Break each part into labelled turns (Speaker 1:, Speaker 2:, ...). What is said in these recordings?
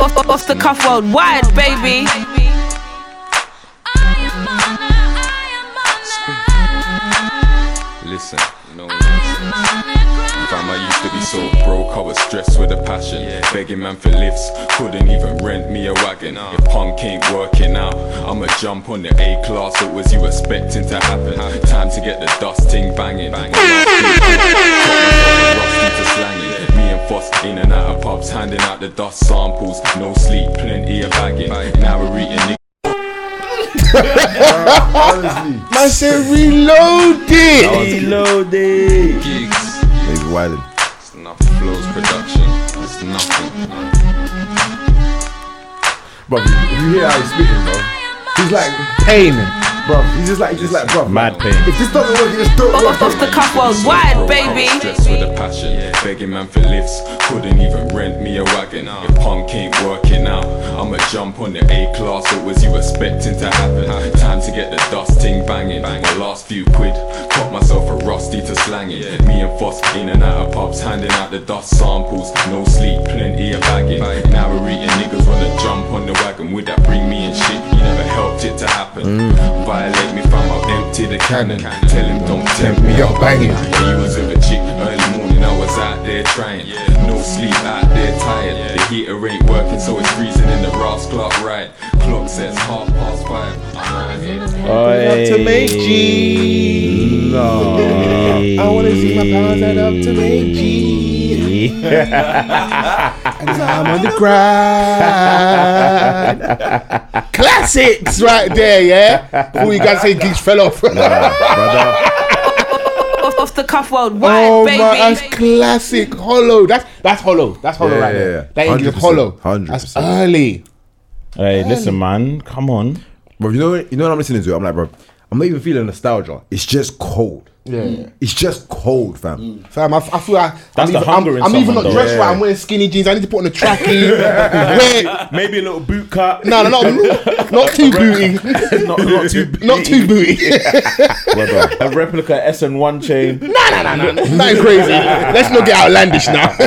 Speaker 1: Off, off, off the cuff worldwide, baby.
Speaker 2: Listen, no one Fam, I used to be so broke, I was stressed with a passion. Begging man for lifts, couldn't even rent me a wagon. If punk ain't working out, I'ma jump on the A class. It was you expecting to happen. Time to get the dust ting banging. Rusty to slanging. Me and Foss in and out of pubs, handing out the dust samples. No sleep, plenty of bagging. Now we're eating. niggas
Speaker 3: Honestly,
Speaker 4: Man said reloaded.
Speaker 3: reloaded.
Speaker 2: gigs.
Speaker 4: He's wilding.
Speaker 2: It's nothing. Flows production. It's nothing.
Speaker 3: Bro, you hear how he's spitting, bro? He's like,
Speaker 4: Pain.
Speaker 3: bro, he's just like, he's just like, bro.
Speaker 5: Mad pain.
Speaker 3: If this doesn't work, it just don't
Speaker 1: Off,
Speaker 3: work.
Speaker 1: off, off the cuff worldwide, baby.
Speaker 2: Stressed with a passion, begging man for lifts. Couldn't even rent me a wagon. If punk ain't working out, I'ma jump on the A class. It was you expecting to happen. Time to get the dust ting banging. My last few quid, caught myself a rusty to slanging. Me and Foss in and out of pubs, handing out the dust samples. No sleep, plenty of bagging. Now we're eating niggas wanna jump on the wagon. Would that bring me in shit? You never helped it to happen. Violate me, fam. I'll empty the cannon. Tell him don't tempt me, I'll bang it. He was with a chick early morning, I was out there trying. No sleep, out there tired. The heater ain't working, so it's freezing in the Ross Clock ride. Clock says half past five. I'm out here.
Speaker 4: Up to make G. I wanna see my powers add up to make G. and I'm on the grind. Classics right there, yeah. Before you guys say geeks fell off.
Speaker 1: Off, off the cuff worldwide,
Speaker 4: oh
Speaker 1: baby.
Speaker 4: my, that's classic hollow. That's that's hollow. That's hollow
Speaker 3: Yeah,
Speaker 4: right
Speaker 3: yeah,
Speaker 4: there.
Speaker 3: yeah.
Speaker 4: That English
Speaker 3: 100%,
Speaker 4: hollow.
Speaker 3: 100%.
Speaker 4: That's early.
Speaker 5: Hey, listen, man. Come on.
Speaker 3: Bro, you know, you know what I'm listening to? I'm like, bro, I'm not even feeling nostalgia. It's just cold.
Speaker 4: Yeah. Mm.
Speaker 3: It's just cold, fam.
Speaker 4: Fam, I, I feel I, I'm,
Speaker 5: That's the
Speaker 4: even,
Speaker 5: hunger
Speaker 4: I'm,
Speaker 5: in
Speaker 4: I'm even
Speaker 5: someone,
Speaker 4: not
Speaker 5: though.
Speaker 4: dressed
Speaker 3: Yeah.
Speaker 4: right. I'm wearing skinny jeans. I need to put on a trackie. Wait,
Speaker 5: Maybe a little boot cut.
Speaker 4: No, no, not, not too booty.
Speaker 5: not, not too.
Speaker 4: Not too booty.
Speaker 5: Brother, a replica SN1 chain.
Speaker 4: no, no, no, no, no. Nothing crazy. Let's not get outlandish now.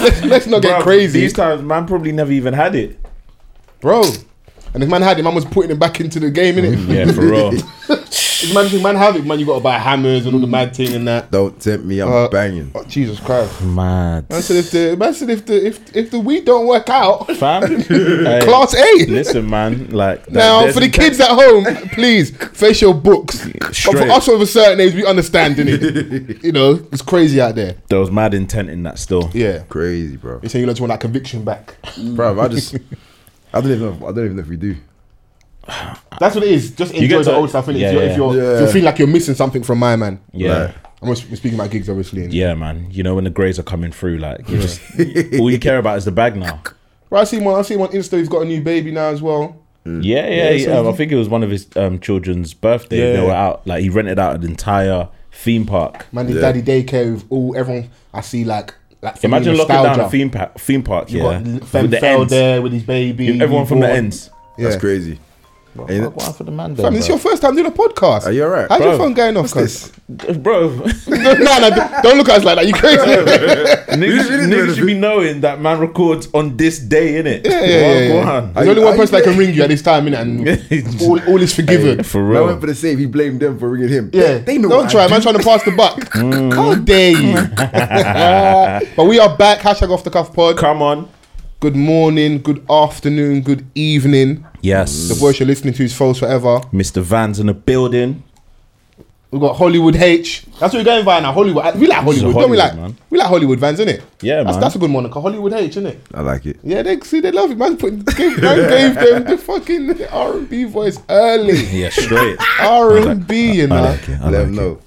Speaker 4: let's, let's not get
Speaker 5: Bruv,
Speaker 4: crazy.
Speaker 5: These times, man, probably never even had it.
Speaker 4: Bro. And if man had it, man was putting him back into the game, innit?
Speaker 5: Mm, Yeah, for real.
Speaker 4: if man, if man have it, man, you gotta buy hammers and all the mad thing and that.
Speaker 3: Don't tempt me, I'm
Speaker 4: Uh,
Speaker 3: banging.
Speaker 4: Oh, Jesus Christ.
Speaker 5: Mad.
Speaker 4: Man said if the man said if the if if the weed don't work out,
Speaker 5: Fam. Hey,
Speaker 4: class A.
Speaker 5: Listen, man. Like that-
Speaker 4: Now
Speaker 5: there's-
Speaker 4: for the kids at home, please face your books. But for
Speaker 5: Straight.
Speaker 4: us of a certain age, we understand, innit? you know, it's crazy out there.
Speaker 5: there was mad intent in that still.
Speaker 4: Yeah.
Speaker 3: Crazy, bro.
Speaker 4: They say you don't want that conviction back.
Speaker 3: Bro, I just, I don't even, know if, I don't even know if we do.
Speaker 4: That's what it is. Just enjoy
Speaker 5: get
Speaker 4: the
Speaker 5: to-
Speaker 4: old stuff. innit?
Speaker 5: yeah,
Speaker 4: if, you're,
Speaker 5: yeah.
Speaker 4: if, you're, if
Speaker 3: Yeah.
Speaker 4: you're feeling like you're missing something from my man,
Speaker 5: Yeah.
Speaker 3: Right.
Speaker 4: I'm not sp- speaking about gigs, obviously. innit?
Speaker 5: Yeah, man. You know when the grades are coming through, like you just all you care about is the bag now.
Speaker 4: Right, I see one. I see one Insta. He's got a new baby now as well.
Speaker 5: Yeah, yeah.
Speaker 4: Yeah, so
Speaker 5: um,
Speaker 4: you-
Speaker 5: I think it was one of his um, children's birthday.
Speaker 3: Yeah.
Speaker 5: They were out. Like he rented out an entire theme park.
Speaker 4: Man, did daddy daycare with all everyone. I see like like family
Speaker 5: Imagine locking down
Speaker 4: nostalgia.
Speaker 5: a theme park. Theme park.
Speaker 4: You
Speaker 5: yeah,
Speaker 4: got Fem
Speaker 5: with the
Speaker 4: Fell
Speaker 5: ends.
Speaker 4: there with his baby.
Speaker 5: Everyone from the
Speaker 4: newborn.
Speaker 5: ends.
Speaker 4: Yeah.
Speaker 3: That's crazy. Ain't it?
Speaker 5: What happened to the man,
Speaker 4: Fam, this is your first time doing a podcast.
Speaker 3: Are you alright?
Speaker 4: How's your
Speaker 5: Bro,
Speaker 4: phone going off?
Speaker 3: What's this?
Speaker 5: bro? bro
Speaker 4: no, no, don't look at us like that. You crazy?
Speaker 5: niggas,
Speaker 3: really doing
Speaker 5: niggas should be knowing that man records on this day, innit?
Speaker 4: yeah, yeah, yeah.
Speaker 3: Are
Speaker 4: There's
Speaker 3: you-
Speaker 4: only one
Speaker 3: are
Speaker 4: person
Speaker 3: you
Speaker 4: that can ring you at this time, innit? And all, all is forgiven.
Speaker 5: For
Speaker 3: Man went
Speaker 5: real.
Speaker 3: for the save. He blamed them for ringing him.
Speaker 4: Yeah,
Speaker 3: they know.
Speaker 4: Don't
Speaker 3: what
Speaker 4: try,
Speaker 3: I
Speaker 4: man.
Speaker 3: do.
Speaker 4: Trying to
Speaker 3: Mm.
Speaker 4: pass the buck. How dare you? but we are back. Hashtag off the cuff pod.
Speaker 5: Come on.
Speaker 4: Good morning, good afternoon, good evening.
Speaker 5: Yes.
Speaker 4: The voice you're listening to is false forever.
Speaker 5: Mr. Vans in the building.
Speaker 4: We've got Hollywood H. That's what we're going by now. Hollywood. We like Hollywood, don't we?
Speaker 5: Hollywood,
Speaker 4: Like
Speaker 5: man.
Speaker 4: we like Hollywood vans, innit?
Speaker 5: Yeah,
Speaker 4: that's,
Speaker 5: man.
Speaker 4: That's a good moniker. Hollywood H, innit?
Speaker 3: I like it.
Speaker 4: Yeah, they see they love it. Man, put, gave, man gave them the fucking R and B voice early.
Speaker 5: Yeah, straight.
Speaker 4: R and B, you know.
Speaker 3: Let them know.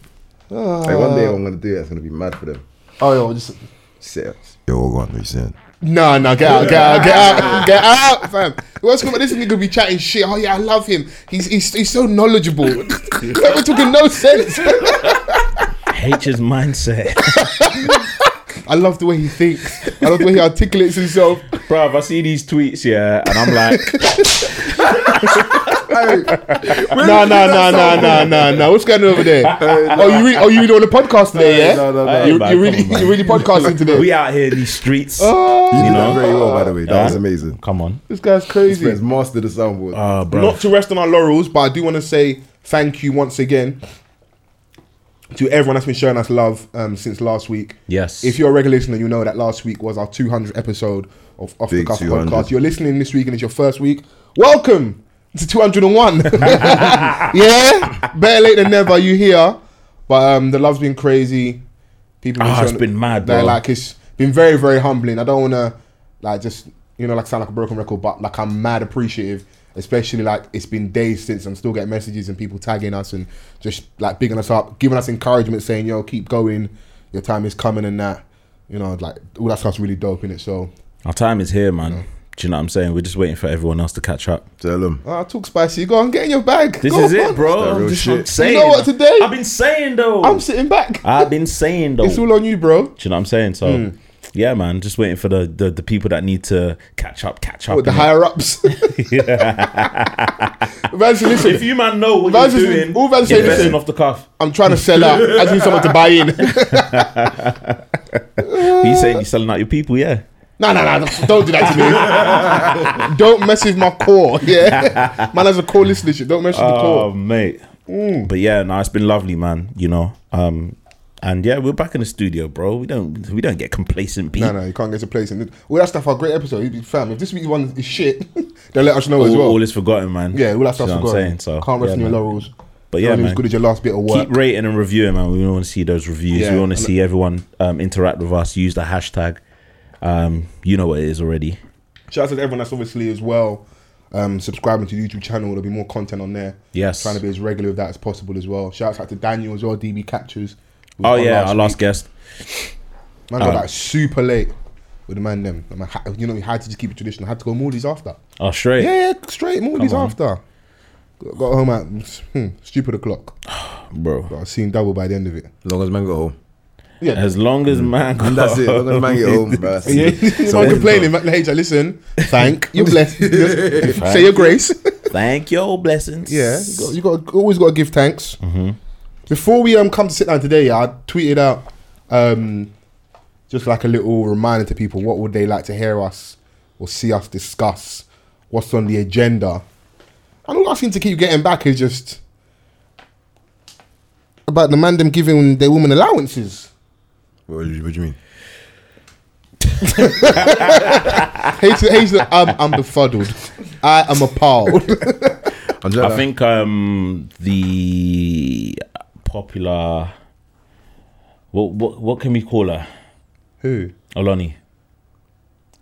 Speaker 3: Like one
Speaker 4: Ah.
Speaker 3: day I'm gonna do that. It's gonna be mad for them.
Speaker 4: Oh, yo, just
Speaker 3: Sit up. Yo, what are you saying?
Speaker 4: No, no, get out, get out, get out, get out, fam. What's going on? This nigga be chatting shit. Oh yeah, I love him. He's he's, he's so knowledgeable. We're talking no sense.
Speaker 5: H's mindset.
Speaker 4: I love the way he thinks. I love the way he articulates himself.
Speaker 5: Bruv, I see these tweets, yeah, and I'm like,
Speaker 4: No, no, no, no, no, no, no. What's going on over there? oh, you really, oh, you really on the podcast today, yeah?
Speaker 3: no, no, no.
Speaker 4: You,
Speaker 5: Hey,
Speaker 4: you
Speaker 5: man,
Speaker 4: really,
Speaker 5: come on,
Speaker 4: you really podcasting today?
Speaker 5: We out here in these streets.
Speaker 4: Oh,
Speaker 3: You
Speaker 5: you
Speaker 3: did
Speaker 5: know?
Speaker 3: that very well, by the way. That
Speaker 5: Yeah.
Speaker 3: was amazing.
Speaker 5: Come on.
Speaker 4: this guy's crazy.
Speaker 3: It's mastered the soundboard.
Speaker 5: Uh, bro.
Speaker 4: Not to rest on our laurels, but I do want to say thank you once again to everyone that's been showing us love um, since last week.
Speaker 5: Yes.
Speaker 4: If you're a regular listener, you know that last week was our 200 episode of Off the
Speaker 3: Big
Speaker 4: Cuff
Speaker 3: 200.
Speaker 4: podcast. You're listening this week and it's your first week. Welcome to 201. yeah, better late than never. You here? But um, the love's been crazy. People,
Speaker 5: Ah, it's
Speaker 4: showing-
Speaker 5: been mad,
Speaker 4: they're
Speaker 5: bro.
Speaker 4: Like it's been very, very humbling. I don't want to like just you know like sound like a broken record, but like I'm mad appreciative. Especially like it's been days since I'm still getting messages and people tagging us and just like bigging us up, giving us encouragement, saying yo keep going, your time is coming and that. You know, like all that stuff's really dope in it. So
Speaker 5: Our time is here, man.
Speaker 4: Mm.
Speaker 5: Do you know what I'm saying? We're just waiting for everyone else to catch up.
Speaker 3: Tell them.
Speaker 4: uh, talk spicy. Go on, get in your bag.
Speaker 5: This
Speaker 4: Go
Speaker 5: is
Speaker 4: on.
Speaker 5: it, bro.
Speaker 3: That
Speaker 5: I'm
Speaker 3: real
Speaker 5: just
Speaker 3: shit.
Speaker 5: I'm
Speaker 3: You
Speaker 5: saying.
Speaker 4: know what, today-
Speaker 5: I've been saying though.
Speaker 4: I'm sitting back.
Speaker 5: I've been saying though.
Speaker 4: It's all Hmm. on you, bro.
Speaker 5: Do you know what I'm saying? So, yeah, man, just waiting for the, the the people that need to catch up, catch up.
Speaker 4: With the
Speaker 5: innit?
Speaker 4: higher ups. Imagine, listen,
Speaker 5: if you man know what
Speaker 4: Vance
Speaker 5: you're
Speaker 4: is-
Speaker 5: doing,
Speaker 4: all Vance said is-
Speaker 5: investing off the cuff.
Speaker 4: I'm trying to sell out. I just need someone to buy in.
Speaker 5: He's saying you're selling out your people, yeah.
Speaker 4: no, no, no. Don't do that to me. don't mess with my core. Yeah. Man has a core listenership. Don't mess with the
Speaker 5: Oh,
Speaker 4: core.
Speaker 5: mate.
Speaker 4: Hmm.
Speaker 5: But yeah, no, it's been lovely, man. You know, um, and yeah, we're back in the studio, bro. We don't we don't get complacent, people.
Speaker 4: No, no, you can't get to place. And all that stuff are great episode. You'd be fam. If this week one is shit, they'll let us know as
Speaker 5: All,
Speaker 4: well.
Speaker 5: all is forgotten, man.
Speaker 4: yeah, all that
Speaker 5: Do
Speaker 4: stuff's
Speaker 5: you know what
Speaker 4: forgotten.
Speaker 5: I'm saying? So
Speaker 4: can't rest
Speaker 5: yeah,
Speaker 4: on your
Speaker 5: man.
Speaker 4: laurels.
Speaker 5: But
Speaker 4: You're
Speaker 5: yeah,
Speaker 4: only as
Speaker 5: man.
Speaker 4: good as your last bit of work.
Speaker 5: Keep rating and reviewing, man. We want to see those reviews.
Speaker 4: Yeah,
Speaker 5: we want to
Speaker 4: and-
Speaker 5: see everyone um, interact with us. Use the hashtag. Um, you know what it is already.
Speaker 4: Shout out to everyone that's obviously as well um, subscribing to the YouTube channel. There'll be more content on there.
Speaker 5: Yes.
Speaker 4: Trying to be as regular with that as possible as well. Shout out to Daniel as well, DB Captures. who was
Speaker 5: Oh
Speaker 4: on
Speaker 5: yeah, our last
Speaker 4: week.
Speaker 5: guest.
Speaker 4: Man got
Speaker 5: uh,
Speaker 4: like super late with the man them. The man ha- you know, he had to just keep it traditional. Had to go Morley's after.
Speaker 5: Oh straight.
Speaker 4: Yeah, yeah, straight Morley's
Speaker 5: on.
Speaker 4: after. Got, got home at hmm, stupid o'clock.
Speaker 5: bro.
Speaker 4: But I was seeing double by the end of it.
Speaker 3: As long as man got home.
Speaker 4: Yeah.
Speaker 5: As long as man,
Speaker 3: That's it. As long as man get home, bro. That's it. So
Speaker 4: I'm
Speaker 3: then,
Speaker 4: complaining, man. Hey, Jay, listen. Thank you, bless. Just Say your grace.
Speaker 5: Thank your blessings.
Speaker 4: Yeah, you got, you got always got to give thanks.
Speaker 5: Mm-hmm.
Speaker 4: Before we um come to sit down today, yeah, I tweeted out um just like a little reminder to people: what would they like to hear us or see us discuss? What's on the agenda? And all I seem to keep getting back is just about the man them giving their woman allowances.
Speaker 3: What do you what do you mean?
Speaker 4: Hayes, Hayes, I'm, um, I'm befuddled. I am appalled.
Speaker 3: I'm trying
Speaker 5: I
Speaker 3: to-
Speaker 5: think um the popular. What what what can we call her?
Speaker 4: Who?
Speaker 5: Oloni.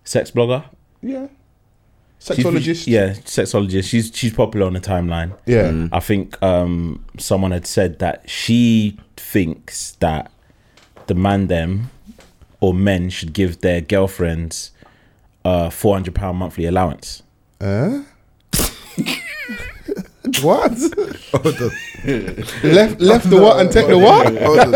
Speaker 5: Sex blogger.
Speaker 4: Yeah.
Speaker 5: She's-
Speaker 4: Sexologist.
Speaker 5: yeah, Mm. sexologist. She's she's popular on the timeline.
Speaker 4: Yeah.
Speaker 5: I think um, someone had said that she thinks that the man them or men should give their girlfriends a four hundred pound monthly allowance.
Speaker 4: What?
Speaker 3: Hold on.
Speaker 4: left left the what and take the what?
Speaker 3: Hold on.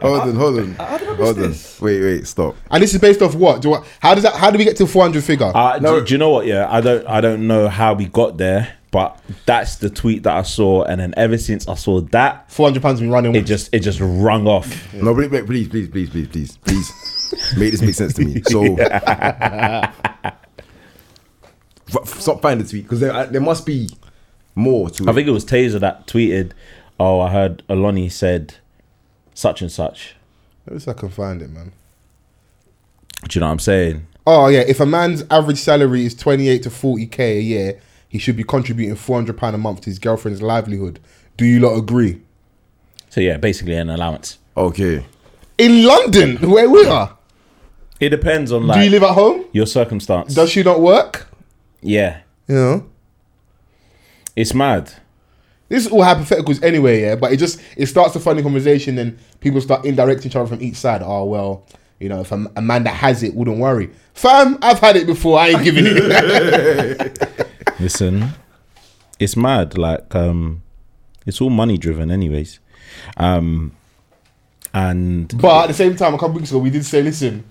Speaker 3: Hold on. Hold on. Hold on. Wait, wait, stop.
Speaker 4: And this is based off what? Do I, how does that? How do we get to 400 figure?
Speaker 5: Uh, do, do you know what? Yeah, I don't I don't know how we got there, but that's the tweet that I saw, and then ever since I saw that,
Speaker 4: 400 pounds been running.
Speaker 5: it just it just rung off.
Speaker 3: No, wait, wait, please, please, please, please, please, please. Make this make sense to me. So, F- stop finding the tweet because there, uh, there must be more to
Speaker 5: I
Speaker 3: it.
Speaker 5: think it was Taser that tweeted, "Oh, I heard Aloni said such and such."
Speaker 4: Let's see if I can find it, man.
Speaker 5: Do you know what I'm saying?
Speaker 4: Oh yeah, if a man's average salary is 28 to 40k a year, he should be contributing 400 pound a month to his girlfriend's livelihood. Do you lot agree?
Speaker 5: So yeah, basically an allowance.
Speaker 3: okay.
Speaker 4: In London, where we are,
Speaker 5: It depends on
Speaker 4: do
Speaker 5: like
Speaker 4: you live at home?
Speaker 5: your circumstance.
Speaker 4: Does she not work?
Speaker 5: yeah,
Speaker 4: You know,
Speaker 5: it's mad.
Speaker 4: this is all hypotheticals anyway, yeah. But it just it starts a funny conversation, and people start indirecting each other from each side. Oh well, you know, if a, a man that has it wouldn't worry, fam. I've had it before. I ain't giving it.
Speaker 5: Listen, it's mad. Like, um, it's all money driven, anyways. Um, and
Speaker 4: But at the same time, a couple weeks ago, we did say, listen,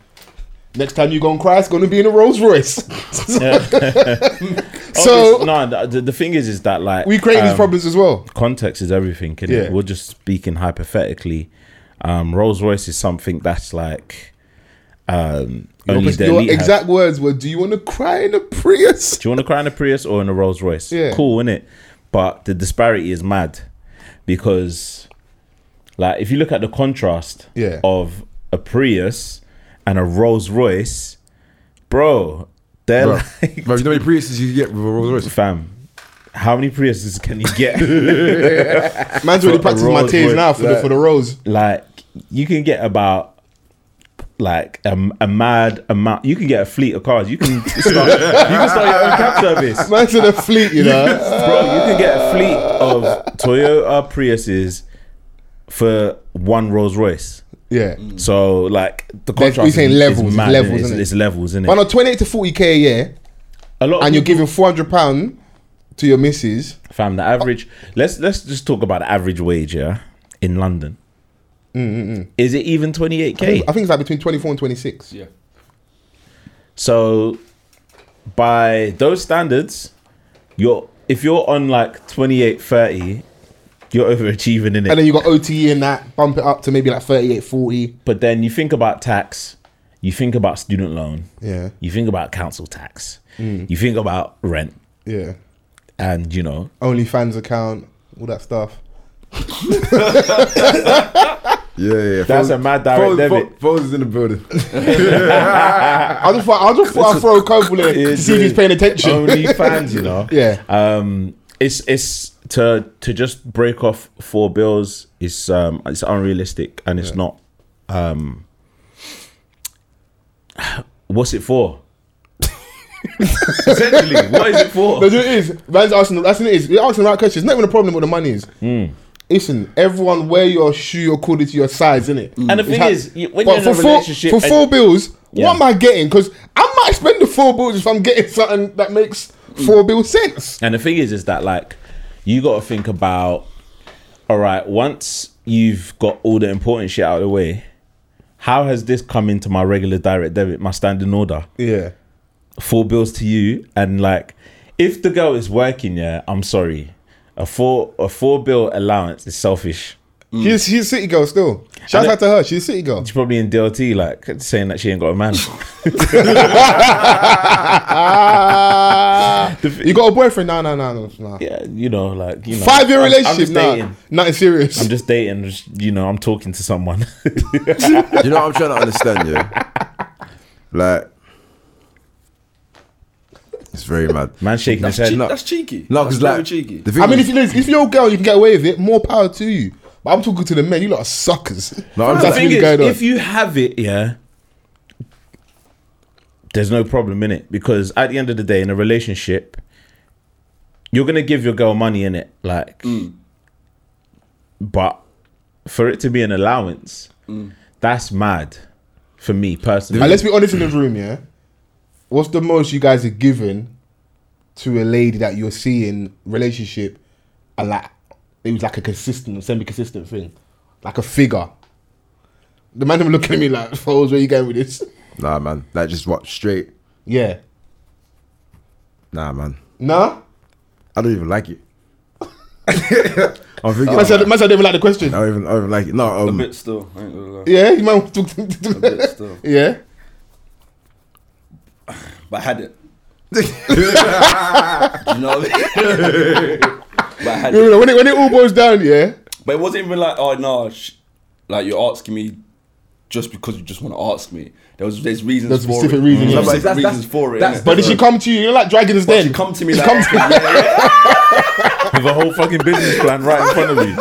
Speaker 4: next time you go and cry, it's going to be in a Rolls Royce. so So-
Speaker 5: so no, Oh, the, the thing is, is that like
Speaker 4: We create these
Speaker 5: um,
Speaker 4: problems as well.
Speaker 5: Context is everything. innit?
Speaker 4: Yeah.
Speaker 5: We're just speaking hypothetically. Um, Rolls Royce is something that's like um, only the
Speaker 4: Your
Speaker 5: elite have.
Speaker 4: exact words were, "Do you want to cry in a Prius?"
Speaker 5: Do you want to cry in a Prius or in a Rolls Royce?
Speaker 4: Yeah.
Speaker 5: Cool, innit? But the disparity is mad because, like, if you look at the contrast
Speaker 4: Yeah.
Speaker 5: of a Prius and a Rolls Royce, bro, they're
Speaker 3: Bro,
Speaker 5: like,
Speaker 3: bro, you know how many Priuses you get with a Rolls Royce?
Speaker 5: fam, how many Priuses can you get?
Speaker 4: Man's already practicing my
Speaker 5: Rolls
Speaker 4: tears
Speaker 5: Royce,
Speaker 4: now for the
Speaker 5: like-
Speaker 4: for the rose.
Speaker 5: like, you can get about. Like um, a mad amount, you can get a fleet of cars. You can start, you can start your own cab service.
Speaker 4: Man's in the fleet, you know.
Speaker 5: Bro, you can get
Speaker 4: Uh.
Speaker 5: a fleet of Toyota Priuses for one Rolls Royce.
Speaker 4: Yeah.
Speaker 5: So like the
Speaker 4: That's-
Speaker 5: contrast
Speaker 4: we're saying
Speaker 5: is,
Speaker 4: levels,
Speaker 5: is
Speaker 4: it's
Speaker 5: mad,
Speaker 4: levels,
Speaker 5: it's,
Speaker 4: isn't it?
Speaker 5: it's levels, isn't it?
Speaker 4: But no, twenty-eight to forty k a year,
Speaker 5: a lot, of
Speaker 4: and you're
Speaker 5: people-
Speaker 4: giving four hundred pound to your missus.
Speaker 5: fam the average. Let's let's just talk about the average wage, yeah, in London.
Speaker 4: Mm,
Speaker 5: Is it even twenty eight k?
Speaker 4: I think it's like between twenty-four and twenty-six.
Speaker 2: Yeah.
Speaker 5: So by those standards, you're if you're on like 28, 30, you're overachieving in it.
Speaker 4: And then you got OTE and that, bump it up to maybe like 38, 40.
Speaker 5: But then you think about tax, you think about student loan,
Speaker 4: Yeah. Mm.
Speaker 5: you think about council tax, you think about rent,
Speaker 4: Yeah.
Speaker 5: and you know,
Speaker 4: OnlyFans account, all that stuff.
Speaker 3: Yeah, yeah. yeah.
Speaker 5: That's a mad direct
Speaker 3: Foles-
Speaker 5: debit.
Speaker 3: Foles is in the building.
Speaker 4: I just thought I just thought I'd throw a couple in to see if he's paying attention.
Speaker 5: only fans, you know.
Speaker 4: yeah.
Speaker 5: Um, it's it's to to just break off four bills is um it's unrealistic and it's not um. What's it for? Essentially, what is it for?
Speaker 4: Because it is. Man's asking. That's what it is. You're asking the right questions. It's not even a problem what the money is.
Speaker 5: Hmm.
Speaker 4: Listen, everyone wear your shoe according to your size, innit?
Speaker 5: And the
Speaker 4: It's
Speaker 5: thing
Speaker 4: how-
Speaker 5: is, you- when
Speaker 4: But
Speaker 5: you're in a
Speaker 4: for four-
Speaker 5: relationship
Speaker 4: for
Speaker 5: and-
Speaker 4: four bills,
Speaker 5: Yeah.
Speaker 4: what am I getting? Because I might spend the four bills if I'm getting something that makes four bills sense.
Speaker 5: And the thing is, is that like you got to think about. All right, once you've got all the important shit out of the way, how has this come into my regular direct debit, my standing order?
Speaker 4: Yeah.
Speaker 5: Four bills to you, and like, if the girl is working, yeah, I'm sorry, a four a four bill allowance is selfish.
Speaker 4: She's, she's a city girl still. Shout
Speaker 5: And
Speaker 4: out to her. She's a city girl.
Speaker 5: She's probably in DLT, like saying that she ain't got a man.
Speaker 4: Ah. you got a boyfriend? No, no, no, no. no.
Speaker 5: yeah, you know, like you know,
Speaker 4: Five year
Speaker 5: I'm- I'm
Speaker 4: relationship?
Speaker 5: just
Speaker 4: No,
Speaker 5: dating.
Speaker 4: nothing serious.
Speaker 5: I'm just dating, just, you know, I'm talking to someone.
Speaker 3: you know what I'm trying to understand, yeah? Like, it's very mad.
Speaker 5: Man shaking
Speaker 2: That's,
Speaker 5: his head.
Speaker 2: cheek-
Speaker 3: no.
Speaker 2: that's cheeky.
Speaker 3: No,
Speaker 2: That's
Speaker 3: because like,
Speaker 2: very cheeky.
Speaker 3: the thing
Speaker 4: I mean, if,
Speaker 3: is,
Speaker 4: you, listen, if you're a girl, you can get away with it. More power to you. But I'm talking to the men. You lot are suckers.
Speaker 3: No, I'm
Speaker 5: The
Speaker 3: That's
Speaker 5: thing
Speaker 4: really
Speaker 5: is,
Speaker 4: going on.
Speaker 5: if you have it, yeah, there's no problem in it because at the end of the day, in a relationship, you're gonna give your girl money in it, like,
Speaker 4: Mm.
Speaker 5: but for it to be an allowance,
Speaker 4: Mm.
Speaker 5: that's mad for me personally.
Speaker 4: And let's be honest in the room, yeah. What's the most you guys are given to a lady that you're seeing relationship and like it was like a consistent, semi consistent thing, like a figure. The man were looking at me like, "Foles, where you going with this?"
Speaker 3: nah, man, that just what straight.
Speaker 4: Yeah,
Speaker 3: Nah, man,
Speaker 4: nah.
Speaker 3: I don't even like it. I'm thinking,
Speaker 4: Man said,
Speaker 3: I
Speaker 4: man said they even like the question.
Speaker 3: don't even, I don't even like it. No,
Speaker 2: A
Speaker 3: um,
Speaker 2: bit still. I ain't gonna lie.
Speaker 4: Yeah, you might talk
Speaker 2: A bit still.
Speaker 4: Yeah,
Speaker 2: But I had it. you know what I mean? but I had
Speaker 4: You
Speaker 2: it.
Speaker 4: know, when it when it all boils down, yeah,
Speaker 2: But it wasn't even like, oh no, sh-, like you're asking me just because you just want to ask me. There was there's reasons
Speaker 4: There's
Speaker 2: for
Speaker 4: specific
Speaker 2: it.
Speaker 4: reasons.
Speaker 2: There's
Speaker 4: No,
Speaker 2: specific reasons for it.
Speaker 3: that's-
Speaker 2: innit?
Speaker 4: but did she come to you? You're like dragons
Speaker 2: But
Speaker 4: then.
Speaker 2: she come to me
Speaker 4: She
Speaker 2: like,
Speaker 4: come to-
Speaker 2: yeah, yeah,
Speaker 5: with a whole fucking business plan right in front of you.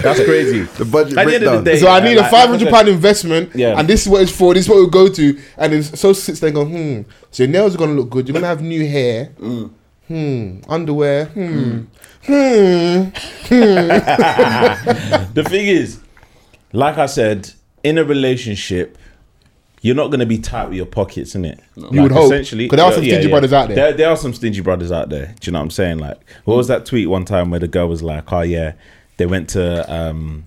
Speaker 5: That's crazy.
Speaker 3: the budget
Speaker 5: At the end
Speaker 3: breakdown.
Speaker 5: of the day,
Speaker 4: So I
Speaker 5: yeah,
Speaker 4: need a
Speaker 5: like-
Speaker 4: five hundred pound investment,
Speaker 5: Yeah.
Speaker 4: and this is what it's for. This is what we will go to, and then so sits there going, hmm. So your nails are gonna look good. You're gonna have new hair. Hmm. Underwear. Hmm. Hmm.
Speaker 5: The thing is, like I said, in a relationship, you're not going to be tight with your pockets, innit? Like,
Speaker 4: You would hope. 'Cause there are
Speaker 5: yeah,
Speaker 4: some stingy
Speaker 5: yeah, yeah.
Speaker 4: brothers out there.
Speaker 5: there. There are some stingy brothers out there. Do you know what I'm saying? Like, what was that tweet one time where the girl was like, "Oh yeah, they went to um,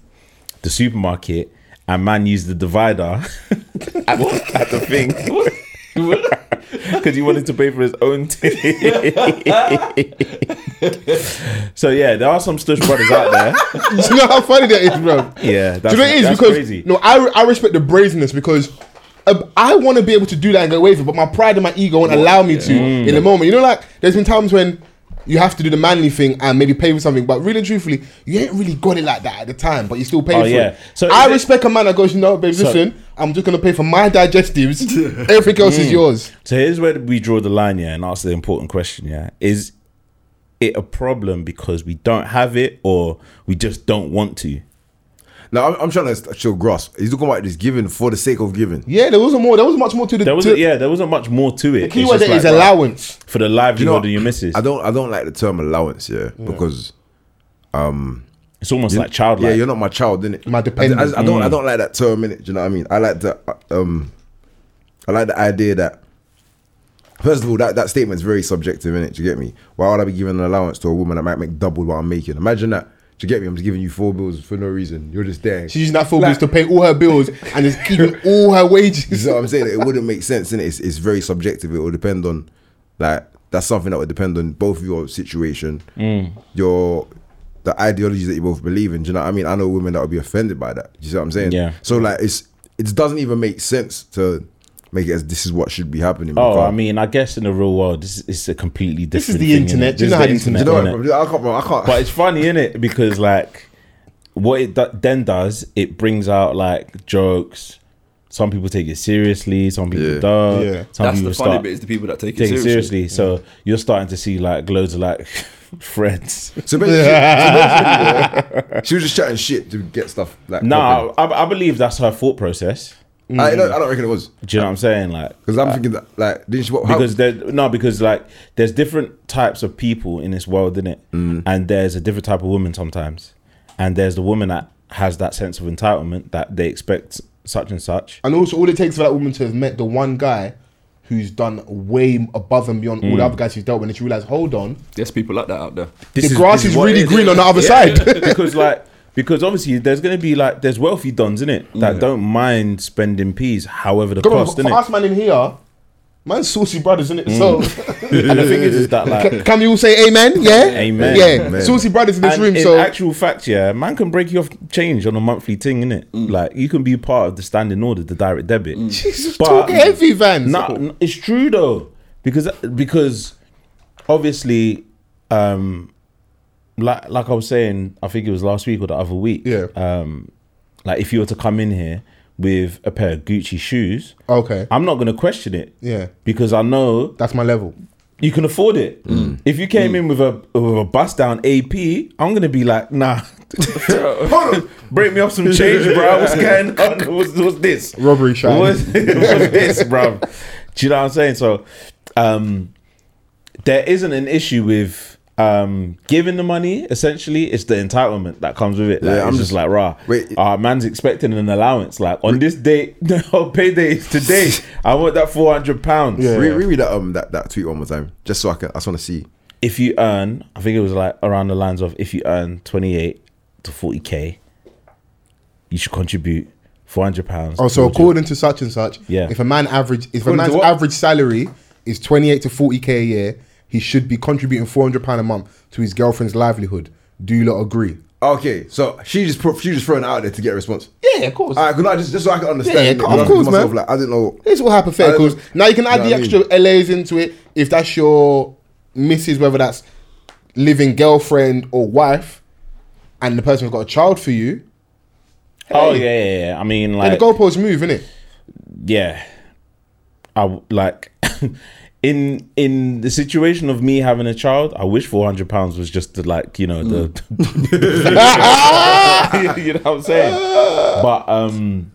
Speaker 5: the supermarket and man used the divider at, at the thing." because he wanted to pay for his own ticket. so yeah, there are some stush brothers out there.
Speaker 4: you know how funny that is, bro.
Speaker 5: Yeah, that's,
Speaker 4: Do you know what it is?
Speaker 5: that's
Speaker 4: Because
Speaker 5: crazy.
Speaker 4: no, I I respect the brazenness because uh, I want to be able to do that and get away with it, but my pride and my ego won't allow me to
Speaker 5: Mm.
Speaker 4: in the moment. You know, like there's been times when you have to do the manly thing and maybe pay for something, but really and truthfully, you ain't really got it like that at the time, but you still pay
Speaker 5: Oh,
Speaker 4: for
Speaker 5: yeah.
Speaker 4: it.
Speaker 5: So
Speaker 4: So I
Speaker 5: is it-
Speaker 4: respect a man that goes, you know, babe, listen, I'm just gonna pay for my digestives. Everything else
Speaker 5: Mm.
Speaker 4: is yours.
Speaker 5: So here's where we draw the line, yeah, and ask the important question, yeah. Is it a problem because we don't have it or we just don't want to?
Speaker 3: Now I'm, I'm trying to st- still grasp. He's talking about this giving for the sake of giving.
Speaker 4: Yeah, there wasn't more. There wasn't much more to the.
Speaker 5: There
Speaker 4: to,
Speaker 5: wasn't yeah, there wasn't much more to it.
Speaker 4: The key
Speaker 5: It's
Speaker 4: word
Speaker 5: just
Speaker 4: there is
Speaker 5: like, right,
Speaker 4: allowance.
Speaker 5: for the
Speaker 3: You know,
Speaker 5: livelihood of your missus.
Speaker 3: I don't. I don't like the term allowance, yeah, because
Speaker 5: It's almost like childlike.
Speaker 3: yeah, you're not my child, innit?
Speaker 4: My
Speaker 3: I- I-
Speaker 4: dependent.
Speaker 3: I, don't. I don't like that term, innit? Do you know what I mean? I like the. uh, Um, I like the idea that. First of all, that, that statement's very subjective, innit? Do you get me? Why would I be giving an allowance to a woman that might make double what I'm making? Imagine that. Do you get me? I'm just giving you four bills for no reason. You're just there.
Speaker 4: She's using that full bills to pay all her bills and is keeping all her
Speaker 3: You
Speaker 4: wages.
Speaker 3: see what I'm saying? It wouldn't make sense, and it's, it's very subjective. It will depend on, like, that's something that would depend on both your situation,
Speaker 5: Mm.
Speaker 3: your the ideologies that you both believe in. Do you know what I mean? I know women that would be offended by that. Do you see what I'm saying?
Speaker 5: Yeah.
Speaker 3: So like, it's it doesn't even make sense to make it as this is what should be happening.
Speaker 5: Oh,
Speaker 3: because-
Speaker 5: I mean, I guess in the real world, this is a completely different.
Speaker 4: This is the
Speaker 5: thing,
Speaker 4: internet.
Speaker 5: innit?
Speaker 4: You
Speaker 5: This
Speaker 4: know
Speaker 5: is
Speaker 4: how
Speaker 5: the
Speaker 4: these things
Speaker 3: do
Speaker 5: internet,
Speaker 3: you know what?
Speaker 5: innit?
Speaker 3: bro? I can't. Bro, I can't.
Speaker 5: But it's funny, is it? Because like, what it do- then does, it brings out like jokes. Some people take it seriously. Some people
Speaker 3: Yeah.
Speaker 5: don't.
Speaker 4: Yeah.
Speaker 5: Some
Speaker 2: That's
Speaker 5: people
Speaker 2: the funny
Speaker 5: start
Speaker 2: bit is the people that take it
Speaker 5: taking it
Speaker 2: seriously.
Speaker 5: seriously. So you're starting to see like loads of like friends.
Speaker 3: so basically, so basically, yeah, she was just chatting shit to get stuff like.
Speaker 5: No, I, I believe that's her thought process.
Speaker 3: popping.
Speaker 5: mm.
Speaker 3: I, I don't, I don't reckon it was
Speaker 5: Do you know what I'm saying? Like,
Speaker 3: because I'm thinking that like didn't she? What, how-
Speaker 5: Uh, because there no because like there's different types of people in this world in it
Speaker 2: Mm.
Speaker 5: and there's a different type of woman sometimes and there's the woman that has that sense of entitlement that they expect such and such
Speaker 4: And also, all it takes for that woman to have met the one guy who's done way above and beyond
Speaker 5: Mm.
Speaker 4: all the other guys she's dealt with, and she realized, hold on,
Speaker 2: There's people like that out there.
Speaker 5: This
Speaker 4: the grass
Speaker 5: this
Speaker 4: is,
Speaker 5: what
Speaker 4: really
Speaker 5: it
Speaker 4: green on the other side.
Speaker 5: because like because obviously there's gonna be like there's wealthy dons in it that don't mind spending peas however the
Speaker 4: Come on,
Speaker 5: cost
Speaker 4: for
Speaker 5: in
Speaker 4: us
Speaker 5: it
Speaker 4: man in here, man's saucy brothers, isn't it? So,
Speaker 5: and the thing is is that
Speaker 4: can,
Speaker 5: like
Speaker 4: can you all say amen? Yeah,
Speaker 5: Mm. Amen.
Speaker 4: Yeah,
Speaker 3: Amen.
Speaker 4: saucy brothers in this
Speaker 5: and
Speaker 4: room.
Speaker 5: in
Speaker 4: So,
Speaker 5: actual fact, yeah, man can break you off change on a monthly thing, innit? Like you can be part of the standing order, the direct debit.
Speaker 4: Jesus,
Speaker 5: But-
Speaker 4: talk heavy, Vans.
Speaker 5: No, no, it's true though, because because obviously, um, like like I was saying, I think it was last week or the other week.
Speaker 4: Yeah.
Speaker 5: Um, like if you were to come in here with a pair of Gucci shoes,
Speaker 4: okay,
Speaker 5: I'm not gonna question it.
Speaker 4: Yeah.
Speaker 5: Because I know
Speaker 4: that's my level.
Speaker 5: you can afford it.
Speaker 3: Mm.
Speaker 5: If you came in with a with a bust down AP, I'm gonna be like, nah. Break me off some change, bro. What's going on? What's, what's this?
Speaker 4: Robbery shine.
Speaker 5: What's, what's this, bro? Do you know what I'm saying? So, um, there isn't an issue with um giving the money. Essentially, it's the entitlement that comes with it. Like,
Speaker 3: Yeah,
Speaker 5: I'm
Speaker 3: I'm
Speaker 5: just,
Speaker 3: just-
Speaker 5: like, rah.
Speaker 3: Wait.
Speaker 5: our man's expecting an allowance. Like on this date, no payday is today. I want that 400 pounds.
Speaker 4: Yeah.
Speaker 3: Re- reread that um that, that tweet one more time, just so I can. I just want to see.
Speaker 5: if you earn, I think it was like around the lines of if you earn 28 to 40k, you should contribute 400 pounds.
Speaker 4: Oh, so according to such and such,
Speaker 5: Yeah.
Speaker 4: if a man average, if
Speaker 5: According
Speaker 4: a
Speaker 5: to
Speaker 4: man's
Speaker 5: what?
Speaker 4: average salary is twenty eight to forty k a year, he should be contributing four hundred pound a month to his girlfriend's livelihood. Do you lot agree?
Speaker 3: Okay, so she just put, she just throwing it out there to get a response.
Speaker 4: Yeah, of course.
Speaker 3: All right, good night, just, just so I can understand.
Speaker 4: Yeah, yeah,
Speaker 3: it,
Speaker 4: of
Speaker 3: 'cause I was
Speaker 4: course,
Speaker 3: thinking to
Speaker 4: man.
Speaker 3: Like, I didn't know.
Speaker 4: it's all
Speaker 3: I
Speaker 4: hypotheticals.
Speaker 3: don't-
Speaker 4: Now you can
Speaker 3: Um, you
Speaker 4: add
Speaker 3: know
Speaker 4: the
Speaker 3: what I
Speaker 4: extra LAs into it if that's your missus, whether that's living girlfriend or wife, and the person who's got a child for you.
Speaker 5: Oh, yeah, yeah, yeah. I
Speaker 4: And
Speaker 5: mean,
Speaker 4: the
Speaker 5: like,
Speaker 4: goalposts move, innit?
Speaker 5: yeah. I w- like in in the situation of me having a child, I wish 400 pounds was just the, like, you know, the you know what I'm saying? But um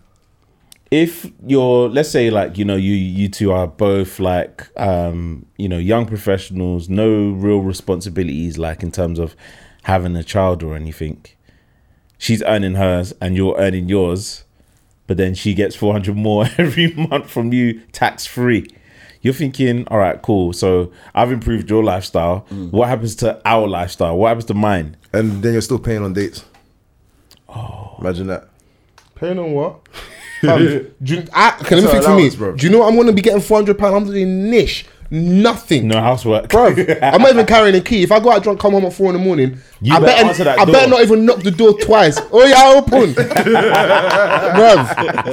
Speaker 5: if you're let's say like you know you you two are both like um you know young professionals no real responsibilities like in terms of having a child or anything she's earning hers and you're earning yours but then she gets 400 more every month from you tax free you're thinking all right cool so i've improved your lifestyle
Speaker 2: Mm.
Speaker 5: what happens to our lifestyle what happens to mine
Speaker 3: And then you're still paying on dates. Oh, imagine that.
Speaker 4: Paying on what? Um, do you, I, okay, let me
Speaker 3: That's
Speaker 4: think
Speaker 3: our
Speaker 4: for me.
Speaker 3: allowance, bro.
Speaker 4: Do you know what I'm going to be getting 400 pounds? I'm doing nish, nothing.
Speaker 5: No housework.
Speaker 4: Bro, I'm not even carrying a key. If I go out drunk, come home at four in the morning,
Speaker 5: You
Speaker 4: I
Speaker 5: better
Speaker 4: better,
Speaker 5: answer that
Speaker 4: I better
Speaker 5: door.
Speaker 4: not even knock the door twice. oh yeah, open, bro.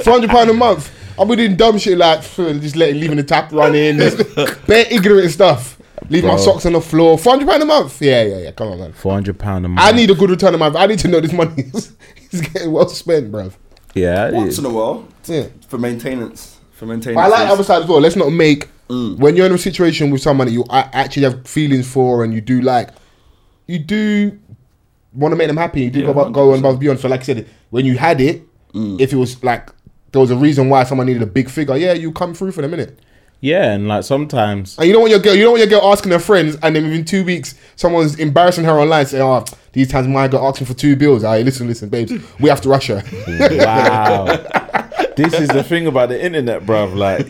Speaker 4: Four hundred pound a month. I'll be doing dumb shit like pff, just letting leaving the tap running, just bare ignorant stuff. Leave my
Speaker 5: Bro.
Speaker 4: socks on the floor. Four hundred pound a month. Yeah, yeah, yeah. Come on, man.
Speaker 5: Four hundred pound a month.
Speaker 4: I need a good return on my. I need to know this money is, is getting well spent, bruv.
Speaker 5: Yeah.
Speaker 2: Once in a while,
Speaker 4: Yeah.
Speaker 2: for maintenance. For maintenance. Mm.
Speaker 4: But I like the other side as well. Let's not make when you're in a situation with someone that you a- actually have feelings for and you do like, you do want to make them happy. You do go, above, go above and beyond. So, like I said, when you had it,
Speaker 2: Mm.
Speaker 4: if it was like there was a reason why someone needed a big figure, yeah, you come through for the minute.
Speaker 5: Yeah, and like sometimes
Speaker 4: And you don't want your girl, you don't want your girl asking her friends, and then within two weeks, someone's embarrassing her online, saying, "Oh, these times my girl asking for two bills." All right, listen, listen, babes, we have to rush her.
Speaker 5: wow. This is the thing about the internet, bruv. Like,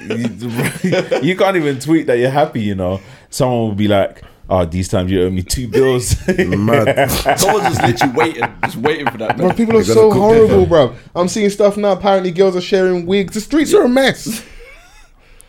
Speaker 5: you, you can't even tweet that you're happy, you know. Someone will be like, oh, these times you owe me two bills.
Speaker 3: Mad.
Speaker 2: Someone's just literally waiting, just waiting for that.
Speaker 4: Bro,
Speaker 2: man.
Speaker 4: people are
Speaker 3: They gotta
Speaker 4: so
Speaker 3: cook their
Speaker 4: horrible, bro. I'm seeing stuff now. Apparently, girls are sharing wigs. The streets are a mess.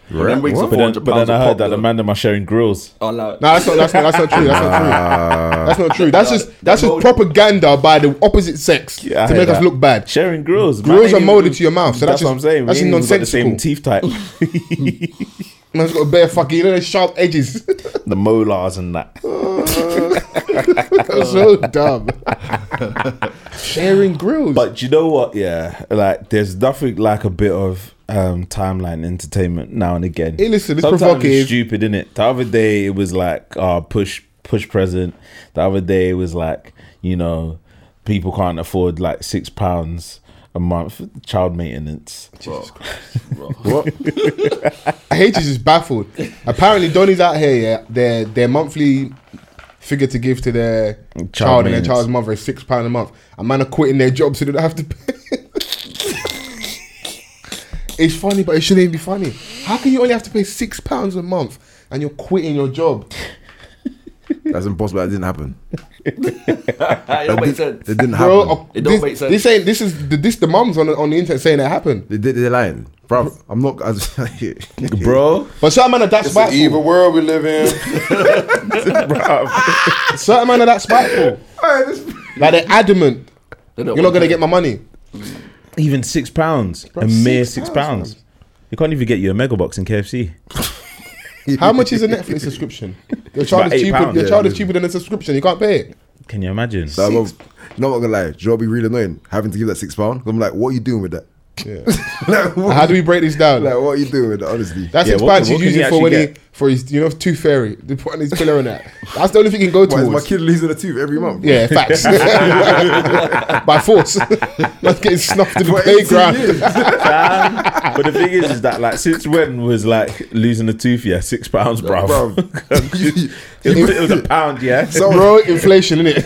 Speaker 2: Them wigs are
Speaker 5: but then,
Speaker 2: 400
Speaker 5: but
Speaker 2: pounds
Speaker 5: then
Speaker 2: a
Speaker 5: I
Speaker 2: pop,
Speaker 5: heard that
Speaker 2: though.
Speaker 5: the man them are sharing grills.
Speaker 2: Oh, no.
Speaker 4: No, that's not. That's not. That's not true. That's
Speaker 3: Ah.
Speaker 4: not true. That's not true. That's
Speaker 2: Nah,
Speaker 4: just. That's
Speaker 2: they're
Speaker 4: just
Speaker 2: molded.
Speaker 4: propaganda by the opposite sex
Speaker 5: Yeah, I
Speaker 4: to
Speaker 5: heard
Speaker 4: make us
Speaker 5: that.
Speaker 4: look bad.
Speaker 5: Sharing grills. man.
Speaker 4: Grills
Speaker 5: Ain't
Speaker 4: are
Speaker 5: even-
Speaker 4: molded to your mouth, so that's
Speaker 5: that's, what I'm
Speaker 4: just-
Speaker 5: saying.
Speaker 4: that's
Speaker 5: That's nonsensical. The same
Speaker 4: nonsensical.
Speaker 5: teeth type,
Speaker 4: Man's got a bare fucking, you know, those sharp edges.
Speaker 5: the molars and that.
Speaker 4: that's so dumb. Sharing grills.
Speaker 5: But you know what? Yeah, like there's nothing like a bit of um, timeline entertainment now and again.
Speaker 4: Hey, listen, it's
Speaker 5: Sometimes
Speaker 4: provocative.
Speaker 5: stupid, is it? The other day it was like uh, push push present. The other day it was like you know people can't afford like six pounds a month for child maintenance.
Speaker 2: Bro. Bro.
Speaker 4: H is just baffled. Apparently, Donny's out here. Yeah, their their monthly figure to give to their child, and their
Speaker 5: maintenance.
Speaker 4: child's mother is six pound a month. A man are quitting their job so they don't have to pay. it's funny, but it shouldn't be funny. How can you only have to pay six pounds a month and you're quitting your job?
Speaker 3: That's impossible. That didn't happen.
Speaker 2: It
Speaker 3: That
Speaker 2: don't make
Speaker 3: did,
Speaker 2: sense.
Speaker 3: it didn't
Speaker 4: Bro,
Speaker 3: happen.
Speaker 4: uh,
Speaker 2: It don't
Speaker 4: this,
Speaker 2: make sense.
Speaker 4: this ain't this is the, this the mums on the, on the internet saying it happened.
Speaker 3: They did. They're lying, bro. I'm not. I,
Speaker 5: Bro,
Speaker 4: But certain man are that spiteful.
Speaker 3: world we live in.
Speaker 4: Certain man are that spiteful. like they're adamant.
Speaker 2: They don't
Speaker 4: You're not
Speaker 2: want
Speaker 4: gonna
Speaker 2: that.
Speaker 4: get my money.
Speaker 5: even six pounds, a
Speaker 4: six
Speaker 5: mere six
Speaker 4: pounds,
Speaker 5: pounds. You can't even get you a mega box in KFC.
Speaker 4: How much is a Netflix subscription? Your
Speaker 5: about
Speaker 4: child is
Speaker 5: eight
Speaker 4: cheaper.
Speaker 5: pounds,
Speaker 4: your
Speaker 5: yeah,
Speaker 4: child is cheaper than a subscription. You can't pay it.
Speaker 5: Can you imagine?
Speaker 3: I'm not, you know what I'm gonna lie. Do you know what be really annoying? Having to give that six pound. I'm like, what are you doing with that? like, what,
Speaker 4: How do we break this down?
Speaker 3: like, what are you doing with that? Honestly,
Speaker 4: That's
Speaker 5: Yeah,
Speaker 4: his
Speaker 5: what-
Speaker 4: pounds he's
Speaker 5: what can
Speaker 4: using
Speaker 5: he
Speaker 4: for when
Speaker 5: actually
Speaker 4: he for his you know tooth fairy. They put on his pillow and that. That's the only thing he can go
Speaker 3: Why is my
Speaker 4: towards.
Speaker 3: kid losing a tooth every month? bro?
Speaker 4: Yeah, facts. By force, man's getting snuffed in the
Speaker 3: For 18
Speaker 4: playground.
Speaker 3: years.
Speaker 5: but the thing is, is that like since when was like losing a tooth? Yeah, six pounds, bruv.
Speaker 3: Bruv.
Speaker 5: it, was, it was a pound, yeah.
Speaker 3: So-
Speaker 4: Bro, inflation, innit?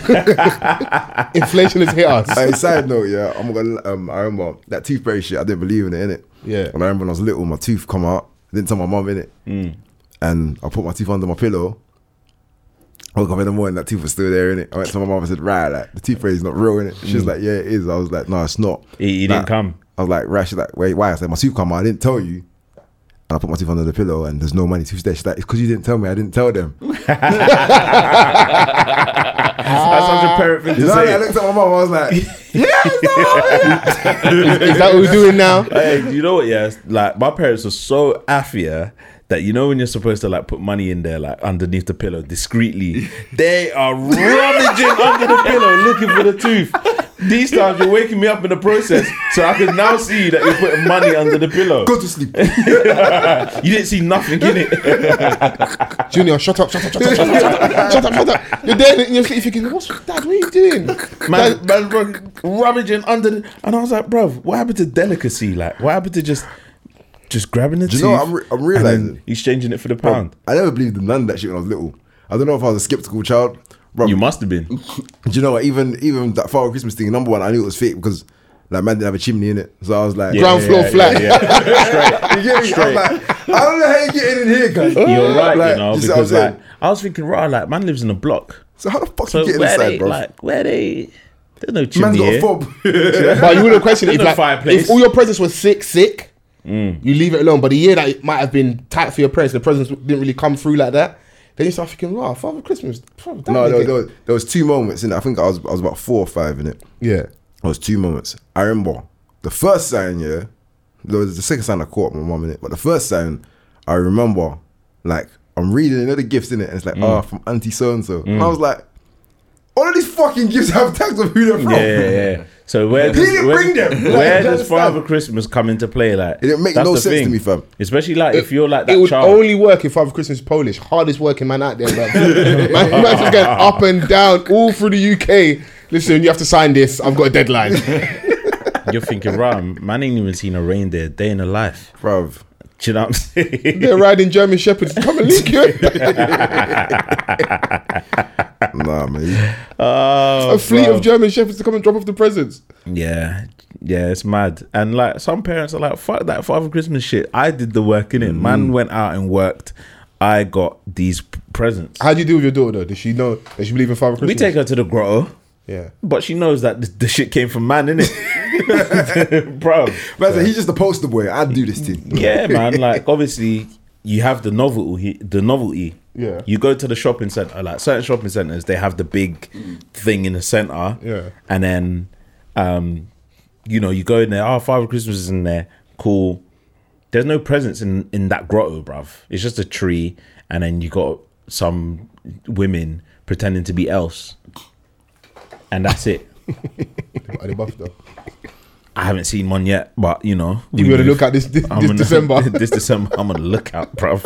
Speaker 4: inflation has hit us.
Speaker 3: Hey, side note, yeah, I'm gonna. Um, I remember that tooth fairy shit. I didn't believe in it, innit?
Speaker 4: Yeah.
Speaker 3: And I remember when I was little, my tooth come out. I didn't tell my mum, innit? Mm. And I put my tooth under my pillow. I woke up in the morning, that tooth was still there, innit? I went to my mum and said, "Right, like the tooth fairy's not real, innit?" She
Speaker 4: Mm.
Speaker 3: was like, "Yeah, it is." I was like, "No, it's not."
Speaker 5: He- he didn't
Speaker 3: Like,
Speaker 5: come.
Speaker 3: I was like, "Right." She's like, "Wait, why?" I said, "My tooth come out. I didn't tell you." And I put my tooth under the pillow, and there's no money. Tooth's there. She's like, "It's because you didn't tell me. I didn't tell them."
Speaker 4: Ah.
Speaker 5: That's such a parent thing
Speaker 3: You
Speaker 5: to
Speaker 3: know, I
Speaker 5: say.
Speaker 3: looked at my mum. I was like,
Speaker 4: Is that what we're doing now?
Speaker 5: Hey, you know what? Yeah, it's like my parents were so affia that you know when you're supposed to like put money in there, like underneath the pillow discreetly, they are rummaging under the pillow looking for the tooth. These times you're waking me up in the process, so I can now see that you're putting money under the pillow.
Speaker 3: "Go to sleep."
Speaker 5: You didn't see nothing in it.
Speaker 4: Junior, shut up, shut up, shut up, shut up, shut up, shut up. You're there and you're thinking, what's dad, what are you doing? Dad,
Speaker 5: Man, man, bro, rummaging under, the, and I was like, bruv, what happened to delicacy? Like, what happened to just, just grabbing the
Speaker 3: Do
Speaker 5: tooth?
Speaker 3: you know what I'm re- I'm
Speaker 5: and
Speaker 3: realising?
Speaker 5: then exchanging it for the pound.
Speaker 3: I never believed in none of that shit when I was little. I don't know if I was a skeptical child. Bro,
Speaker 5: You must have been.
Speaker 3: do you know what? Even even that Father Christmas thing, number one, I knew it was fake because like man didn't have a chimney in it, so I was like,
Speaker 4: Ground floor flat.
Speaker 3: you get me? I'm like, I don't know how you get in here, guys.
Speaker 5: You're right,
Speaker 3: Like,
Speaker 5: you know,
Speaker 3: see what
Speaker 5: because
Speaker 3: I'm saying?
Speaker 5: like I was thinking, right, like man lives in a block,
Speaker 3: so how the fuck
Speaker 5: so
Speaker 3: you get
Speaker 5: where
Speaker 3: inside,
Speaker 5: they
Speaker 3: bro?
Speaker 5: like where they There's no
Speaker 3: Man's
Speaker 5: chimney
Speaker 3: got
Speaker 5: here.
Speaker 3: a fob.
Speaker 4: but you would have questioned it if,
Speaker 5: No
Speaker 4: like,
Speaker 5: fireplace. Mm.
Speaker 4: if all your presents were sick, sick, you leave it alone. But the year that it might have been tight for your presents, the presents didn't really come through like that. Then you start thinking, wow, Father Christmas. probably don't
Speaker 3: no,
Speaker 4: make
Speaker 3: there,
Speaker 4: it."
Speaker 3: there, was, there was two moments in it. I think I was I was about four or five in it.
Speaker 4: yeah,
Speaker 3: It was two moments. I remember the first sign, yeah. There was the second sign I caught my mum in it, but the first sign I remember, like I'm reading another gifts in it, and it's like,
Speaker 4: Mm.
Speaker 3: ah, from Auntie So and So, and I was like, all of these fucking gifts have tags of who they're from.
Speaker 5: Yeah, yeah, yeah. So where
Speaker 3: He didn't
Speaker 5: where,
Speaker 3: bring them. Like,
Speaker 5: where
Speaker 3: you
Speaker 5: does
Speaker 3: understand?
Speaker 5: Father Christmas come into play? Like
Speaker 3: It didn't make
Speaker 5: that's
Speaker 3: no
Speaker 5: the
Speaker 3: sense to me, fam.
Speaker 5: Especially like if you're like that
Speaker 4: it would
Speaker 5: child.
Speaker 4: only work if Father Christmas is Polish. Hardest working man out there, man. man, man's just going up and down all through the UK. Listen, you have to sign this. I've got a deadline.
Speaker 5: You're thinking, right, man ain't even seen a reindeer day in a life.
Speaker 3: bruv.
Speaker 5: Do you know what I'm saying?
Speaker 4: They're riding German shepherds. Come and link you.
Speaker 3: Nah, man.
Speaker 5: Oh,
Speaker 4: a fleet
Speaker 5: bro.
Speaker 4: of German shepherds to come and drop off the presents.
Speaker 5: Yeah, yeah, it's mad. And like some parents are like, fuck that Father Christmas shit. I did the work in it. Man went out and worked. I got these p- presents.
Speaker 4: How do you deal with your daughter? though? Does she know? Does she believe in Father Christmas?
Speaker 5: We take her to the grotto,
Speaker 4: Yeah.
Speaker 5: but she knows that th- the shit came from man, innit? bro.
Speaker 3: But I said, he's just a poster boy. I do this thing.
Speaker 5: Yeah, man. Like obviously, you have the novelty. The novelty.
Speaker 4: Yeah.
Speaker 5: You go to the shopping center. Like certain shopping centers, they have the big thing in the center.
Speaker 4: Yeah.
Speaker 5: And then, um, you know, you go in there. Oh, Father Christmas is in there. Cool. There's no presents in in that grotto, bruv. It's just a tree, and then you got some women pretending to be else, and that's it.
Speaker 4: Are they buff though?
Speaker 5: I haven't seen one yet, but you know, we
Speaker 4: You want to
Speaker 5: move.
Speaker 4: look at this this,
Speaker 5: I'm
Speaker 4: this
Speaker 5: gonna-
Speaker 4: December?
Speaker 5: this December, I'm on the lookout, bro.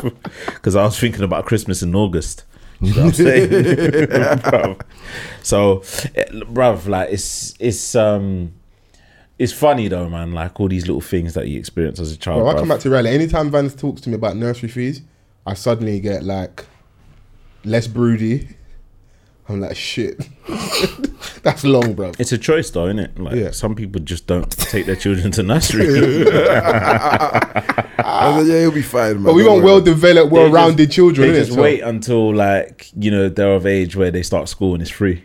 Speaker 5: Because I was thinking about Christmas in August. You know what I'm saying, bruv. So, eh, bruv, like it's it's um it's funny though, man. Like all these little things that you experience as a child.
Speaker 4: Bro, I
Speaker 5: bruv.
Speaker 4: come back to Riley. Anytime Vans talks to me about nursery fees, I suddenly get like less broody. I'm like shit. That's long, bro.
Speaker 5: it's a choice though, isn't it? Like
Speaker 4: Yeah.
Speaker 5: some people just don't take their children to nursery.
Speaker 3: I was like, yeah, he'll be fine, man.
Speaker 4: But we
Speaker 3: Don't
Speaker 4: want
Speaker 3: worry.
Speaker 4: well developed, well rounded children.
Speaker 5: They
Speaker 4: innit?
Speaker 5: just
Speaker 4: So-
Speaker 5: wait until like you know they're of age where they start school and it's free.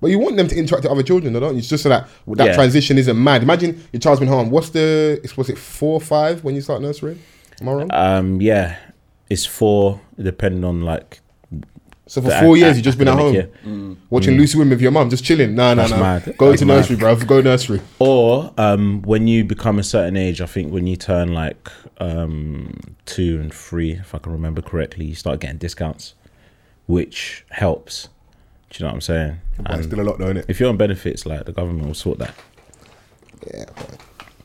Speaker 4: But you want them to interact with other children, though, don't you? It's just so that that
Speaker 5: Yeah.
Speaker 4: transition isn't mad. Imagine your child's been home. What's the? it's- Was it four, or five when you start nursery? Am I wrong?
Speaker 5: Um, yeah, it's four depending on like
Speaker 4: So for
Speaker 5: the
Speaker 4: four
Speaker 5: ac-
Speaker 4: years, you've just been at home
Speaker 5: academic year. Mm.
Speaker 4: watching Lucy Women with your mum, just chilling. Nah, nah,
Speaker 5: That's
Speaker 4: nah.
Speaker 5: mad.
Speaker 4: Go
Speaker 5: That's
Speaker 4: to
Speaker 5: mad.
Speaker 4: nursery, bro. Go
Speaker 5: Mm.
Speaker 4: nursery.
Speaker 5: Or um, when you become a certain age, I think when you turn like um, two and three, if I can remember correctly, you start getting discounts, which helps. Do you know what I'm saying?
Speaker 4: But it's
Speaker 5: And
Speaker 4: still a lot, though, innit?
Speaker 5: if you're on benefits, like the government will sort that.
Speaker 4: Yeah, but,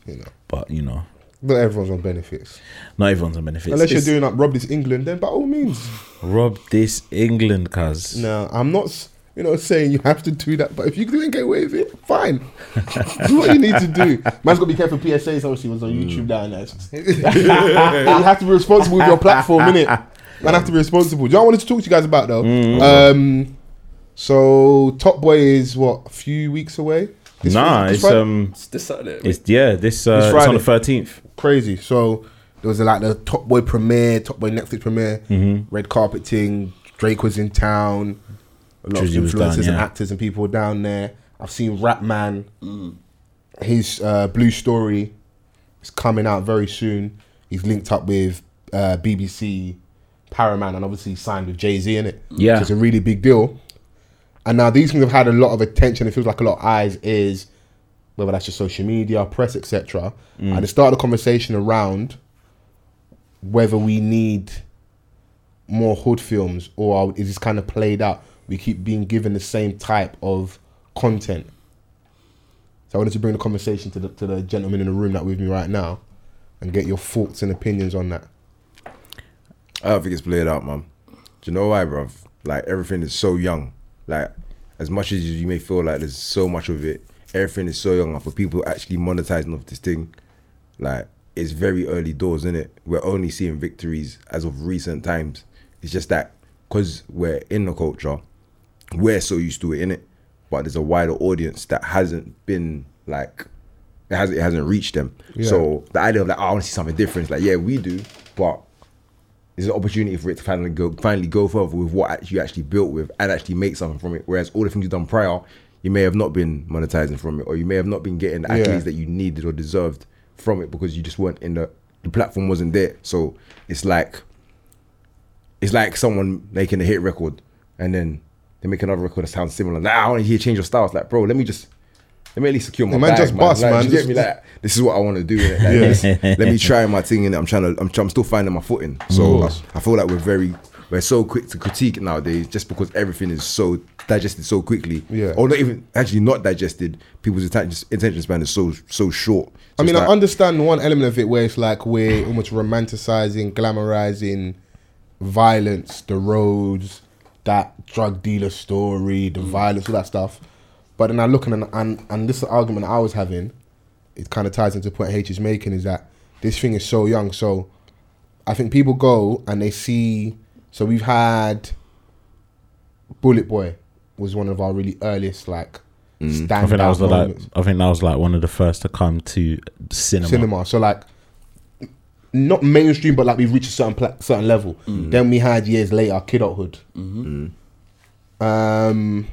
Speaker 4: you know,
Speaker 5: But you know,
Speaker 4: not everyone's on benefits.
Speaker 5: not everyone's on benefits.
Speaker 4: Unless you're
Speaker 5: It's-
Speaker 4: doing like rob this England, then by all means.
Speaker 5: rob this England, cuz.
Speaker 4: No, I'm not. s- You know, saying you have to do that, but if you can get away with it, fine. do what you need to do. Hmm. Man's got to be careful. PSAs obviously was on YouTube down there. you have to be responsible with your platform, innit? Man, have to be responsible. Do you know what I wanted to talk to you guys about though? Um, so Top Boy is what a few weeks away. This
Speaker 5: Nah,
Speaker 4: week- this
Speaker 5: it's
Speaker 4: Friday?
Speaker 5: um,
Speaker 2: It's this Saturday.
Speaker 5: it's yeah, this uh,
Speaker 4: It's
Speaker 5: it's,
Speaker 4: Friday.
Speaker 5: on the thirteenth.
Speaker 4: crazy. So there was like the Top Boy premiere, Top Boy Netflix premiere,
Speaker 5: Mm-hmm.
Speaker 4: red carpet thing. Drake was in town. A lot
Speaker 5: Drizzy
Speaker 4: of
Speaker 5: was
Speaker 4: influencers
Speaker 5: down,
Speaker 4: and
Speaker 5: yeah.
Speaker 4: actors and people were down there. I've seen Ratman. His uh, Blue Story is coming out very soon. He's linked up with uh, BBC, Paramount, and obviously signed with Jay Z in it.
Speaker 5: Yeah.
Speaker 4: so it's a really big deal. And now these things have had a lot of attention. It feels like a lot of eyes is whether that's just social media, press, etc. And it started a conversation around whether we need more hood films or are- is this kind of played out? We keep being given the same type of content. So I wanted to bring the conversation to the to the gentleman in the room that with me right now, and get your thoughts and opinions on that.
Speaker 3: I don't think it's played out, man. Do you know why, bruv? Like everything is so young. Like as much as you may feel like there's so much of it, everything is so young. And for people actually monetizing off this thing, like it's very early doors, isn't it? We're only seeing victories as of recent times. It's just that because we're in the culture, we're so used to it, innit? But there's a wider audience that hasn't been like it hasn't it hasn't reached them. So the idea of like, oh, I want to see something different. It's like, yeah, we do, but there's an opportunity for it to finally go finally go further with what act- you actually built with and actually make something from it. Whereas all the things you've done prior, you may have not been monetizing from it, or you may have not been getting the accolades
Speaker 4: Yeah.
Speaker 3: that you needed or deserved from it because you just weren't in the the platform wasn't there. So it's like it's like someone making a hit record and then they make another record that sounds similar. Like, "Ah, I want to hear change your style. It's like, bro, let me just let me at least secure my
Speaker 4: Yeah, man,
Speaker 3: bag,
Speaker 4: just bust,
Speaker 3: Like,
Speaker 4: man.
Speaker 3: do you
Speaker 4: Just-
Speaker 3: get me like this is what I want to do. innit? Like,
Speaker 4: Yeah.
Speaker 3: this- let me try my thing and I'm trying to I'm, tr- I'm still finding my footing. So I,
Speaker 4: course.
Speaker 3: I feel like we're very we're so quick to critique nowadays just because everything is so digested so quickly.
Speaker 4: Yeah.
Speaker 3: Or not even actually not digested. People's atten- attention span is so so short. So
Speaker 4: I
Speaker 3: it's
Speaker 4: mean, I
Speaker 3: like-
Speaker 4: understand one element of it where it's like we're almost romanticizing, glamorizing violence, the roads, that drug dealer story,
Speaker 5: Mm.
Speaker 4: the violence, all that stuff. But then I look and and, and this argument I was having, it kind of ties into the point H is making is that this thing is so young. So I think people go and they see. So we've had Bullet Boy was one of our really earliest like standout
Speaker 5: Mm. I think that was like
Speaker 4: moments
Speaker 5: I think that was like one of the first to come to cinema.
Speaker 4: um, cinema. So like, not mainstream, but like we've reached a certain pla- certain level. Then we had years later Kidulthood. Um,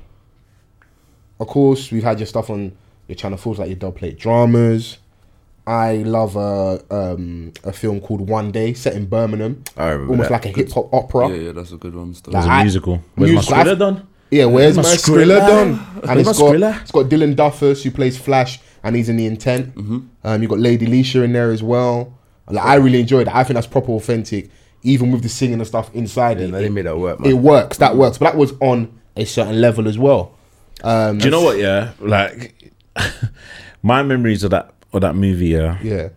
Speaker 4: of course, we've had your stuff on your channel fours like your dub plate dramas. I love a um, a film called One Day set in Birmingham.
Speaker 3: I remember
Speaker 4: almost
Speaker 3: that.
Speaker 4: like a hip hop opera.
Speaker 2: Yeah, yeah, that's a good one. Still.
Speaker 5: It was a
Speaker 4: I-
Speaker 5: musical. Where's
Speaker 4: musical-
Speaker 5: my
Speaker 4: I've-
Speaker 5: Skrilla done?
Speaker 3: Uh,
Speaker 4: Yeah, where's my
Speaker 5: Where's my
Speaker 4: Skrilla
Speaker 5: Skrilla?
Speaker 4: done? And
Speaker 5: Where's
Speaker 4: it's
Speaker 5: my
Speaker 4: got,
Speaker 5: Skrilla?
Speaker 4: it's got Dylan Duffus who plays Flash and he's in the intent.
Speaker 3: Mm-hmm.
Speaker 4: Um, you got Lady Leisha in there as well. Like I really enjoyed it. I think that's proper authentic, even with the singing and stuff inside
Speaker 3: Yeah, no,
Speaker 4: it.
Speaker 3: they
Speaker 4: It,
Speaker 3: made that work,
Speaker 4: it
Speaker 3: man.
Speaker 4: works. That works. But that was on a certain level as well. Um,
Speaker 5: Do you know what? Yeah, like my memories of that of that movie. Yeah,
Speaker 4: Yeah.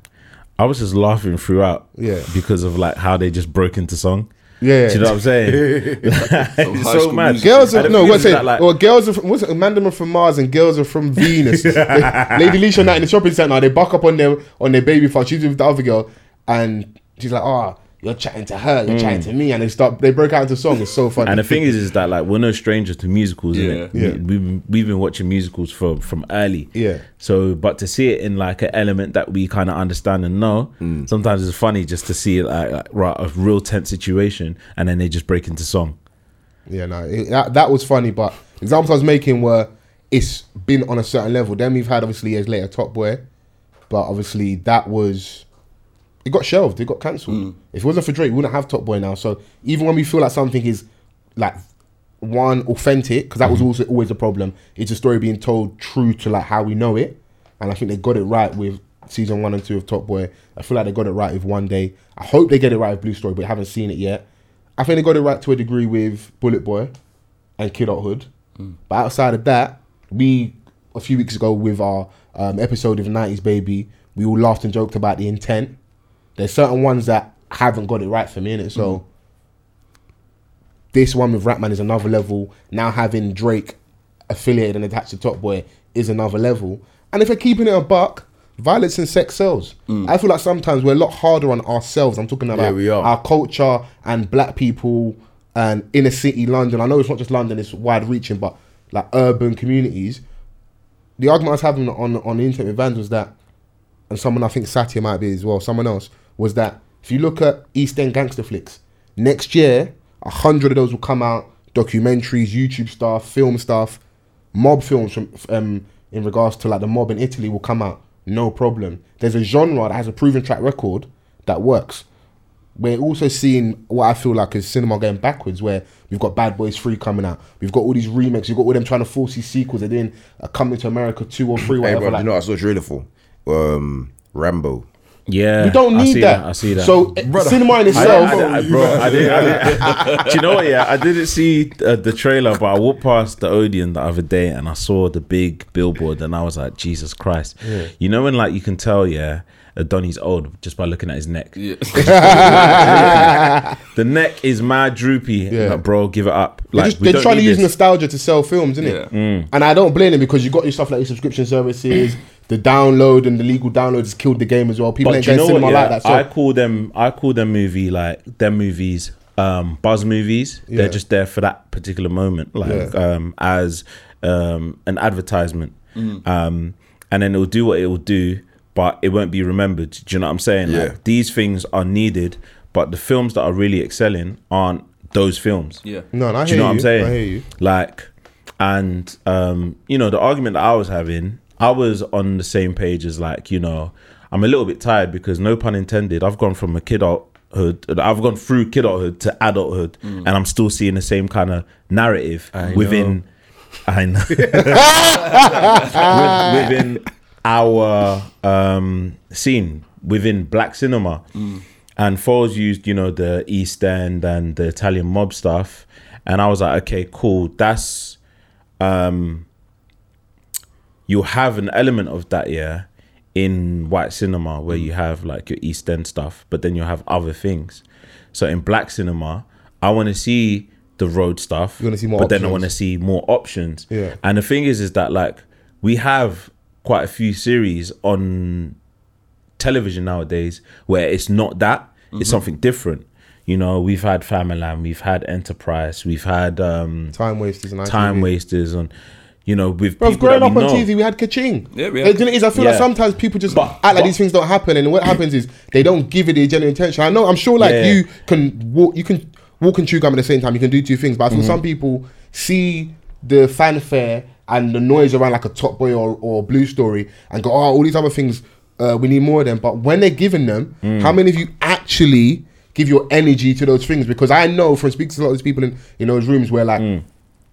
Speaker 5: I was just laughing throughout.
Speaker 4: Yeah.
Speaker 5: because of like how they just broke into song.
Speaker 4: Yeah.
Speaker 5: Do you know what I'm saying?
Speaker 2: High
Speaker 5: it's so
Speaker 2: School
Speaker 5: mad.
Speaker 2: Musical.
Speaker 4: Girls
Speaker 5: I
Speaker 4: are,
Speaker 5: don't
Speaker 4: no,
Speaker 5: feel
Speaker 4: what's it?
Speaker 5: that, like-
Speaker 4: or girls are from, what's it? Mandem are from Mars and girls are from Venus. They- Lady Leisha night in the shopping centre, they buck up on their on their baby father. She's with the other girl, and she's like, "Ah, you're chatting to her, you're chatting to me," and they start. They break out into song. It's so funny.
Speaker 5: Mm. And the thing is, is that like we're no stranger to musicals, innit?
Speaker 2: Yeah.
Speaker 5: We- We've been- we've been watching musicals from from early.
Speaker 4: Yeah.
Speaker 5: So, but to see it in like an element that we kind of understand and know, sometimes it's funny just to see it like, like right a real tense situation, and then they just break into song.
Speaker 4: yeah, no, it, that, that was funny. But examples I was making were it's been on a certain level. Then we've had obviously years later Top Boy, but obviously that was it got shelved. It got cancelled. If it wasn't for Drake, we wouldn't have Top Boy now. So even when we feel like something is like one authentic, because that was also always a problem. It's a story being told true to like how we know it, and I think they got it right with season one and two of Top Boy. I feel like they got it right with One Day. I hope they get it right with Blue Story, but haven't seen it yet. I think they got it right to a degree with Bullet Boy and Kidulthood. But outside of that, we a few weeks ago with our um, episode of '90s Baby, we all laughed and joked about the intent. There's certain ones that haven't got it right for me in it, so
Speaker 3: Mm-hmm.
Speaker 4: this one with Ratman is another level. Now having Drake affiliated and attached to Top Boy is another level. And if we're keeping it a buck, violence and sex sells. I feel like sometimes we're a lot harder on ourselves. I'm talking about
Speaker 3: Mm. Yeah, we are.
Speaker 4: our culture and black people and inner city London. I know it's not just London, it's wide reaching, but like urban communities. The argument I was having on, on the internet with Vans was that, and someone I think Satya might be as well, someone else, was that if you look at East End gangster flicks, next year, a hundred of those will come out documentaries, YouTube stuff, film stuff, mob films from um, in regards to like the mob in Italy will come out, no problem. There's a genre that has a proven track record that works we're also seeing what I feel like is cinema going backwards, where we've got Bad Boys 3 coming out, we've got all these remakes, we've got all them trying to force these sequels, they're doing a Coming to America 2 or 3,
Speaker 3: Hey,
Speaker 4: whatever.
Speaker 3: bro, do
Speaker 4: like-
Speaker 3: you know what I saw a trailer for? Um, Rambo.
Speaker 5: Yeah,
Speaker 4: we don't
Speaker 5: I
Speaker 4: need
Speaker 5: see
Speaker 4: that.
Speaker 5: I see that.
Speaker 4: So, cinema in
Speaker 5: I,
Speaker 4: itself.
Speaker 5: I, I, bro, I didn't, I didn't- do you know what? Yeah, I didn't see uh, the trailer, but I walked past the Odeon the other day and I saw the big billboard, and I was like, Jesus Christ! You know when like you can tell, yeah, uh, Donny's old just by looking at his neck.
Speaker 2: Yeah.
Speaker 5: The neck is mad droopy,
Speaker 4: Yeah.
Speaker 5: Like, bro. Give it up.
Speaker 4: They're,
Speaker 5: Like
Speaker 4: just, they're
Speaker 5: don't
Speaker 4: trying to
Speaker 5: need
Speaker 4: use
Speaker 5: this.
Speaker 4: nostalgia to sell films, isn't it?
Speaker 2: Yeah.
Speaker 5: Mm.
Speaker 4: And I don't blame them because you got your stuff like your subscription services, the download and the legal download has killed the game as well. People
Speaker 5: But
Speaker 4: ain't
Speaker 5: do you
Speaker 4: going
Speaker 5: know
Speaker 4: to
Speaker 5: what?
Speaker 4: cinema
Speaker 5: yeah?
Speaker 4: like that. So
Speaker 5: I call them. I call them movie like them movies. Um, buzz movies.
Speaker 4: Yeah.
Speaker 5: They're just there for that particular moment, like
Speaker 4: Yeah.
Speaker 5: um, as um, an advertisement. Um, and then it'll do what it will do, but it won't be remembered. Do you know what I'm saying?
Speaker 3: Yeah.
Speaker 5: Like, these things are needed, but the films that are really excelling aren't those films.
Speaker 2: yeah.
Speaker 4: no, no, I hear
Speaker 5: Do you know what I'm
Speaker 4: I hear
Speaker 5: saying?
Speaker 4: you.
Speaker 5: Like, And um, you know, the argument that I was having, I was on the same page as like, you know, I'm a little bit tired because no pun intended, I've gone from a kidhood I've gone through kidhood to adulthood and I'm still seeing the same kind of narrative within I know With- within our um, scene within black cinema. And Foles used, you know, the East End and the Italian mob stuff, and I was like, okay, cool. That's um, you have an element of that, yeah, in white cinema where you have like your East End stuff, but then you have other things. So in black cinema, I want to see the road stuff. You
Speaker 4: wanna see more
Speaker 5: but then I
Speaker 4: options.
Speaker 5: want to see more options.
Speaker 4: Yeah.
Speaker 5: And the thing is, is that like we have quite a few series on television nowadays where it's not that;
Speaker 4: Mm-hmm.
Speaker 5: it's something different. You know, we've had Familand, we've had Enterprise, we've had um,
Speaker 4: Time wasters and ITV.
Speaker 5: Time Wasters, and you know, with
Speaker 4: Bro,
Speaker 5: people that
Speaker 4: growing up
Speaker 5: we
Speaker 4: on
Speaker 5: know.
Speaker 4: TV, we had Kaching.
Speaker 2: Yeah, we had-
Speaker 4: The thing is, I feel
Speaker 5: Yeah.
Speaker 4: like sometimes people just
Speaker 5: But-
Speaker 4: act like
Speaker 5: but-
Speaker 4: these things don't happen, and what happens is they don't give it the genuine attention. I know, I'm sure, like
Speaker 5: Yeah.
Speaker 4: you can walk, you can walk and chew gum at the same time. You can do two things, but I feel
Speaker 5: Mm-hmm.
Speaker 4: some people see the fanfare and the noise around like a Top Boy or, or Blue Story, and go, "Oh, all these other things, uh, we need more of them." But when they're given them,
Speaker 5: Mm.
Speaker 4: how many of you actually give your energy to those things? Because I know from speaking to a lot of these people in in those rooms where like.
Speaker 5: Mm.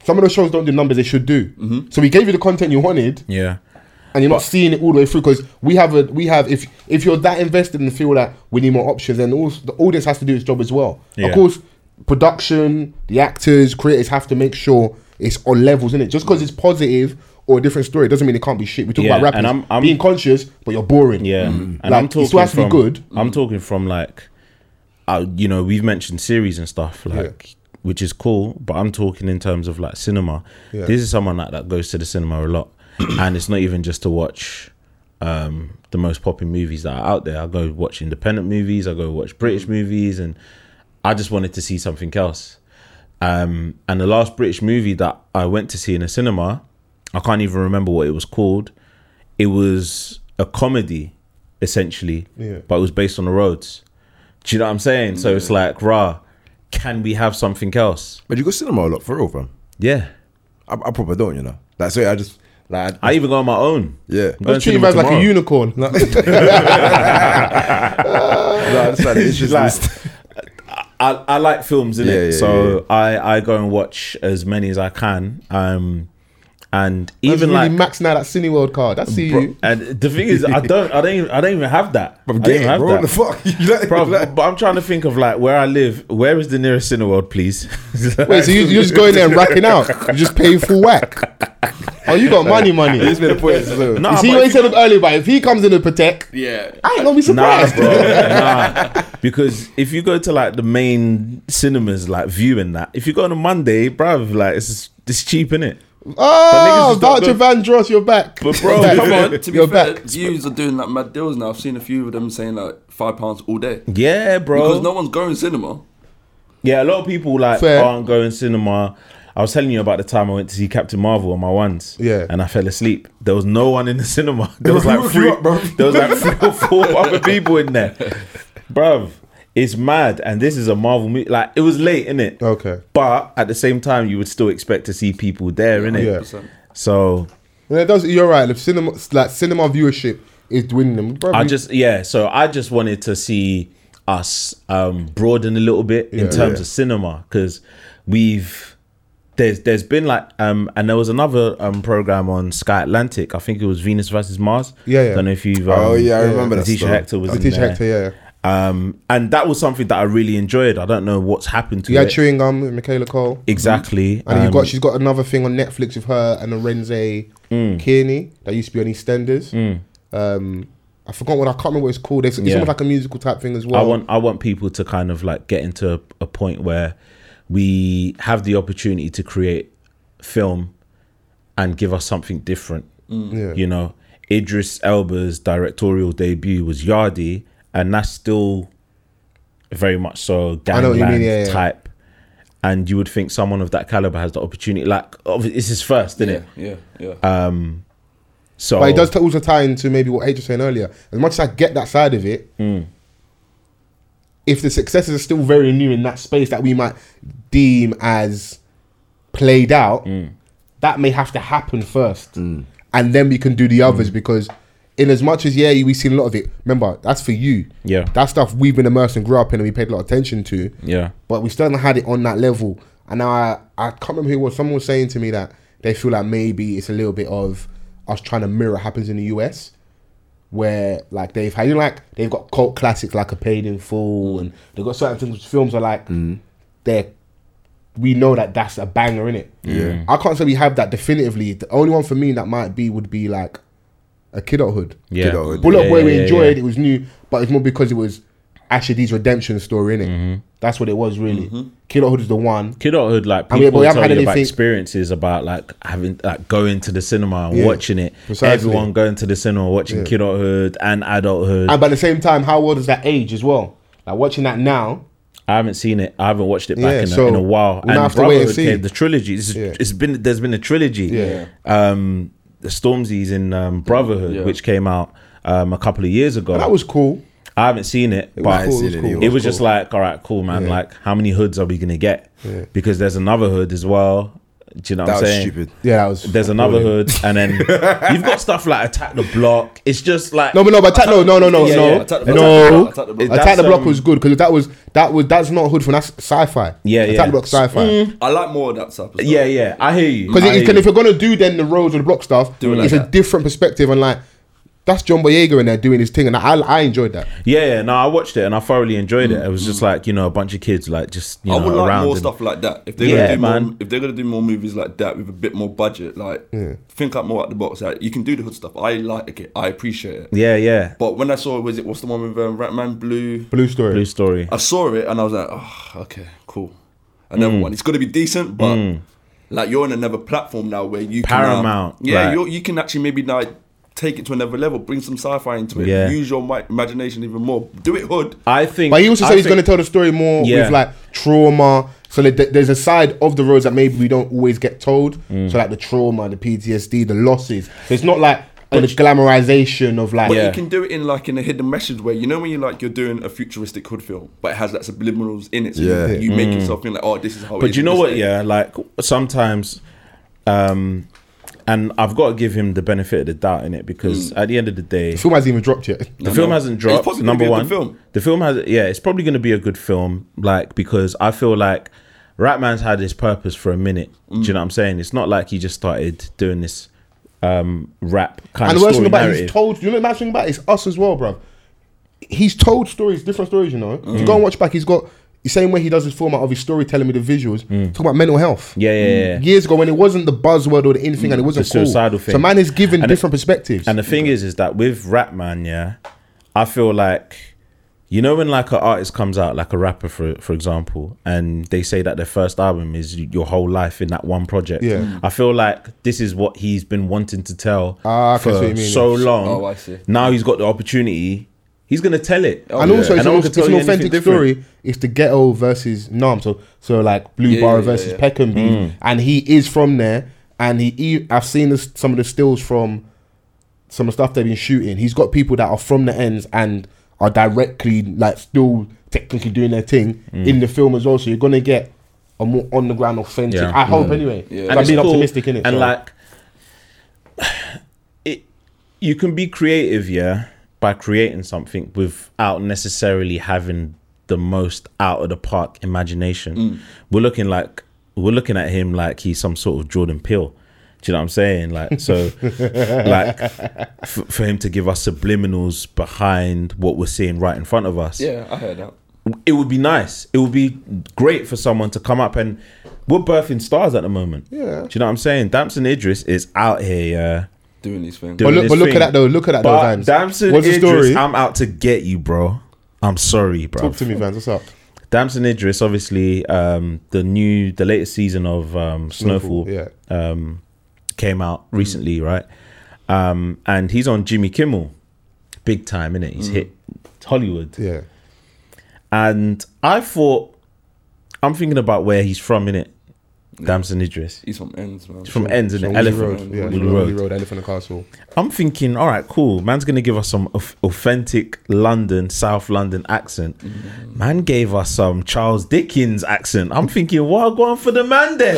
Speaker 4: Some of those shows don't do numbers they should do. So we gave you the content you wanted,
Speaker 5: Mm-hmm. Yeah.
Speaker 4: and you're not seeing it all the way through because we have a we have if if you're that invested and feel that we need more options, then all the audience has to do its job as well.
Speaker 5: Yeah.
Speaker 4: Of course, production, the actors, creators have to make sure it's on levels in it. Just because it's positive or a different story doesn't mean it can't be shit. We talk
Speaker 5: Yeah,
Speaker 4: about rappers
Speaker 5: and I'm- I'm-
Speaker 4: being conscious, but you're boring. Mm-hmm.
Speaker 5: Yeah, Mm-hmm. and
Speaker 4: Like,
Speaker 5: I'm
Speaker 4: it
Speaker 5: talking
Speaker 4: still has to be
Speaker 5: from
Speaker 4: good.
Speaker 5: I'm talking from like, uh, you know, we've mentioned series and stuff like, which is cool, but I'm talking in terms of like cinema.
Speaker 4: Yeah.
Speaker 5: This is someone like that goes to the cinema a lot, and it's not even just to watch um, the most popular movies that are out there. I go watch independent movies. I go watch
Speaker 4: Mm.
Speaker 5: British movies, and I just wanted to see something else. Um, and the last British movie that I went to see in a cinema, I can't even remember what it was called. It was a comedy, essentially,
Speaker 4: Yeah.
Speaker 5: but it was based on the roads. Do you know what I'm saying? So it's like, rah, can we have something else?
Speaker 3: But you go cinema a lot for real, fam.
Speaker 5: Yeah.
Speaker 3: I, I probably don't, you know. Like, sorry, I just like I,
Speaker 5: I even go on my own.
Speaker 3: yeah.
Speaker 5: Go to
Speaker 4: Treat you
Speaker 5: cinema
Speaker 4: guys like a
Speaker 5: tomorrow.
Speaker 4: unicorn.
Speaker 3: No, I just like, it's
Speaker 5: She's
Speaker 3: just
Speaker 5: like,
Speaker 3: this-
Speaker 5: I, I like films in
Speaker 3: Yeah,
Speaker 5: it,
Speaker 3: yeah,
Speaker 5: so I I go and watch as many as I can. Um, and
Speaker 4: Even
Speaker 5: even
Speaker 4: really
Speaker 5: like
Speaker 4: Max now that Cineworld card. I see you.
Speaker 5: and the thing is, I don't I don't even, I don't even have that. I
Speaker 3: I'm
Speaker 5: don't
Speaker 3: getting
Speaker 5: even have
Speaker 3: bro. What
Speaker 5: that.
Speaker 3: the fuck? You like,
Speaker 5: Bro,
Speaker 3: like-
Speaker 5: but I'm trying to think of like where I live. Where is the nearest Cineworld, please?
Speaker 4: Wait, so you, you're just going there and racking out? You just paying full whack? Oh, you got money, money.
Speaker 3: He's made a point. so-
Speaker 5: No,
Speaker 4: You see
Speaker 5: but
Speaker 4: what he
Speaker 5: if
Speaker 4: said earlier, but if he comes in to protect,
Speaker 2: Yeah.
Speaker 4: I ain't gonna be
Speaker 5: Nah,
Speaker 4: surprised.
Speaker 5: bro, nah. Because if you go to like the main cinemas, like viewing that, if you go on a Monday, bruv, like it's it's cheap, innit?
Speaker 4: Oh,
Speaker 5: But niggas is
Speaker 4: Voucher Van Dross, you're back.
Speaker 5: But bro,
Speaker 4: You're back.
Speaker 5: come on.
Speaker 2: To be
Speaker 4: You're
Speaker 2: fair,
Speaker 4: back.
Speaker 2: views are doing like mad deals now. I've seen a few of them saying like five pounds all day
Speaker 5: Yeah, bro.
Speaker 2: because no one's going cinema.
Speaker 5: Yeah, a lot of people like
Speaker 4: Fair.
Speaker 5: aren't going cinema. I was telling you about the time I went to see Captain Marvel on my ones.
Speaker 4: Yeah.
Speaker 5: And I fell asleep. There was no one in the cinema. There was
Speaker 3: Bro,
Speaker 5: like
Speaker 3: who woke
Speaker 5: three,
Speaker 3: you up, bro?
Speaker 5: there was like three or four other people in there. Bruv, it's mad. And this is a Marvel movie. Like it was late, innit?
Speaker 4: Okay.
Speaker 5: But at the same time, you would still expect to see people there, innit?
Speaker 4: Yeah.
Speaker 5: So
Speaker 4: And it does, you're right. The cinema, like cinema viewership is dwindling. Bro,
Speaker 5: I
Speaker 4: we-
Speaker 5: just yeah, so I just wanted to see us um broaden a little bit in
Speaker 4: Yeah.
Speaker 5: terms
Speaker 4: Yeah.
Speaker 5: of cinema because we've there's there's been like um and there was another um program on Sky Atlantic. I think it was Venus versus Mars.
Speaker 4: Yeah, yeah.
Speaker 5: Don't know if you've um,
Speaker 3: oh yeah, I remember that.
Speaker 5: Letitia
Speaker 3: story.
Speaker 5: Hector was in
Speaker 4: Letitia
Speaker 5: there.
Speaker 4: Hector, yeah.
Speaker 5: Um and that was something that I really enjoyed. I don't know what's happened to
Speaker 4: You had
Speaker 5: it.
Speaker 4: chewing gum with Michaela Cole.
Speaker 5: exactly.
Speaker 4: And
Speaker 5: um,
Speaker 4: you've got she's got another thing on Netflix with her and Lorenze
Speaker 5: Mm.
Speaker 4: Kearney that used to be on EastEnders. Um, I forgot what I can't remember what it's called. It's, it's
Speaker 5: Yeah.
Speaker 4: almost like a musical type thing as well.
Speaker 5: I want I want people to kind of like get into a, a point where we have the opportunity to create film and give us something different.
Speaker 4: Yeah.
Speaker 5: You know, Idris Elba's directorial debut was Yardi, and that's still very much so
Speaker 4: know what you mean,
Speaker 5: gangland
Speaker 4: yeah, yeah.
Speaker 5: type. And you would think someone of that caliber has the opportunity. Like, obvi- it's his first, isn't it? Um,
Speaker 2: Yeah, yeah.
Speaker 5: So
Speaker 4: But it does t- also tie into maybe what H was saying earlier. As much as I get that side of it,
Speaker 5: Hmm.
Speaker 4: if the successes are still very
Speaker 5: Hmm.
Speaker 4: new in that space that we might deem as played out, that may have to happen first, and then we can do the
Speaker 5: Hmm.
Speaker 4: others because, in as much as yeah, we've seen a lot of it. Remember, that's for you.
Speaker 5: Yeah.
Speaker 4: that stuff we've been immersed and grew up in, and we paid a lot of attention to.
Speaker 5: Yeah.
Speaker 4: but we still haven't had it on that level. And now I, I can't remember who it was. Someone was saying to me that they feel like maybe it's a little bit of us trying to mirror what happens in the US where like they've had you know, like they've got cult classics like a paid in full and they've got certain things which films are like
Speaker 5: Mm.
Speaker 4: they're we know that that's a banger in it yeah i can't say we have that definitively the only one for me that might be would be like a kidhood
Speaker 5: Yeah.
Speaker 3: Kiddo.
Speaker 4: bullet
Speaker 5: Yeah,
Speaker 4: boy we
Speaker 5: yeah, yeah,
Speaker 4: enjoyed
Speaker 5: yeah.
Speaker 4: it was new but it's more because it was actually these redemption story in it that's what it was really
Speaker 2: Mm-hmm.
Speaker 4: kidhood is the one
Speaker 5: Kidhood, like
Speaker 4: I mean, but
Speaker 5: people
Speaker 4: we haven't had
Speaker 5: tell you about
Speaker 4: anything-
Speaker 5: experiences about like having like going to the cinema and
Speaker 4: Yeah,
Speaker 5: watching it.
Speaker 4: precisely.
Speaker 5: Everyone going to the cinema watching
Speaker 4: Yeah.
Speaker 5: Kidhood and Adulthood.
Speaker 4: and by the same time how old is that age as well like watching that now
Speaker 5: I haven't seen it. I haven't watched it back
Speaker 4: Yeah,
Speaker 5: in,
Speaker 4: so
Speaker 5: a, in a while.
Speaker 4: we'll have to wait and see.
Speaker 5: the trilogy. This is,
Speaker 4: Yeah.
Speaker 5: It's been there's been a trilogy.
Speaker 4: Yeah.
Speaker 5: Um, the Stormzy's in um, Brotherhood,
Speaker 2: Yeah.
Speaker 5: which came out um, a couple of years ago.
Speaker 4: that was cool
Speaker 5: I haven't seen it, but
Speaker 3: cool,
Speaker 5: it
Speaker 3: it
Speaker 5: was,
Speaker 3: was cool.
Speaker 5: just like, all right, cool, man. Like, how many hoods are we gonna get? Because there's another hood as well. Do you know
Speaker 3: That
Speaker 5: what I'm
Speaker 3: was
Speaker 5: saying?
Speaker 3: stupid.
Speaker 4: yeah that was
Speaker 5: There's another hood, and then you've got stuff like attack the block. It's just like
Speaker 4: No, but no, but attack, no, no, no, no,
Speaker 5: Yeah,
Speaker 4: no,
Speaker 5: yeah,
Speaker 4: no.
Speaker 2: attack the block, attack the block, attack the block.
Speaker 4: Attack the
Speaker 5: That's,
Speaker 4: block
Speaker 5: um,
Speaker 4: was good because that was that was that's not hood for that's sci-fi.
Speaker 5: Yeah,
Speaker 4: attack
Speaker 5: yeah.
Speaker 4: the block sci-fi
Speaker 2: I like more of that type of stuff.
Speaker 5: yeah, yeah. I hear you.
Speaker 4: because
Speaker 5: I hear
Speaker 4: if you're gonna do then the roads or the block stuff,
Speaker 2: Do it like
Speaker 4: it's a
Speaker 2: that.
Speaker 4: different perspective and like that's John Boyega in there doing his thing and I I enjoyed that.
Speaker 5: Yeah, yeah, no, I watched it and I thoroughly enjoyed it. It was just like you know a bunch of kids like just you
Speaker 2: Mm. I
Speaker 5: know
Speaker 2: would
Speaker 5: around.
Speaker 2: like more
Speaker 5: and-
Speaker 2: stuff like that. If they're
Speaker 5: Yeah,
Speaker 2: gonna do
Speaker 5: man.
Speaker 2: more, if they're gonna do more movies like that with a bit more budget, like think out more out the box. Like you can do the hood stuff. I like it. I appreciate it.
Speaker 5: Yeah, yeah.
Speaker 2: But when I saw was it what's the one with um, Ratman Blue?
Speaker 4: Blue story.
Speaker 5: Blue story.
Speaker 2: I saw it and I was like, oh, okay, cool.
Speaker 5: Mm.
Speaker 2: Another one. It's gonna be decent, but like you're on another platform now where you
Speaker 5: Paramount,
Speaker 2: Can, now- yeah,
Speaker 5: like-
Speaker 2: you're, you can actually maybe like take it to another level. Bring some sci-fi into it.
Speaker 5: Yeah.
Speaker 2: Use your mi- imagination even more. Do it hood.
Speaker 5: I think.
Speaker 4: But he also
Speaker 5: I
Speaker 4: said he's
Speaker 5: think-
Speaker 4: going to tell the story more
Speaker 5: Yeah.
Speaker 4: with like trauma. So that th- there's a side of the roads that maybe we don't always get told.
Speaker 5: Mm.
Speaker 4: So like the trauma, the PTSD, the losses. So it's not like the glamorization of like
Speaker 2: But
Speaker 5: Yeah.
Speaker 2: you can do it in like in a hidden message where you know when you like you're doing a futuristic hood film, but it has like subliminals in it. So
Speaker 3: Yeah.
Speaker 2: you, you make yourself think like, oh, this is how. it
Speaker 5: Mm. But
Speaker 2: is
Speaker 5: you
Speaker 2: in
Speaker 5: know
Speaker 2: this
Speaker 5: what?
Speaker 2: day.
Speaker 5: Yeah, like sometimes, um, and I've got to give him the benefit of the doubt in it
Speaker 2: Mm.
Speaker 5: because at the end of the day,
Speaker 4: the film hasn't even dropped yet.
Speaker 5: the film
Speaker 2: no.
Speaker 5: hasn't
Speaker 2: It's
Speaker 5: dropped.
Speaker 2: probably gonna
Speaker 5: Number
Speaker 2: be a good
Speaker 5: one,
Speaker 2: film.
Speaker 5: the film has. Yeah, it's probably going to be a good film. Like because I feel like Ratman's had his purpose for a minute.
Speaker 2: Mm.
Speaker 5: Do you know what I'm saying? It's not like he just started doing this um rap kind
Speaker 4: And
Speaker 5: of
Speaker 4: the worst
Speaker 5: story
Speaker 4: thing about it,
Speaker 5: narrative.
Speaker 4: he's told. You know the mad thing about it? It's us as well, bruv. He's told stories, different stories. You know, if
Speaker 5: Mm.
Speaker 4: you go and watch back, he's got the same way he does his format of his storytelling with the visuals. Talk about mental health.
Speaker 5: Mm. yeah, yeah, yeah.
Speaker 4: Years ago, when it wasn't the buzzword or the in thing, and it wasn't
Speaker 5: The
Speaker 4: cool.
Speaker 5: suicidal
Speaker 4: So
Speaker 5: thing.
Speaker 4: man is given
Speaker 5: And it-
Speaker 4: different perspectives.
Speaker 5: And the thing is, is that with Ratman, yeah, I feel like, you know, when like an artist comes out, like a rapper, for for example, and they say that their first album is y- your whole life in that one project.
Speaker 4: Yeah. Mm.
Speaker 5: I feel like this is what he's been wanting to tell
Speaker 4: Ah, I can see what
Speaker 5: for
Speaker 4: you mean.
Speaker 5: so long.
Speaker 2: Oh, I see.
Speaker 5: Now he's got the opportunity. He's gonna tell it.
Speaker 4: and also, it's,
Speaker 5: no
Speaker 4: an,
Speaker 5: one
Speaker 4: it's
Speaker 5: can tell
Speaker 4: an
Speaker 5: you anything
Speaker 4: authentic
Speaker 5: different.
Speaker 4: story. It's the ghetto versus Nam. So, so like Blue
Speaker 2: Yeah,
Speaker 4: Bar
Speaker 2: yeah, yeah,
Speaker 4: versus
Speaker 2: yeah.
Speaker 4: Peckham beef,
Speaker 5: Mm.
Speaker 4: and he is from there. And he, e- I've seen this, some of the stills from some of the stuff they've been shooting. He's got people that are from the ends and are directly like still technically doing their thing
Speaker 5: Mm.
Speaker 4: in the film as well. So you're gonna get a more on the ground authentic.
Speaker 5: Yeah.
Speaker 4: I hope anyway.
Speaker 2: Yeah.
Speaker 4: So
Speaker 5: And
Speaker 4: I'm
Speaker 5: it's
Speaker 4: being
Speaker 5: cool,
Speaker 4: optimistic in it.
Speaker 5: And like, it, you can be creative, yeah, by creating something without necessarily having the most out of the park imagination. We're looking like we're looking at him like he's some sort of Jordan Peele. Do you know what I'm saying? Like so, like f- for him to give us subliminals behind what we're seeing right in front of us
Speaker 2: yeah, I heard that.
Speaker 5: it would be nice. It would be great for someone to come up and we're birthing stars at the moment.
Speaker 4: Yeah.
Speaker 5: Do you know what I'm saying? Damson Idris is out here, yeah.
Speaker 2: Doing these things.
Speaker 5: Doing
Speaker 4: look-
Speaker 5: his
Speaker 4: but look at
Speaker 5: thing.
Speaker 4: that though, look at that though,
Speaker 5: But
Speaker 4: Vans.
Speaker 5: Damson
Speaker 4: What's the
Speaker 5: Idris,
Speaker 4: story?
Speaker 5: I'm out to get you, bro. I'm sorry, bro.
Speaker 4: talk to me, Vans. What's up?
Speaker 5: Damson Idris, obviously, um, the new, the latest season of um, Snowfall,
Speaker 4: Yeah. Mm.
Speaker 5: um, came out recently, right? Um, and he's on Jimmy Kimmel, big time, innit?
Speaker 4: Mm.
Speaker 5: He's hit Hollywood.
Speaker 4: Yeah.
Speaker 5: And I thought, I'm thinking about where he's from, innit? Damson Idris.
Speaker 2: He's from ends, man.
Speaker 5: From ends in
Speaker 4: So Woolly
Speaker 5: Elephant
Speaker 4: Road,
Speaker 5: Woolly
Speaker 4: yeah,
Speaker 5: Road.
Speaker 4: Woolly Road, Elephant and Castle.
Speaker 5: I'm thinking, all right, cool. Man's gonna give us some au- authentic London, South London accent. Man gave us some Charles Dickens accent. I'm thinking, what going for the man then?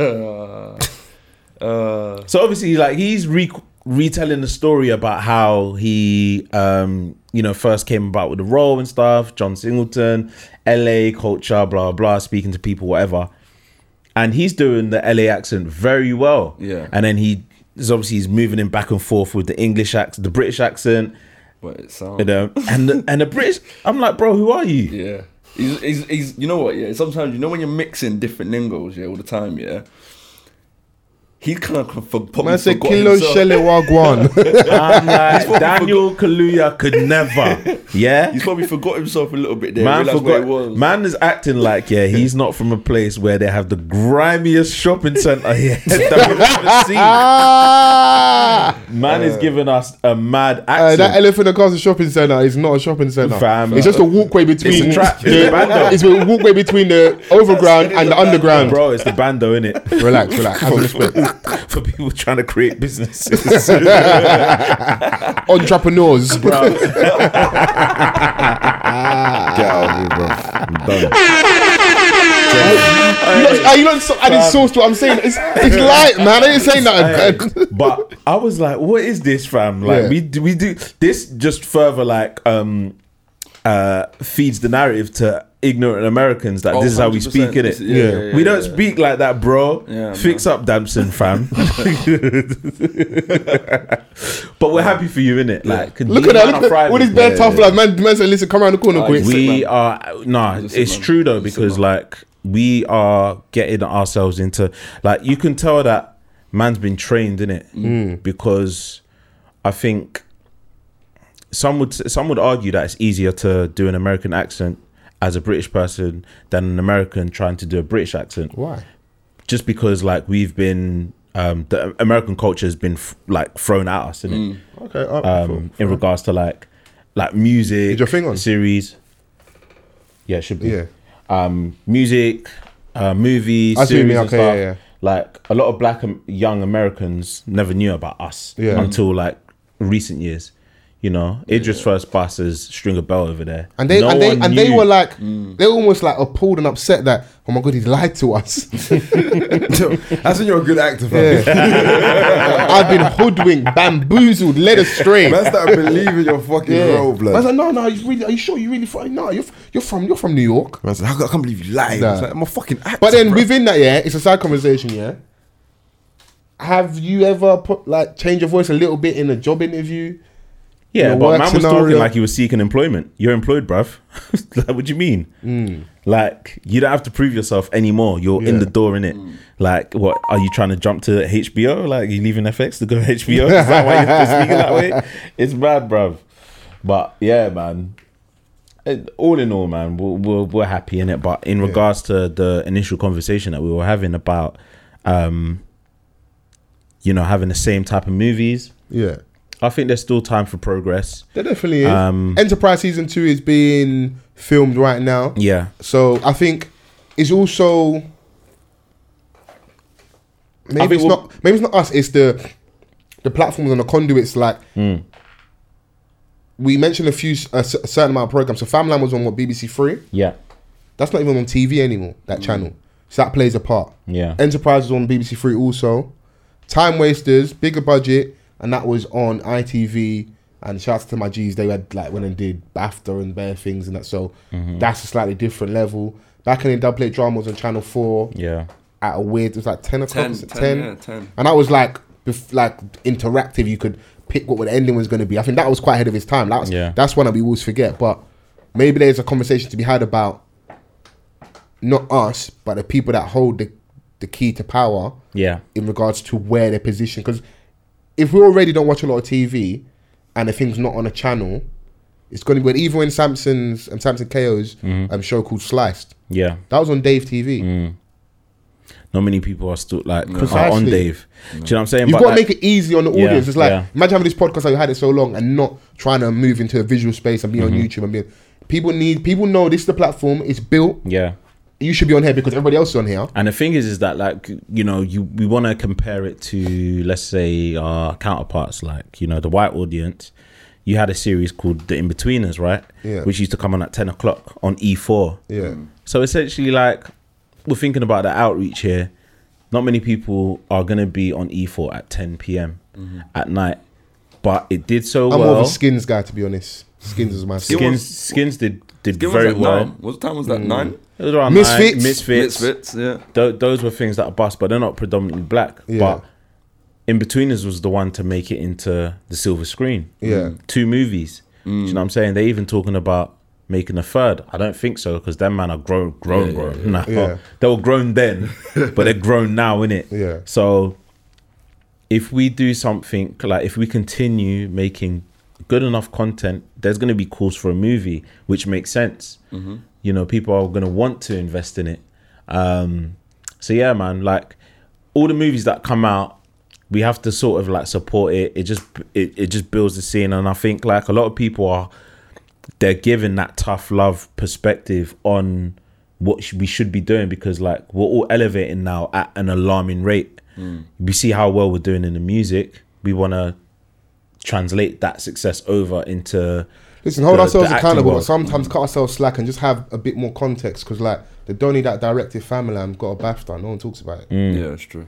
Speaker 2: Uh, uh,
Speaker 5: So obviously, like he's re- retelling the story about how he, um, you know, first came about with the role and stuff. John Singleton, LA culture, blah blah, speaking to people, whatever. And he's doing the LA accent very well.
Speaker 2: Yeah.
Speaker 5: And then he is obviously he's moving him back and forth with the English accent, the British accent,
Speaker 2: but it sounds.
Speaker 5: you know, and the, and the British. I'm like, bro, who are you?
Speaker 2: Yeah. He's, he's, he's, you know what, yeah? Sometimes, you know, when you're mixing different lingos, yeah, all the time, yeah? He kind of for, probably
Speaker 4: Man said
Speaker 2: forgot
Speaker 4: Kilo
Speaker 2: himself.
Speaker 4: Shele Wagwan.
Speaker 5: I'm like, Daniel Kaluuya could never. Yeah.
Speaker 2: He's probably forgot himself a little bit there.
Speaker 5: Man
Speaker 2: realised where he
Speaker 5: forgot.
Speaker 2: was.
Speaker 5: Man is acting like yeah, he's not from a place where they have the grimiest shopping center here that we've ever
Speaker 4: ah!
Speaker 5: seen. Man is giving us a mad
Speaker 4: Uh,
Speaker 5: accent.
Speaker 4: that elephant across the shopping center is not a shopping center.
Speaker 5: Fam.
Speaker 4: it's just a walkway between.
Speaker 5: It's a trap.
Speaker 4: The,
Speaker 5: It's a bando.
Speaker 4: it's a walkway between the overground and the underground.
Speaker 5: Bro, it's the bando in it
Speaker 4: Relax, relax. Have a respect.
Speaker 5: for people trying to create businesses.
Speaker 4: Entrepreneurs.
Speaker 3: Get out of here, bro. I'm done.
Speaker 4: You not, are you not so, adding sauce to what I'm saying? It's, it's light, man. I ain't saying nothing. bad.
Speaker 5: but I was like, what is this, fam? Like
Speaker 4: Yeah.
Speaker 5: we do, we do this just further like um uh feeds the narrative to ignorant Americans that
Speaker 2: Oh,
Speaker 5: this is how we speak
Speaker 2: 100%.
Speaker 5: in it.
Speaker 2: This- yeah, yeah, yeah,
Speaker 5: we don't
Speaker 2: yeah.
Speaker 5: speak like that, bro.
Speaker 2: Yeah,
Speaker 5: Fix up Damson, fam. but we're happy for you in it. Like
Speaker 4: Look at that. Look at that. With his bare tough love, man. Man said, listen, come around the corner
Speaker 2: Oh,
Speaker 4: quick.
Speaker 2: Sick,
Speaker 5: we
Speaker 2: man.
Speaker 5: are nah.
Speaker 2: He's a sick
Speaker 5: It's
Speaker 2: man.
Speaker 5: true though
Speaker 2: He's a sick
Speaker 5: because
Speaker 2: man.
Speaker 5: like we are getting ourselves into like you can tell that man's been trained in it because I think some would some would argue that it's easier to do an American accent as a British person than an American trying to do a British accent
Speaker 4: Why?
Speaker 5: just because like we've been um the American culture has been f- like thrown at us innit?
Speaker 4: Okay. Uh,
Speaker 5: um, in regards to like like music.
Speaker 4: Is your thing on?
Speaker 5: series? Yeah, it should be.
Speaker 4: Yeah.
Speaker 5: Um, music, uh, movies,
Speaker 4: I see what you
Speaker 5: series,
Speaker 4: mean,
Speaker 5: and
Speaker 4: okay,
Speaker 5: stuff.
Speaker 4: yeah, yeah.
Speaker 5: Like a lot of black and young Americans never knew about us
Speaker 4: Yeah.
Speaker 5: until like recent years. You know, Idris first passes Stringer Bell over there,
Speaker 4: And they
Speaker 5: No
Speaker 4: and they
Speaker 5: one
Speaker 4: and they
Speaker 5: knew.
Speaker 4: were like they were almost like appalled and upset that oh my god he lied to us.
Speaker 3: That's when you're a good actor, fam.
Speaker 4: I've been hoodwinked, bamboozled, led astray.
Speaker 3: Man start believing your fucking role, blood.
Speaker 4: I was like, no, no, you really, are you sure you really from? No, you're, f- you're from you're from New York.
Speaker 3: Man said, I can't- I can't believe you lied.
Speaker 4: Nah.
Speaker 3: It's like, I'm a fucking actor.
Speaker 4: But then
Speaker 3: bro.
Speaker 4: within that, yeah, it's a side conversation, yeah. Have you ever put like change your voice a little bit in a job interview?
Speaker 5: yeah.
Speaker 4: your
Speaker 5: But
Speaker 4: work
Speaker 5: man was talking
Speaker 4: scenario.
Speaker 5: like he was seeking employment. You're employed, bruv. like, what do you mean? Like you don't have to prove yourself anymore. You're in
Speaker 4: Mm. Yeah.
Speaker 5: the door in it. Like what are you trying to jump to HBO? Like you leaving FX to go HBO? Is that why you're speaking that way? It's bad, bruv. But yeah, man. It- all in all, man, we're, we're, we're happy in it. But in regards to the initial conversation that we were having about, um, you know, having the same type of movies,
Speaker 4: Yeah,
Speaker 5: I think there's still time for progress.
Speaker 4: there definitely is.
Speaker 5: Um,
Speaker 4: Enterprise season two is being filmed right now.
Speaker 5: Yeah,
Speaker 4: So I think it's also maybe
Speaker 5: think
Speaker 4: it's
Speaker 5: we'll-
Speaker 4: not maybe it's not us. It's the the platforms and the conduits. Like
Speaker 5: Hmm.
Speaker 4: we mentioned a few s- a, s- a certain amount of programs. So Famland was on what BBC Three.
Speaker 5: yeah,
Speaker 4: That's not even on TV anymore. That channel. So that plays a part.
Speaker 5: Mm. yeah.
Speaker 4: Enterprise was on BBC Three also. Time Wasters, bigger budget, and that was on ITV. And shouts to my G's, they had like went and did BAFTA and bare things and that. So
Speaker 5: Mm-hmm.
Speaker 4: that's a slightly different level. Back in the double play drama was on Channel Four
Speaker 5: yeah.
Speaker 4: at a weird. It was like ten o'clock,
Speaker 2: 10,
Speaker 4: was it
Speaker 2: 10,
Speaker 4: 10?
Speaker 2: yeah, 10.
Speaker 4: and that was like bef- like interactive. You could pick what the ending was going to be. I think that was quite ahead of his time. That was
Speaker 5: Yeah.
Speaker 4: that's one that we always forget. But maybe there's a conversation to be had about not us, but the people that hold the the key to power
Speaker 5: Yeah.
Speaker 4: in regards to where they're positioned. Because if we already don't watch a lot of TV and the thing's not on a channel, it's going to be even when Samson's um, Samson KO's um, show called Sliced.
Speaker 5: Yeah.
Speaker 4: That was on Dave TV.
Speaker 5: Not many people are still like are on
Speaker 4: Precisely.
Speaker 5: Dave. Do you know what I'm saying?
Speaker 4: You've
Speaker 5: But,
Speaker 4: got to
Speaker 5: like,
Speaker 4: make it easy on the
Speaker 5: Yeah,
Speaker 4: audience. it's like
Speaker 5: yeah.
Speaker 4: imagine having this podcast that you had it so long and not trying to move into a visual space and be
Speaker 5: Mm-hmm.
Speaker 4: on YouTube and being people need people know this is the platform. It's built.
Speaker 5: Yeah.
Speaker 4: You should be on here because everybody else is on here.
Speaker 5: And the thing is, is that like you know, you we want to compare it to let's say our counterparts, like you know, the white audience. You had a series called The In Betweeners, right?
Speaker 4: Yeah.
Speaker 5: Which used to come on at ten o'clock on E four.
Speaker 4: Yeah,
Speaker 5: So essentially, like we're thinking about the outreach here. Not many people are gonna be on E4 at 10 p.m. at night, but it did so
Speaker 4: Mm-hmm. I'm
Speaker 5: well.
Speaker 4: more of a skins guy to be honest. Skins is my
Speaker 5: skins,
Speaker 4: skins.
Speaker 5: skins did did
Speaker 2: Gil was
Speaker 5: very
Speaker 2: at
Speaker 5: well. Mm.
Speaker 2: Nine. What time was that? Nine.
Speaker 5: It was around
Speaker 4: Misfits.
Speaker 5: nine, misfits.
Speaker 2: Misfits. Yeah.
Speaker 5: Tho- those were things that are bust, but they're not predominantly black.
Speaker 4: Yeah.
Speaker 5: But In Betweeners was the one to make it into the silver screen. Mm.
Speaker 4: Yeah.
Speaker 5: Two movies.
Speaker 4: Mm.
Speaker 5: Do you know what I'm saying? They're even talking about making a third. I don't think so because them man are grown, grown, grown. Nah,
Speaker 4: Yeah.
Speaker 5: they were grown then, but they're grown now, innit?
Speaker 4: Yeah.
Speaker 5: So if we do something like if we continue making good enough content, there's going to be calls for a movie, which makes sense. You know, people are going to want to invest in it. Um, so yeah, man, like all the movies that come out, we have to sort of like support it. It just it, it just builds the scene, and I think like a lot of people are they're giving that tough love perspective on what sh- we should be doing because like we're all elevating now at an alarming rate. We see how well we're doing in the music. We want to translate that success over into
Speaker 4: Listen, hold
Speaker 5: the-
Speaker 4: ourselves
Speaker 5: the acting
Speaker 4: accountable, but
Speaker 5: world.
Speaker 4: sometimes cut ourselves slack and just have a bit more context because, like, the Donny that directed Family Lamb got a BAFTA. No one talks about it.
Speaker 2: Yeah, it's true.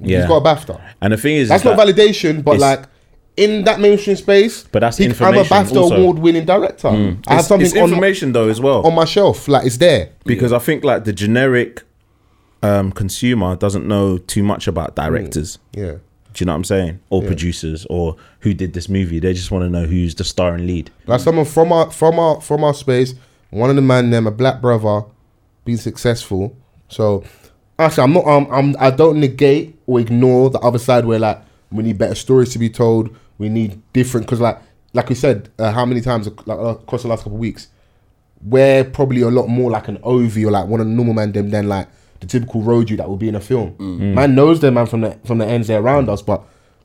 Speaker 5: Mm, yeah.
Speaker 4: He's got a BAFTA.
Speaker 5: and the thing is,
Speaker 4: That's
Speaker 5: is
Speaker 4: not
Speaker 5: that-
Speaker 4: validation, but
Speaker 5: it's-
Speaker 4: like in that mainstream space,
Speaker 5: But that's
Speaker 4: he-
Speaker 5: information
Speaker 4: I'm a BAFTA
Speaker 5: also. Mm.
Speaker 4: award-winning director. I have
Speaker 5: It's,
Speaker 4: something
Speaker 5: it's
Speaker 4: on, my-
Speaker 5: information though as well.
Speaker 4: on my shelf, like it's there.
Speaker 5: because I think like the generic um, consumer doesn't know too much about
Speaker 4: Mm.
Speaker 5: directors.
Speaker 4: Yeah,
Speaker 5: Do you know what I'm saying? Or producers or who did this movie. They just want to know who's the star and lead.
Speaker 4: like someone from our from our from our space, one of the man them, a black brother, being successful. So actually, I'm not. Um, I'm. I don't negate or ignore the other side where like we need better stories to be told. We need different because like like we said, uh, how many times ac- like, uh, across the last couple of weeks, we're probably a lot more like an OV or like one of the normal man them than like the typical road you that would be in a film.
Speaker 5: Mm.
Speaker 4: Man knows them man from the from the ends they're around us, but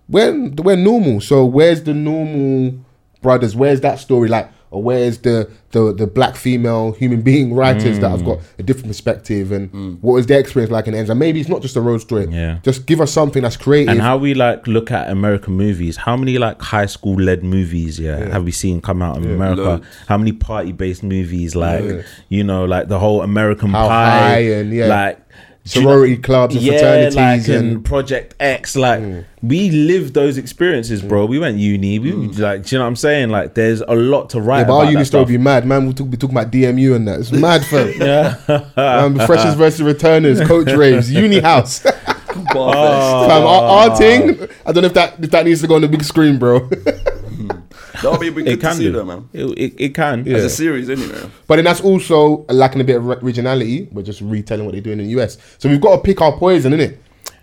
Speaker 4: we're we're normal. So where's the normal brothers? Where's that story like? Or where's the, the the black female human being writers that
Speaker 5: Mm.
Speaker 4: have got a different perspective and what was their experience like in the ends? And maybe it's not just a road story.
Speaker 5: Yeah.
Speaker 4: Just give us something that's creative.
Speaker 5: And how we like look at American movies. How many like high school led movies, yeah, have we seen come out in America?
Speaker 2: Loads.
Speaker 5: How many party based movies, like you know, like the whole American
Speaker 4: How
Speaker 5: Pie,
Speaker 4: high and, yeah.
Speaker 5: like do
Speaker 4: Sorority clubs and fraternities
Speaker 5: like, and,
Speaker 4: and- Mm.
Speaker 5: Project X. Like we lived those experiences, bro. We went uni. We like, do you know what I'm saying? Like, there's a lot to write
Speaker 4: Mm. yeah, but
Speaker 5: about.
Speaker 4: our uni
Speaker 5: that
Speaker 4: story
Speaker 5: stuff.
Speaker 4: be mad, man. We'll talk- be talking about DMU and that. It's mad, fam. um, freshers versus returners, coach raves, uni house.
Speaker 2: Barfest.
Speaker 5: Ah.
Speaker 4: Fam, our, our thing. I don't know if that if that needs to go on the big screen, bro.
Speaker 2: That'll be be good
Speaker 5: It
Speaker 2: to
Speaker 5: can
Speaker 2: see
Speaker 5: do.
Speaker 2: though, man.
Speaker 5: It, it, it can.
Speaker 2: As
Speaker 5: Yeah.
Speaker 2: a series, anyway.
Speaker 4: but then that's also lacking a bit of re- originality. We're just retelling what they're doing in the US. So we've got to pick our poison, innit?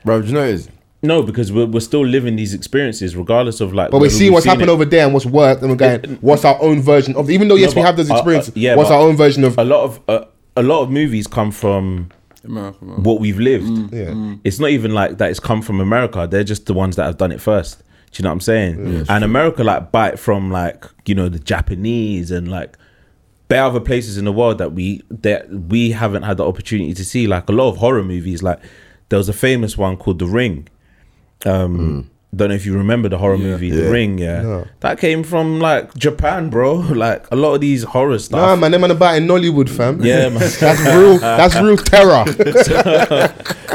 Speaker 3: Bro, do you know what it is?
Speaker 5: No, because we're, we're still living these experiences, regardless of like.
Speaker 4: But we're
Speaker 5: whether
Speaker 4: seeing
Speaker 5: we've
Speaker 4: what's
Speaker 5: seen
Speaker 4: happened
Speaker 5: it.
Speaker 4: over there and what's worked, and we're going, what's our own version of? Even though yes, we
Speaker 5: but,
Speaker 4: have those
Speaker 5: uh, uh,
Speaker 4: experiences.
Speaker 5: yeah,
Speaker 4: what's
Speaker 5: but-
Speaker 4: our own version of?
Speaker 5: A lot of uh, a lot of movies come from
Speaker 2: America, man.
Speaker 5: what we've lived.
Speaker 3: Mm.
Speaker 4: yeah.
Speaker 5: It's not even like that. It's come from America. They're just the ones that have done it first. Do you know what I'm saying? and America like bite from like you know the Japanese and like there are other places in the world that we that we haven't had the opportunity to see. Like a lot of horror movies. Like there was a famous one called The Ring. Um, Don't know if you remember the horror movie
Speaker 3: Mm.
Speaker 5: The
Speaker 3: Yeah.
Speaker 5: Ring. Yeah, that came from like Japan, bro. Like a lot of these horror stuff.
Speaker 4: Nah, man, them man about in Nollywood, fam.
Speaker 5: Yeah, man.
Speaker 4: that's real. That's real terror.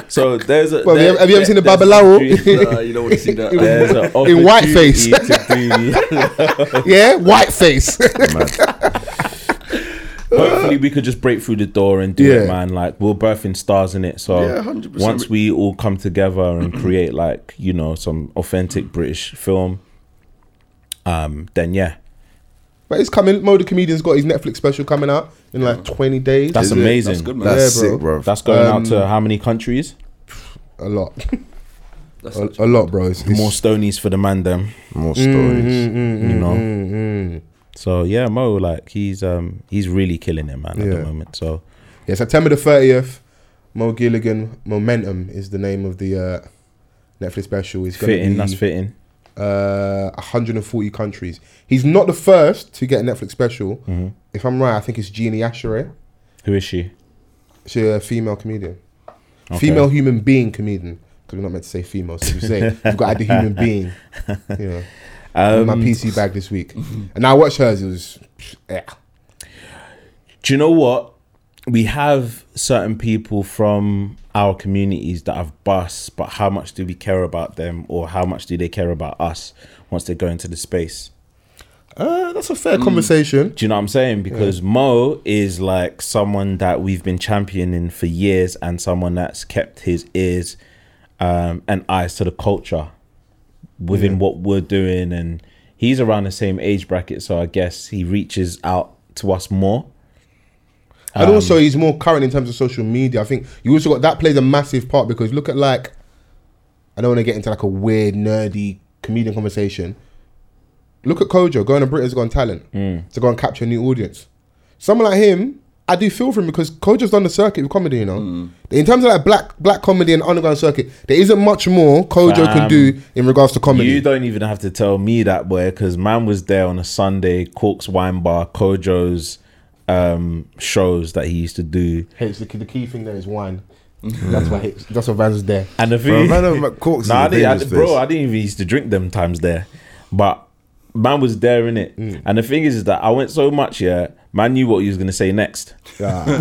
Speaker 5: So there's a.
Speaker 4: Well, have you- have you ever seen the Babalao?
Speaker 2: Nah, you don't want to see that.
Speaker 5: There's an
Speaker 4: In whiteface.
Speaker 5: opportunity to do-
Speaker 4: yeah, white face.
Speaker 5: Hopefully, we could just break through the door and do
Speaker 4: Yeah.
Speaker 5: it, man. Like we're birthing stars in it. So
Speaker 2: Yeah, 100%.
Speaker 5: once we all come together and create, like you know, some authentic British film, um, then yeah,
Speaker 4: But it's coming. Mo the comedian's got his Netflix special coming out in like 20 days.
Speaker 5: that's
Speaker 3: Is it?
Speaker 5: amazing.
Speaker 2: That's good, man.
Speaker 3: That's
Speaker 4: Yeah, bro. Um,
Speaker 3: sick, bro.
Speaker 5: That's going out to how many countries?
Speaker 4: a lot,
Speaker 2: That's
Speaker 4: a, a lot, bro. It's, Mm, it's-
Speaker 5: More Stonies for the man, them.
Speaker 3: More
Speaker 4: Mm-hmm.
Speaker 3: stories.
Speaker 5: you know.
Speaker 4: mm,
Speaker 5: So yeah, Mo, like he's um he's really killing it, man, at
Speaker 4: Yeah.
Speaker 5: the moment. So
Speaker 4: Yeah, September the 30th. Mo Gilligan Momentum is the name of the uh, Netflix special. It's going
Speaker 5: fitting,
Speaker 4: to
Speaker 5: that's
Speaker 4: be
Speaker 5: fitting.
Speaker 4: uh, 140 countries. He's not the first to get a Netflix special.
Speaker 5: Mm-hmm.
Speaker 4: If I'm right, I think it's Jeannie Ashere.
Speaker 5: Who is she?
Speaker 4: She's a female comedian,
Speaker 5: Okay.
Speaker 4: female human being comedian. Because we're not meant to say female, so you say you've got to add the human being. You know.
Speaker 5: Um,
Speaker 4: In my PC bag this week, and I watched hers. It was, yeah.
Speaker 5: Do you know what? we have certain people from our communities that have bus, but how much do we care about them, or how much do they care about us once they go into the space?
Speaker 4: Uh, that's a fair
Speaker 5: Hmm.
Speaker 4: conversation.
Speaker 5: Do you know what I'm saying? Because Mo is like someone that we've been championing for years and someone that's kept his ears um, and eyes to the culture within what we're doing. And he's around the same age bracket. So I guess he reaches out to us more.
Speaker 4: And
Speaker 5: Um,
Speaker 4: also, he's more current in terms of social media. I think you also got that plays a massive part because look at like, I don't want to get into like a weird nerdy comedian conversation. Look at Kojo going to Britain's Got Talent
Speaker 5: Hmm.
Speaker 4: to go and capture a new audience. Someone like him, I do feel for him because Kojo's done the circuit with comedy. You know,
Speaker 5: Hmm.
Speaker 4: in terms of like black black comedy and underground circuit, there isn't much more Kojo
Speaker 5: Fam.
Speaker 4: can do in regards to comedy.
Speaker 5: You don't even have to tell me that, boy, because man was there on a Sunday, Cork's Wine Bar, Kojo's um, shows that he used to do.
Speaker 4: Hates the, the key thing there is wine. that's why hates, that's what Vans is there.
Speaker 5: And the
Speaker 3: Bro,
Speaker 5: thing,
Speaker 3: man, I'm at Cork's
Speaker 5: nah, I
Speaker 3: in the
Speaker 5: didn't, I,
Speaker 3: dangerous
Speaker 5: bro,
Speaker 3: place.
Speaker 5: I didn't even used to drink them times there, but man was there in it.
Speaker 4: Mm.
Speaker 5: And the thing is, is that I went so much, yeah, man knew what he was gonna say next.
Speaker 4: Bro, he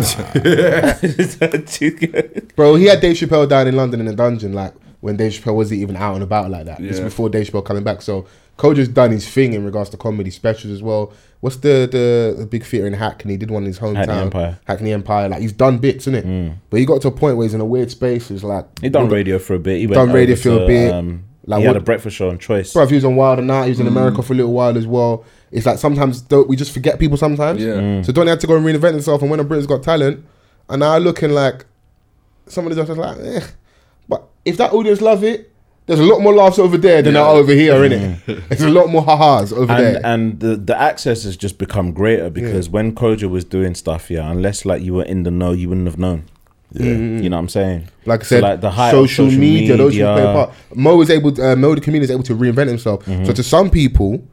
Speaker 4: had Dave Chappelle down in London in a dungeon, like when Dave Chappelle wasn't even out and about like that. This is
Speaker 2: Yeah.
Speaker 4: before Dave Chappelle coming back. So Kojo's done his thing in regards to comedy specials as well. What's the the, the big theatre in Hackney? He did one in his hometown.
Speaker 5: Empire. Mm.
Speaker 4: Hackney Empire. Like he's done bits, innit? But he got to a point where he's in a weird space. It's like
Speaker 5: he done radio for a bit. He went
Speaker 4: Done radio
Speaker 5: over
Speaker 4: for a
Speaker 5: to,
Speaker 4: bit.
Speaker 5: Um,
Speaker 4: Like,
Speaker 5: he had
Speaker 4: what-
Speaker 5: a breakfast show on Choice.
Speaker 4: Bro, he was on Wild and Out. He was in
Speaker 5: Mm.
Speaker 4: America for a little while as well. It's like sometimes don't, we just forget people sometimes.
Speaker 2: Yeah. Mm.
Speaker 4: So Donny had to go and reinvent himself. And when a Britain's Got Talent, and now looking like some of the judges like, eh. But if that audience love it, there's a lot more laughs over there than there are over here, innit? There's a lot more ha-has over
Speaker 5: Mm. and
Speaker 4: there.
Speaker 5: and the, the access has just become greater because when Koja was doing stuff, yeah, unless like you were in the know, you wouldn't have known. Yeah, you know what I'm saying.
Speaker 4: like I
Speaker 5: So,
Speaker 4: said,
Speaker 5: height of
Speaker 4: social, media, those who play a part. Mo was able, to, uh, Mo the comedian is able to reinvent himself.
Speaker 5: Mm-hmm.
Speaker 4: So to some people,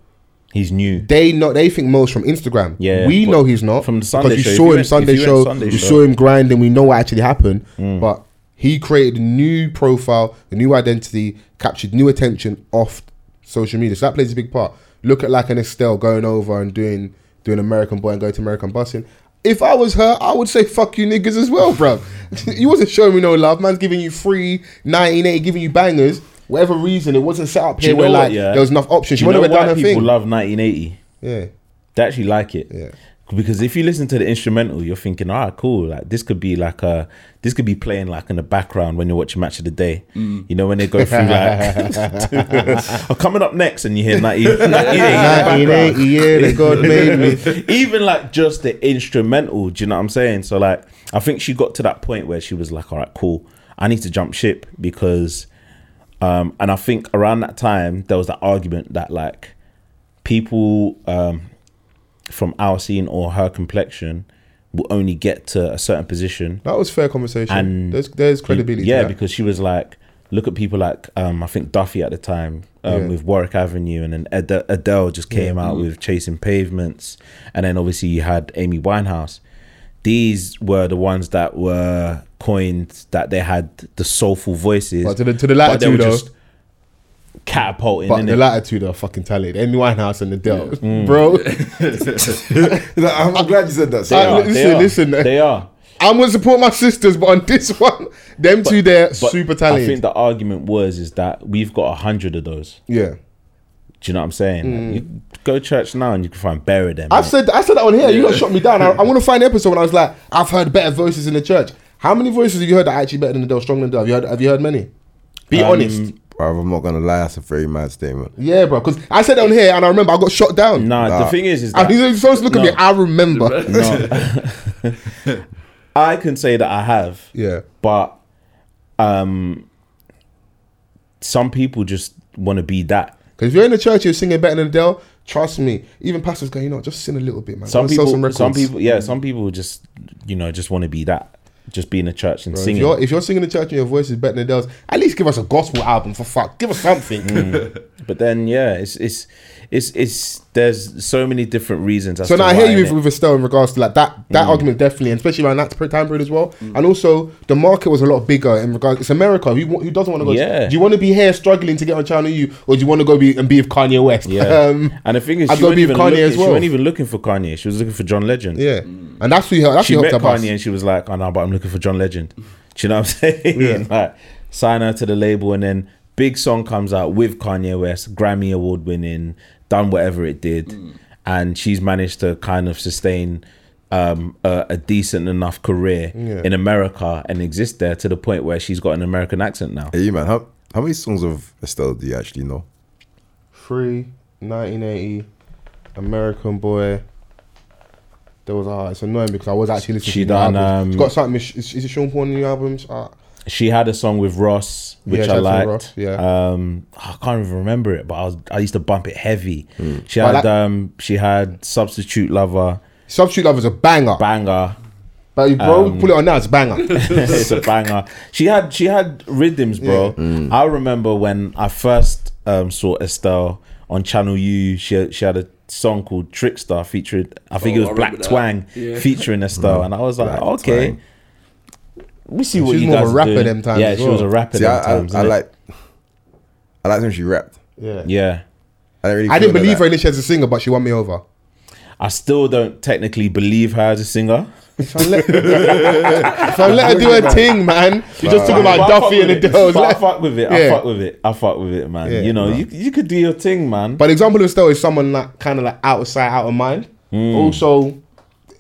Speaker 5: He's new.
Speaker 4: they know they think Mo's from Instagram.
Speaker 5: Yeah,
Speaker 4: we
Speaker 5: but
Speaker 4: know he's not
Speaker 5: from the Sunday
Speaker 4: because
Speaker 5: show.
Speaker 4: you
Speaker 5: If
Speaker 4: saw
Speaker 5: you
Speaker 4: him
Speaker 5: went-
Speaker 4: Sunday
Speaker 5: if you went
Speaker 4: show,
Speaker 5: Sunday
Speaker 4: you
Speaker 5: show. Mm.
Speaker 4: saw him grinding. We know what actually happened, but he created a new profile, a new identity, captured new attention off social media. So that plays a big part. Look at like an Estelle going over and doing doing American Boy and going to American Busing. If I was her, I would say fuck you niggas as well, bro. you wasn't showing me no love. Man's giving you free 1980, giving you bangers. Whatever reason, it wasn't set up
Speaker 5: Do you
Speaker 4: here where
Speaker 5: know what,
Speaker 4: like
Speaker 5: yeah?
Speaker 4: there was enough options. She
Speaker 5: Do you
Speaker 4: would
Speaker 5: know
Speaker 4: have
Speaker 5: why
Speaker 4: done her
Speaker 5: people
Speaker 4: thing.
Speaker 5: love 1980?
Speaker 4: yeah.
Speaker 5: They actually like it.
Speaker 4: Yeah.
Speaker 5: Because if you listen to the instrumental, you're thinking, ah, cool. Like this could be like a, this could be playing like in the background when you're watching Match of the Day. You know when they go through like, coming up next, and you hear 90, 1980 in the background.
Speaker 4: 1980 year that God made me.
Speaker 5: even like just the instrumental do you know what i'm saying so like i think she got to that point where she was like all right cool i need to jump ship because um and i think around that time there was that argument that like people um from our scene or her complexion will only get to a certain position
Speaker 4: That was fair conversation.
Speaker 5: And
Speaker 4: there's there's credibility.
Speaker 5: yeah,
Speaker 4: to that.
Speaker 5: because she was like, look at people like um, I think Duffy at the time um,
Speaker 4: Yeah. Mm-hmm.
Speaker 5: with Warwick Avenue, and then Ad- Adele just came out with Chasing Pavements, and then obviously you had Amy Winehouse. These were the ones that were coined that they had the soulful voices.
Speaker 4: But to the- to the latter
Speaker 5: but they
Speaker 4: two
Speaker 5: were
Speaker 4: though.
Speaker 5: just catapulting.
Speaker 4: but the
Speaker 5: innit?
Speaker 4: latter two are fucking talented. Amy Winehouse and Adele, bro.
Speaker 3: Like, I'm, I'm glad you said that.
Speaker 5: they
Speaker 3: Sam.
Speaker 5: are, they are,
Speaker 4: listen, listen.
Speaker 5: they are.
Speaker 4: I'm gonna support my sisters, but on this one, them two, they're
Speaker 5: But
Speaker 4: super
Speaker 5: I think
Speaker 4: talented.
Speaker 5: the argument was is that we've got a hundred of those.
Speaker 4: yeah,
Speaker 5: Do you know what I'm saying? You go church now and you can find bury them.
Speaker 4: Mm. I've
Speaker 5: innit?
Speaker 4: said I said that on here. You got shot me down. I, I want to find an episode when I was like, I've heard better voices in the church. How many voices have you heard that are actually better than Adele, stronger than Adele? Have you heard? Have you heard many? Be
Speaker 5: Um,
Speaker 4: honest.
Speaker 3: Bruv, I'm not gonna lie. That's a very mad statement.
Speaker 4: Yeah, bro. Because I said that on here, and I remember I got shot down.
Speaker 5: Nah,
Speaker 3: Nah.
Speaker 5: the thing is, is
Speaker 4: And
Speaker 5: that
Speaker 4: he's supposed to look
Speaker 5: No.
Speaker 4: at me. I remember.
Speaker 5: no. I can say that I have,
Speaker 4: yeah.
Speaker 5: but um, some people just want to be that.
Speaker 4: Because if you're in the church, you're singing better than Adele. Trust me, even pastors go, you know, just sing a little bit, man. Go
Speaker 5: Some
Speaker 4: and sell
Speaker 5: people,
Speaker 4: some
Speaker 5: some,
Speaker 4: records. Mm.
Speaker 5: people, yeah, some people just you know just want to be that, just be in a church and
Speaker 4: If
Speaker 5: singing. Mm.
Speaker 4: you're, if you're singing in the church and your voice is better than Adele's, at least give us a gospel album for fuck. Give us something.
Speaker 5: But then, yeah, it's it's it's it's there's so many different reasons. As
Speaker 4: So
Speaker 5: to
Speaker 4: now I hear
Speaker 5: why,
Speaker 4: you with,
Speaker 5: innit?
Speaker 4: with Estelle in regards to like that that
Speaker 5: Mm.
Speaker 4: argument definitely, and especially around that per- time period as well. And also the market was a lot bigger in regards. It's America. Who, wa- who doesn't want to go?
Speaker 5: Yeah.
Speaker 4: Do you want to be here struggling to get on Channel U, or do you want to go be and be with Kanye West?
Speaker 5: Yeah,
Speaker 4: um,
Speaker 5: and the thing is,
Speaker 4: I'd
Speaker 5: she
Speaker 4: go
Speaker 5: wasn't,
Speaker 4: be with
Speaker 5: even
Speaker 4: Kanye
Speaker 5: looking,
Speaker 4: as
Speaker 5: she
Speaker 4: well.
Speaker 5: wasn't even looking for Kanye. She was looking for John Legend.
Speaker 4: yeah. And that's who he- that's
Speaker 5: Mm. she
Speaker 4: who
Speaker 5: met
Speaker 4: helped her bust.
Speaker 5: Kanye and she was like, "Oh no, but I'm looking for John Legend." Do you know what I'm saying?
Speaker 4: Yeah.
Speaker 5: like, sign her to the label, and then big song comes out with Kanye West, Grammy award winning, done whatever it did,
Speaker 4: Mm.
Speaker 5: and she's managed to kind of sustain um, a, a decent enough career
Speaker 4: Yeah.
Speaker 5: in America and exist there to the point where she's got an American accent now.
Speaker 3: Hey, you man, how how many songs of Estelle do you actually know?
Speaker 4: Free, 1980, American Boy. There was ah, it's annoying because I was actually listening.
Speaker 5: She
Speaker 4: to the
Speaker 5: done,
Speaker 4: albums.
Speaker 5: um,
Speaker 4: She got something. Is, is it Sean Paul new albums? Uh,
Speaker 5: She had a song with Ross, which
Speaker 4: she
Speaker 5: I
Speaker 4: had some
Speaker 5: liked.
Speaker 4: Ross, yeah.
Speaker 5: Um, I can't even remember it, but I was I used to bump it heavy. She
Speaker 4: Hmm. But
Speaker 5: had
Speaker 4: that-
Speaker 5: um, she had substitute lover,
Speaker 4: Substitute Love is a banger,
Speaker 5: banger.
Speaker 4: but bro,
Speaker 5: um,
Speaker 4: pull it on now, it's a banger.
Speaker 5: it's a banger. She had she had rhythms, bro.
Speaker 3: Mm.
Speaker 5: I remember when I first um, saw Estelle on Channel U. She she had a song called Trickster featuring. I think
Speaker 2: Oh,
Speaker 5: it was
Speaker 2: I
Speaker 5: Black
Speaker 2: remember that.
Speaker 5: Twang
Speaker 2: Yeah.
Speaker 5: featuring Estelle, and I was like,
Speaker 3: Black
Speaker 5: okay.
Speaker 3: Twang.
Speaker 5: We see what
Speaker 4: was
Speaker 5: you
Speaker 4: more of
Speaker 5: guys
Speaker 4: a
Speaker 5: are
Speaker 4: rapper
Speaker 5: doing.
Speaker 4: them times
Speaker 5: Yeah,
Speaker 4: as
Speaker 5: she
Speaker 4: well.
Speaker 5: was a rapper
Speaker 3: See,
Speaker 5: them
Speaker 3: I, I,
Speaker 5: times.
Speaker 3: I
Speaker 5: innit?
Speaker 3: like I liked when she rapped.
Speaker 4: yeah.
Speaker 5: Yeah.
Speaker 3: I didn't, really
Speaker 4: I
Speaker 3: feel
Speaker 4: didn't believe
Speaker 3: that.
Speaker 4: her initially as a singer, but she won me over.
Speaker 5: I still don't technically believe her as a singer.
Speaker 4: So let, so let her do her thing, man. You just talking
Speaker 5: But
Speaker 4: about
Speaker 5: I fuck
Speaker 4: Duffy and the
Speaker 5: with it.
Speaker 4: Dells.
Speaker 5: But I
Speaker 4: Let-
Speaker 5: fuck with it. I
Speaker 4: Yeah.
Speaker 5: fuck with it. I fuck with it, man.
Speaker 4: Yeah.
Speaker 5: you know, you, you could do your thing, man.
Speaker 4: But the example of Estelle is someone like kind of like out of sight, out of mind.
Speaker 5: Hmm.
Speaker 4: Also,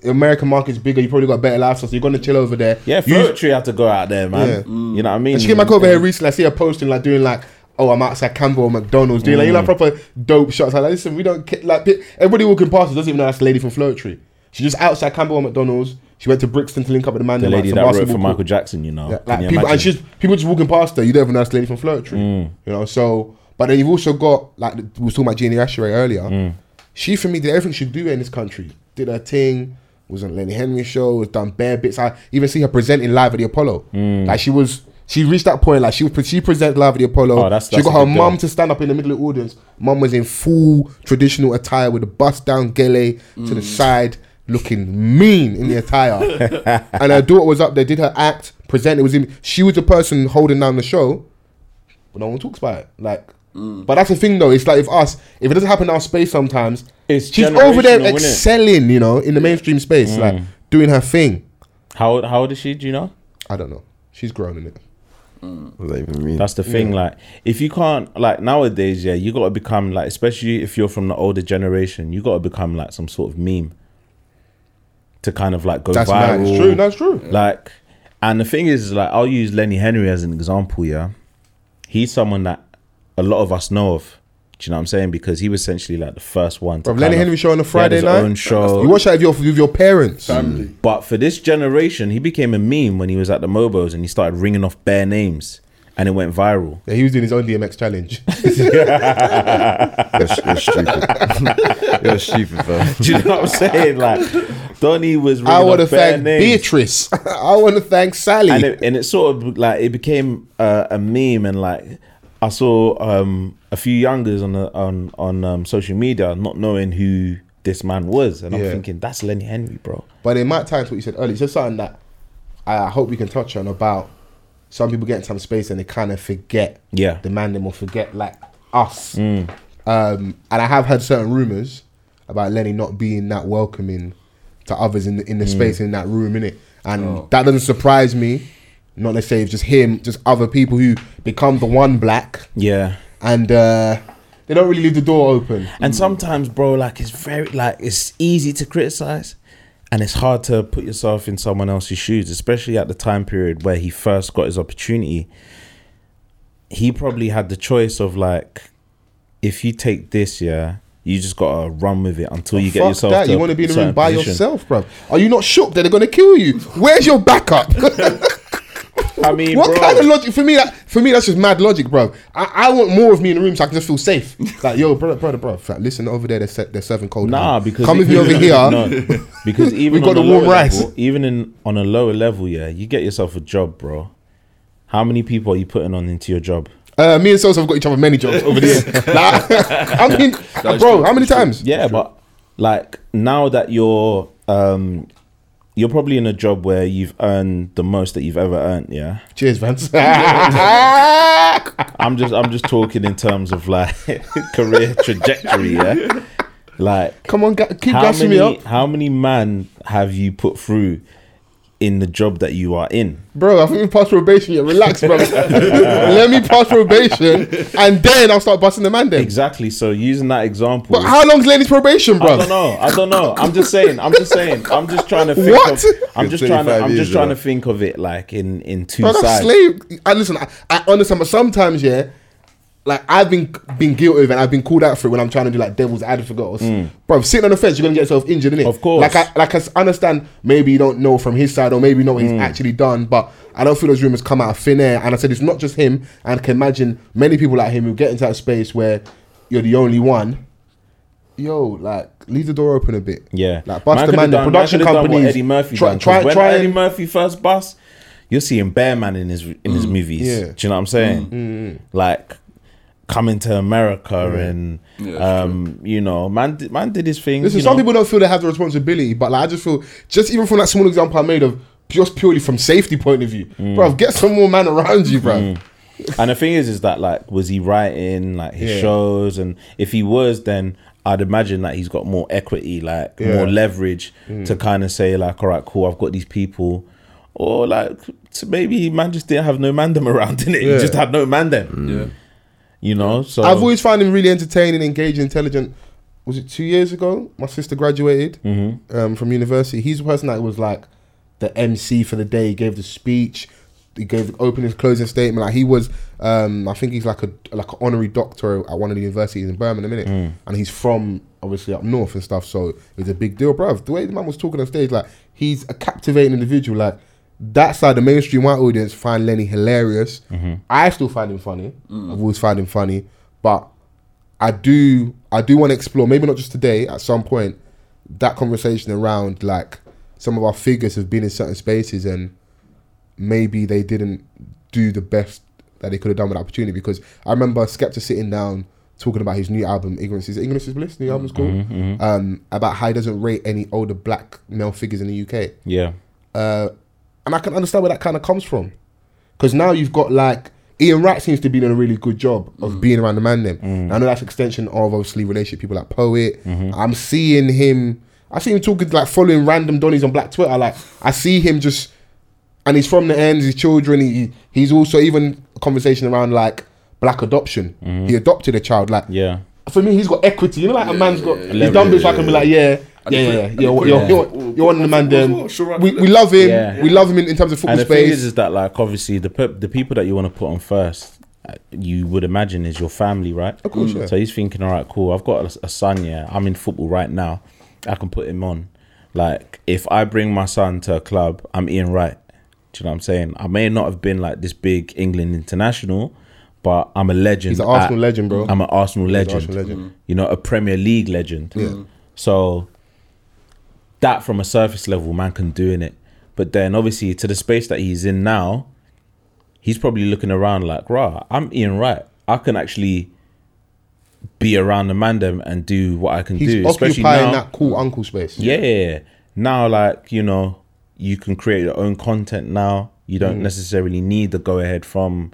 Speaker 4: the American market's bigger. You probably got better lifestyle, so you're gonna chill over there.
Speaker 5: yeah,
Speaker 4: You-
Speaker 5: Floetry had to go out there, man.
Speaker 4: Yeah.
Speaker 5: You know what I mean?
Speaker 4: And she came back over here recently. I see her posting like doing like, oh, I'm outside Campbell or McDonald's doing like you know
Speaker 5: Mm.
Speaker 4: like, proper dope shots. Like, listen, we don't care. like pe- everybody walking past us doesn't even know that's the lady from Floetry. She's just outside Campbell or McDonald's. She went to Brixton to link up with the man.
Speaker 5: the
Speaker 4: there, like,
Speaker 5: lady
Speaker 4: some
Speaker 5: that wrote
Speaker 4: basketball
Speaker 5: for
Speaker 4: court.
Speaker 5: Michael Jackson, you know.
Speaker 4: Yeah,
Speaker 5: Can
Speaker 4: like
Speaker 5: you
Speaker 4: people, and
Speaker 5: imagine? Mm.
Speaker 4: she's people just walking past her. You don't even know it's the lady from Floetry. You know, so but then you've also got like we were talking about Jeannie Asheray earlier.
Speaker 5: Mm.
Speaker 4: She for me did everything she do in this country. Did her thing. Was on Lenny Henry show. Was done bare bits. I even see her presenting live at the Apollo.
Speaker 5: Mm.
Speaker 4: Like she was. She reached that point, like she was, she presented live at the Apollo.
Speaker 5: Oh, that's-
Speaker 4: she
Speaker 5: that's
Speaker 4: got
Speaker 5: a
Speaker 4: her
Speaker 5: good
Speaker 4: mum
Speaker 5: girl.
Speaker 4: to stand up in the middle of the audience. Mum was in full traditional attire with a bust down gele to
Speaker 5: Mm.
Speaker 4: the side, looking mean in the attire. and her daughter was up there, did her act, presented. Was in, she was the person holding down the show, but no one talks about it. Like,
Speaker 5: Mm.
Speaker 4: but that's the thing though. It's like if us, if it doesn't happen in our space, sometimes
Speaker 5: It's
Speaker 4: she's over there
Speaker 5: generational, Mm. innit?
Speaker 4: excelling, you know, in the mainstream space, like doing her thing.
Speaker 5: how old- how old is she? Do you know?
Speaker 4: I don't know. She's grown in it.
Speaker 3: What does that even mean?
Speaker 5: That's the thing. Like, if you can't, like nowadays, yeah, you got to become like, especially if you're from the older generation, you got to become like some sort of meme to kind of like go
Speaker 4: That's
Speaker 5: viral.
Speaker 4: mad. It's true. That's true.
Speaker 5: Like, and the thing is, like, I'll use Lenny Henry as an example. Yeah, he's someone that a lot of us know of. Do you know what I'm saying? Because he was essentially like the first one. To
Speaker 4: Bro, Lenny
Speaker 5: kind of-
Speaker 4: Henry show on a
Speaker 5: he had
Speaker 4: Friday
Speaker 5: his
Speaker 4: night.
Speaker 5: Own show.
Speaker 4: You watch that with your, with your parents.
Speaker 2: Family.
Speaker 5: But for this generation, he became a meme when he was at the Mobos and he started ringing off bare names, and it went viral.
Speaker 4: Yeah, he was doing his own DMX challenge.
Speaker 3: You're, you're stupid. you're stupid, fam.
Speaker 5: Do you know what I'm saying? Like, Donny was ringing
Speaker 4: I want to
Speaker 5: off bare
Speaker 4: thank
Speaker 5: names.
Speaker 4: Beatrice. I want to thank Sally.
Speaker 5: and it, and it sort of like it became uh, a meme and like I saw um, a few youngers on the, on on um, social media not knowing who this man was and I'm
Speaker 4: Yeah.
Speaker 5: thinking that's Lenny Henry bro
Speaker 4: But in my times, what you said earlier, it's just something that I I hope we can touch on about some people get in some space and they kind of forget
Speaker 5: Yeah. Mm.
Speaker 4: the man them or forget like us. Um, and I have heard certain rumors about Lenny not being that welcoming to others in the, in the
Speaker 5: Mm.
Speaker 4: space in that room in it, and
Speaker 5: Oh.
Speaker 4: that doesn't surprise me. Not necessarily just him, just other people who become the one black
Speaker 5: yeah
Speaker 4: and uh, they don't really leave the door open.
Speaker 5: and sometimes bro like it's very like it's easy to criticize and it's hard to put yourself in someone else's shoes especially at the time period where he first got his opportunity he probably had the choice of like if you take this yeah you just gotta run with it until you get
Speaker 4: Fuck
Speaker 5: yourself
Speaker 4: that.
Speaker 5: to
Speaker 4: you
Speaker 5: a
Speaker 4: want to be in the
Speaker 5: certain
Speaker 4: room by
Speaker 5: position.
Speaker 4: yourself, bro. Are you not shook that they're going to kill you? Where's your backup?
Speaker 5: I mean,
Speaker 4: what
Speaker 5: bro,
Speaker 4: kind of logic? For me, that for me, that's just mad logic, bro. I, I want more of me in the room so I can just feel safe. Like, yo, brother, brother, bro. Like, listen, over there, they're, se- they're serving cold.
Speaker 5: Nah,
Speaker 4: ham.
Speaker 5: because
Speaker 4: come with me over
Speaker 5: even-
Speaker 4: here.
Speaker 5: No, because even
Speaker 4: got
Speaker 5: on
Speaker 4: the
Speaker 5: a
Speaker 4: warm
Speaker 5: lower
Speaker 4: rice.
Speaker 5: level- even in on a lower level, yeah, you get yourself a job, bro. How many people are you putting on into your job?
Speaker 4: Uh, me and Sosa have got each other many jobs over the years. Like, I mean,
Speaker 2: That's
Speaker 4: bro,
Speaker 2: true,
Speaker 4: how many
Speaker 2: that's true.
Speaker 4: times?
Speaker 5: Yeah, but like now that you're um you're probably in a job where you've earned the most that you've ever earned, yeah.
Speaker 4: Cheers, Vance.
Speaker 5: I'm just I'm just talking in terms of like career trajectory, yeah. Like
Speaker 4: Come on, ga- keep
Speaker 5: how
Speaker 4: gassing me
Speaker 5: many
Speaker 4: up,
Speaker 5: how many man have you put through in the job that you are in?
Speaker 4: bro. I think we passed probation. Yeah, relax, bro. Let me pass probation, and then I'll start busting the man. Then,
Speaker 5: Exactly. So using that example
Speaker 4: but how long's Lenny's probation, bro?
Speaker 5: I don't know. I don't know. I'm just saying. I'm just saying. I'm just trying to think.
Speaker 4: What?
Speaker 5: Of, I'm just
Speaker 3: It's
Speaker 5: trying to.
Speaker 3: 35
Speaker 5: I'm
Speaker 3: years,
Speaker 5: just trying
Speaker 3: bro.
Speaker 5: to think of it like in in two
Speaker 4: Bro, that's
Speaker 5: sides.
Speaker 4: slave. I listen. I, I understand, but sometimes, yeah, like I've been been guilty of it. and I've been called out for it when I'm trying to do like devil's advocate. Or mm. Bro, sitting on the fence, you're gonna get yourself injured, innit?
Speaker 5: Of course.
Speaker 4: Like I like I s- understand. Maybe you don't know from his side, or maybe you know what
Speaker 5: Mm.
Speaker 4: he's actually done. But I don't feel those rumors come out of thin air. And I said it's not just him. And I can imagine many people like him who get into that space where you're the only one. Yo, like leave the door open a bit.
Speaker 5: Yeah.
Speaker 4: like bust the
Speaker 5: could've
Speaker 4: man. The
Speaker 5: done-
Speaker 4: production
Speaker 5: could've done what
Speaker 4: companies.
Speaker 5: Eddie Murphy.
Speaker 4: Try,
Speaker 5: done, 'cause
Speaker 4: try,
Speaker 5: when
Speaker 4: try.
Speaker 5: Eddie
Speaker 4: and-
Speaker 5: Murphy first bust, you're seeing Bear Man in his in his movies.
Speaker 4: Mm. yeah. Mm.
Speaker 5: Do you know what I'm saying? Like coming to America
Speaker 4: Mm.
Speaker 5: and
Speaker 2: that's
Speaker 5: um, you know, man, di- man did his thing.
Speaker 4: Listen,
Speaker 5: you
Speaker 4: some
Speaker 5: know.
Speaker 4: people don't feel they have the responsibility, but like I just feel, just even from that small example I made of just purely from safety point of view, bro, get some more man around you, bro.
Speaker 5: Mm. And the thing is, is that like, was he writing like his
Speaker 4: Yeah.
Speaker 5: shows? And if he was, then I'd imagine that he's got more equity, like more
Speaker 4: Yeah. Mm.
Speaker 5: leverage to kind of say like, all right, cool, I've got these people, or like so maybe man just didn't have no mandem around in it. He
Speaker 4: Yeah.
Speaker 5: just had no mandem,
Speaker 2: Yeah.
Speaker 5: you know. So
Speaker 4: I've always found him really entertaining, engaging, intelligent. Was it two years ago? My sister graduated um, from university. He's the person that was like the MC for the day. He gave the speech. He gave the opening, closing statement. Like he was, um, I think he's like a like an honorary doctor at one of the universities in Birmingham, minute. And he's from obviously up north and stuff. So it's a big deal, bro. The way the man was talking on stage, like he's a captivating individual. Like that's how the mainstream white audience find Lenny hilarious. I still find him funny. I've always found him funny, but I do I do want to explore maybe not just today at some point that conversation around like some of our figures have been in certain spaces and maybe they didn't do the best that they could have done with the opportunity because I remember Skepta sitting down talking about his new album Ignorance is Ignorance is Bliss new album's called um, about how he doesn't rate any older black male figures in the UK
Speaker 5: yeah,
Speaker 4: uh, and I can understand where that kind of comes from. Because now you've got like Ian Wright seems to be doing a really good job of being around the man. Them I know that's extension of obviously relationship people like poet. I'm seeing him. I see him talking like following random Donnies on Black Twitter. Like I see him just, and he's from the ends. His children. He he's also even a conversation around like black adoption. He adopted a child. Like
Speaker 5: yeah.
Speaker 4: for me, he's got equity. You know, like a man's got
Speaker 2: yeah,
Speaker 4: he's done
Speaker 5: yeah,
Speaker 4: this. I can be like, yeah,
Speaker 2: And
Speaker 4: yeah,
Speaker 2: they put-
Speaker 4: yeah, yeah.
Speaker 2: and they
Speaker 4: You're,
Speaker 2: put
Speaker 4: you're,
Speaker 2: it
Speaker 4: you're, you're on the man.
Speaker 2: as
Speaker 4: Then
Speaker 2: well, sure, right,
Speaker 4: we, we
Speaker 2: left.
Speaker 4: love him.
Speaker 5: Yeah.
Speaker 4: We love him in, in terms of football
Speaker 5: And the thing is,
Speaker 4: space.
Speaker 5: is that like obviously the pe- the people that you want to put on first, uh, you would imagine is your family, right? Of
Speaker 4: course, yeah.
Speaker 5: So he's thinking, all right, cool. I've got a, a son. Yeah, I'm in football right now. I can put him on. Like if I bring my son to a club, I'm Ian Wright. Do you know what I'm saying? I may not have been like this big England international, but I'm a legend.
Speaker 4: He's an Arsenal legend, bro.
Speaker 5: I'm an Arsenal legend.
Speaker 4: Arsenal legend.
Speaker 5: You know, a Premier League legend.
Speaker 4: Yeah.
Speaker 5: So that from a surface level, man can do in it. But then obviously to the space that he's in now, he's probably looking around like, rah, I'm Ian Wright. I can actually be around the mandem and do what I can
Speaker 4: He's
Speaker 5: do. Especially now.
Speaker 4: occupying that cool uncle space.
Speaker 5: Yeah, yeah, yeah. Now, like, you know, you can create your own content now. You
Speaker 4: Mm.
Speaker 5: don't necessarily need the go ahead from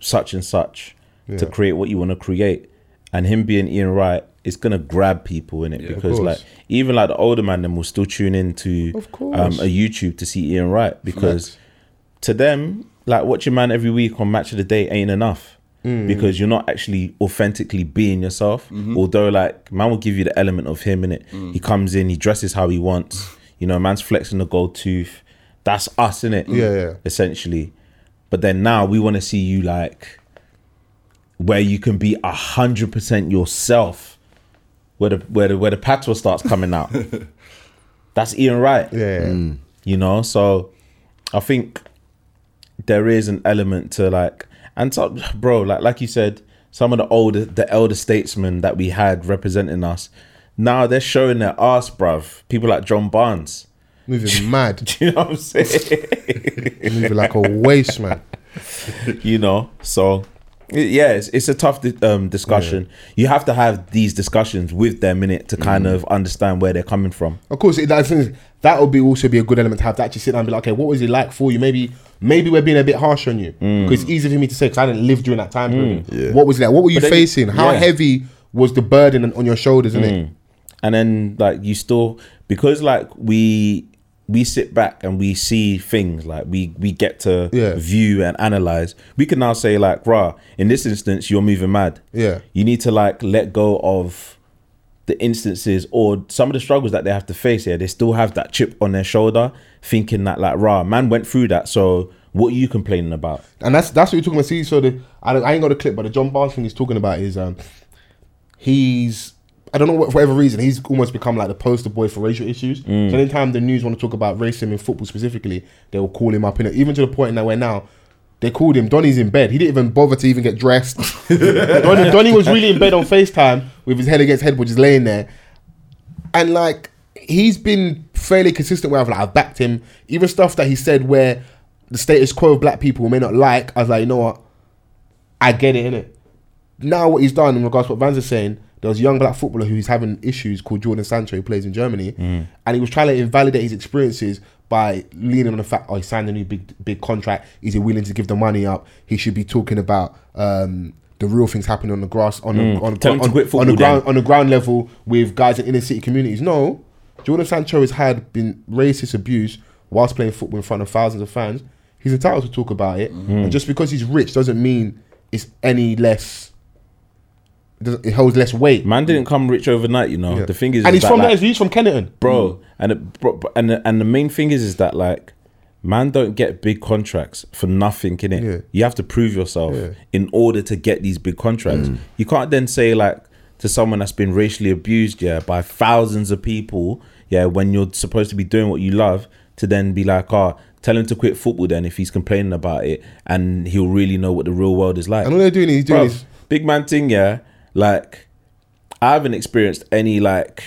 Speaker 5: such and such to
Speaker 4: Yeah.
Speaker 5: create what you want to create. And him being Ian Wright is gonna grab people in it because
Speaker 4: course.
Speaker 5: like even like the older man then will still tune in to
Speaker 4: Of course.
Speaker 5: um, a YouTube to see Ian Wright because to them, like watching man every week on match of the day ain't enough
Speaker 4: Mm.
Speaker 5: because you're not actually authentically being yourself.
Speaker 4: Mm-hmm.
Speaker 5: Although, like man will give you the element of him in it.
Speaker 4: Mm.
Speaker 5: He comes in, he dresses how he wants. You know, man's flexing the gold tooth. That's us in it.
Speaker 4: Mm. Yeah, yeah.
Speaker 5: Essentially, but then now we want to see you like where you can be a hundred percent yourself. Where the where the where the patois starts coming out. That's Ian Wright
Speaker 4: Yeah.
Speaker 5: Mm. you know so i think there is an element to like and so bro like like you said some of the older the elder statesmen that we had representing us now they're showing their ass bruv people like john barnes
Speaker 4: Moving mad.
Speaker 5: do you know what i'm saying
Speaker 4: Moving like a waste man.
Speaker 5: you know so It- Yeah, it's, it's a tough di- um, discussion. You have to have these discussions with them in it to kind of understand where they're coming from.
Speaker 4: Of course, it, that's, that would be also be a good element to have to actually sit down and be like, okay, what was it like for you? Maybe, maybe we're being a bit harsh on you
Speaker 5: Mm.
Speaker 4: because it's easy for me to say because I didn't live during that time period. What was that? What were you
Speaker 5: then-
Speaker 4: facing? How
Speaker 5: yeah. Mm.
Speaker 4: heavy was the burden on- on your shoulders? And it
Speaker 5: and then like you still because like we we sit back and we see things like we we get to
Speaker 4: Yeah.
Speaker 5: view and analyze we can now say like rah in this instance you're moving mad
Speaker 4: Yeah.
Speaker 5: you need to like let go of the instances or some of the struggles that they have to face here they still have that chip on their shoulder thinking that like rah man went through that so what are you complaining about
Speaker 4: And that's that's what you're talking about. See, so the I, don't- I ain't got a clip, but the John Barnes thing he's talking about is um, he's I don't know what for whatever reason he's almost become like the poster boy for racial issues. So anytime the news want to talk about racism in football specifically, they will call him up in it. Even to the point that where now. They called him. Donny's in bed. He didn't even bother to even get dressed. Donny, Donny was really in bed on Facetime with his head against headboard, just laying there and like he's been fairly consistent where I've like I've backed him. Even stuff that he said where the status quo of black people may not like, I was like, you know what? I get it, innit? Now what he's done in regards to what Vans is saying, there was a young black footballer who's having issues called Jordan Sancho who plays in Germany
Speaker 5: Mm.
Speaker 4: and he was trying to invalidate his experiences by leaning on the fact oh he signed a new big big contract, is he willing to give the money up? He should be talking about um the real things happening on the grass on the on, the
Speaker 5: Tell him
Speaker 4: on,
Speaker 5: to quit
Speaker 4: on the
Speaker 5: Mm. football
Speaker 4: ground
Speaker 5: then.
Speaker 4: on the ground level with guys in inner city communities. No, Jordan Sancho has had been racist abuse whilst playing football in front of thousands of fans. He's entitled to talk about it,
Speaker 5: Mm.
Speaker 4: and just because he's rich doesn't mean it's any less. it doesn't- It holds less weight.
Speaker 5: man didn't come rich overnight you know the thing is
Speaker 4: and he's
Speaker 5: is that,
Speaker 4: from
Speaker 5: like-
Speaker 4: that, he's from Kennington.
Speaker 5: bro. And it, bro, bro- and the, and the main thing is is that like, man, don't get big contracts for nothing, in it.
Speaker 4: Yeah.
Speaker 5: You have to prove yourself
Speaker 4: Yeah. Hmm.
Speaker 5: in order to get these big contracts. You can't then say like to someone that's been racially abused, yeah, by thousands of people, yeah, when you're supposed to be doing what you love, to then be like, ah. Tell him to quit football then if he's complaining about it, and he'll really know what the real world is like.
Speaker 4: And all they're doing is doing
Speaker 5: Bruv,
Speaker 4: is
Speaker 5: big man thing, yeah. Like, I haven't experienced any like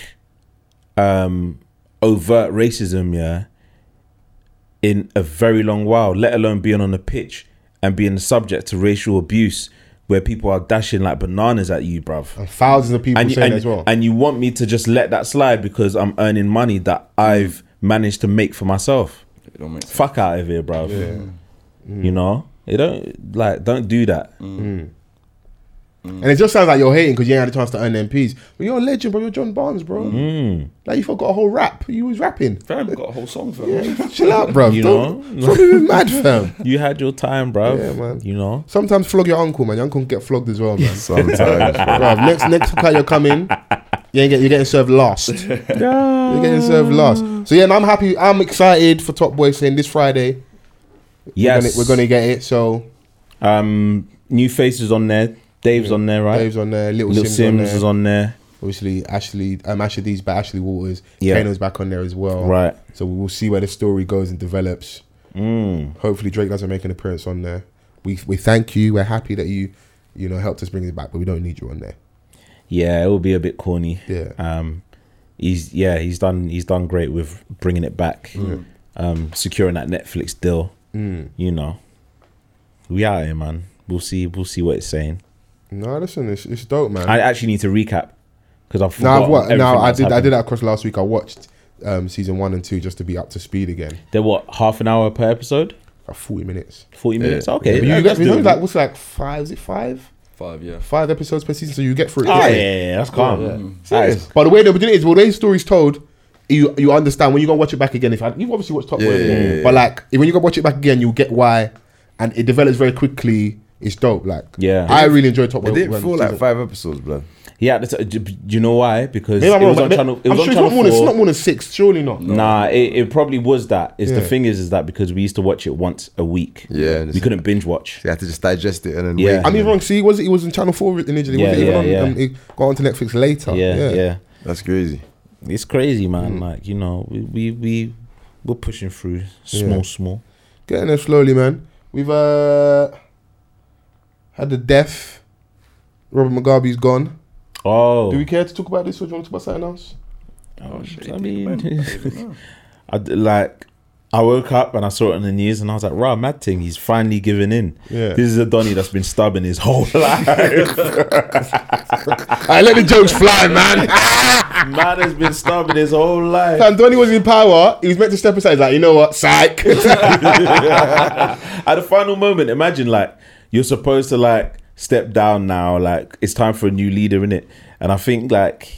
Speaker 5: um overt racism, yeah, in a very long while, let alone being on the pitch and being subject to racial abuse where people are dashing like bananas at you, bruv.
Speaker 4: thousands of people
Speaker 5: And you,
Speaker 4: saying
Speaker 5: and,
Speaker 4: that as well.
Speaker 5: and you want me to just let that slide because I'm earning money that I've managed to make for myself.
Speaker 2: It don't make sense.
Speaker 5: Fuck out of here, bruv. You know? It don't like don't do that.
Speaker 4: And it just sounds like you're hating because you ain't had a chance to earn MPs. But you're a legend, bro. You're John Barnes, bro.
Speaker 5: Hmm.
Speaker 4: Like you forgot a whole rap. You was rapping.
Speaker 2: Fam got a whole song for
Speaker 4: Chill out, bro.
Speaker 5: You
Speaker 4: Don't,
Speaker 5: know?
Speaker 4: stop being mad, fam.
Speaker 5: You had your time, bruv.
Speaker 4: Yeah, man.
Speaker 5: You know?
Speaker 4: Sometimes flog your uncle, man. Your uncle can get flogged as well, man.
Speaker 3: Sometimes.
Speaker 4: Bruv, next next time you're coming, you ain't get, you're getting served last. You're getting served last. So yeah, and I'm happy. I'm excited for Top Boy saying this Friday.
Speaker 5: Yes.
Speaker 4: we're gonna, we're gonna get it. So
Speaker 5: Um, new faces on there. Dave's on there, right?
Speaker 4: Dave's on there, Little,
Speaker 5: Little
Speaker 4: Sims,
Speaker 5: Sims,
Speaker 4: on there.
Speaker 5: is on there.
Speaker 4: Obviously, Ashley, um, Ashley D's back. Ashley Waters,
Speaker 5: Yeah.
Speaker 4: Kano's back on there as well.
Speaker 5: Right.
Speaker 4: So we will see where the story goes and develops. Hopefully, Drake doesn't make an appearance on there. We we thank you. We're happy that you, you know, helped us bring it back, but we don't need you on there.
Speaker 5: Yeah, it will be a bit corny.
Speaker 4: Yeah.
Speaker 5: Um, he's yeah, he's done he's done great with bringing it back, um, securing that Netflix deal.
Speaker 4: Mm.
Speaker 5: You know, we out here, man. We'll see. We'll see what it's saying.
Speaker 4: No, listen, it's, it's dope, man.
Speaker 5: I actually need to recap because I've
Speaker 4: No,
Speaker 5: forgotten
Speaker 4: I've what?
Speaker 5: everything
Speaker 4: No, I
Speaker 5: that's
Speaker 4: did. I
Speaker 5: happened.
Speaker 4: did that across last week. I watched um, season one and two just to be up to speed again.
Speaker 5: They're what half an hour per episode,
Speaker 4: About forty minutes.
Speaker 5: forty minutes. Okay,
Speaker 4: But
Speaker 5: that-
Speaker 4: you get
Speaker 5: that's
Speaker 4: you know,
Speaker 5: doable.
Speaker 4: like what's like five? Is it five?
Speaker 2: Five, yeah.
Speaker 4: Five episodes per season, so you get through it.
Speaker 5: Oh, yeah,
Speaker 4: quick.
Speaker 5: yeah, yeah, that's calm. That is-
Speaker 4: Serious. But the way they're doing it is, well, these stories told. You you understand when you go watch it back again. If I, you've obviously watched Top Boy,
Speaker 3: Yeah, yeah,
Speaker 4: before,
Speaker 3: yeah,
Speaker 4: but like if- when you go watch it back again, you'll get why, and it develops very quickly. It's dope. Like
Speaker 5: Yeah.
Speaker 4: I really enjoyed Top Boy.
Speaker 3: It didn't
Speaker 4: when-
Speaker 3: feel like
Speaker 4: season-
Speaker 3: five episodes, blood.
Speaker 5: Yeah, that's, uh, do, do you know why? Because
Speaker 4: Maybe I'm
Speaker 5: it
Speaker 4: wrong,
Speaker 5: was on
Speaker 4: but
Speaker 5: channel. It
Speaker 4: I'm
Speaker 5: was
Speaker 4: sure
Speaker 5: on
Speaker 4: it's
Speaker 5: channel
Speaker 4: not, more than, it's
Speaker 5: four.
Speaker 4: not more than six. Surely not.
Speaker 5: Nah, it, it probably was that. It's the
Speaker 4: Yeah.
Speaker 5: thing is, is that because we used to watch it once a week.
Speaker 3: Yeah, and
Speaker 5: we
Speaker 3: it's-
Speaker 5: couldn't binge watch.
Speaker 3: You had to just digest it and then
Speaker 5: Yeah.
Speaker 3: wait.
Speaker 4: I mean, wrong. See, was it? It was on Channel Four initially.
Speaker 5: Yeah,
Speaker 4: was it even
Speaker 5: yeah,
Speaker 4: on,
Speaker 5: yeah.
Speaker 4: Um, it got onto Netflix later.
Speaker 5: Yeah, yeah,
Speaker 3: That's crazy.
Speaker 5: It's crazy, man.
Speaker 4: Mm.
Speaker 5: Like you know, we we we we're pushing through small,
Speaker 4: Yeah.
Speaker 5: small.
Speaker 4: Getting there slowly, man. We've uh had the death. Robert Mugabe's gone.
Speaker 5: Oh,
Speaker 4: Do we Oh, care to talk about this, or do you want to talk about something else?
Speaker 5: I mean, I d- like I woke up and I saw it on the news and I was like, "Rah, mad thing! He's finally giving in.
Speaker 4: Yeah.
Speaker 5: This is a Donny that's been stubborn his whole life.
Speaker 4: I let the jokes fly, man.
Speaker 5: man has been stubborn his whole life.
Speaker 4: And Donny was in power. He was meant to step aside. He's like, you know what? Psych.
Speaker 5: At the final moment, imagine like you're supposed to like step down now, like it's time for a new leader in it. And I think like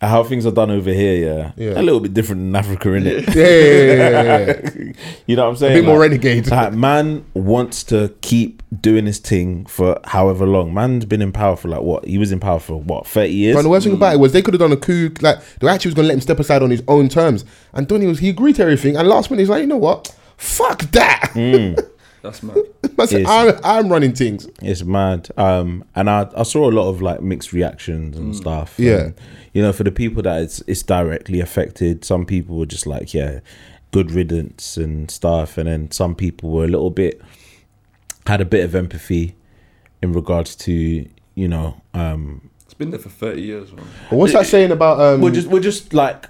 Speaker 5: how things are done over here, yeah,
Speaker 4: Yeah.
Speaker 5: a little bit different in Africa, in
Speaker 4: yeah,
Speaker 5: it.
Speaker 4: yeah, yeah, yeah, yeah.
Speaker 5: you know what I'm saying?
Speaker 4: bit more
Speaker 5: Like-
Speaker 4: renegade.
Speaker 5: like, man wants to keep doing his thing for however long. Man's been in power for like what? He was in power for what? Thirty years.
Speaker 4: But the worst thing about it was they could have done a coup. Like they actually was going to let him step aside on his own terms. And Donny was he agreed to everything. And last minute he's like, you know what? Fuck that.
Speaker 2: That's mad.
Speaker 4: I said,
Speaker 5: Yes.
Speaker 4: I'm, I'm running things.
Speaker 5: It's mad. Um, and I, I saw a lot of like mixed reactions and stuff.
Speaker 4: Mm. Yeah.
Speaker 5: And, you know, for the people that it's it's directly affected, some people were just like, yeah, good riddance and stuff, and then some people were a little bit had a bit of empathy in regards to you know um,
Speaker 2: It's been there for 30 years, man.
Speaker 4: But what's that saying about um?
Speaker 5: we're just we're just like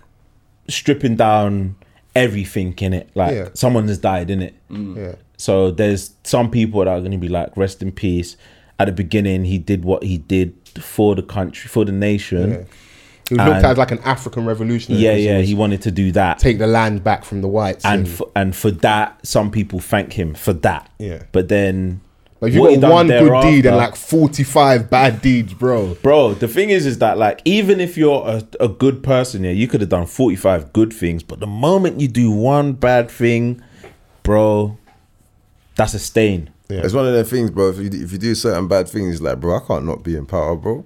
Speaker 5: stripping down everything in it. Like
Speaker 4: Yeah. Mm.
Speaker 5: someone has died in it.
Speaker 4: yeah.
Speaker 5: So there's some people that are going to be like, rest in peace. At the beginning, he did what he did for the country, for the nation.
Speaker 4: He was looked
Speaker 5: And-
Speaker 4: at as like an African revolutionary.
Speaker 5: Yeah, yeah,
Speaker 4: 'cause he was
Speaker 5: he wanted to do that.
Speaker 4: take the land back from the whites.
Speaker 5: and for, and for that, some people thank him for that.
Speaker 4: Yeah.
Speaker 5: But then,
Speaker 4: Like, if you
Speaker 5: what he
Speaker 4: got
Speaker 5: done
Speaker 4: one good deed and
Speaker 5: thereafter-
Speaker 4: like 45 bad deeds, bro.
Speaker 5: bro, the thing is, is that like even if you're a, a good person, yeah, you could have done forty five good things, but the moment you do one bad thing, bro, that's a stain.
Speaker 4: Yeah.
Speaker 3: It's one of the things, bro. If you do- if you do certain bad things, like bro, I can't not be in power, bro.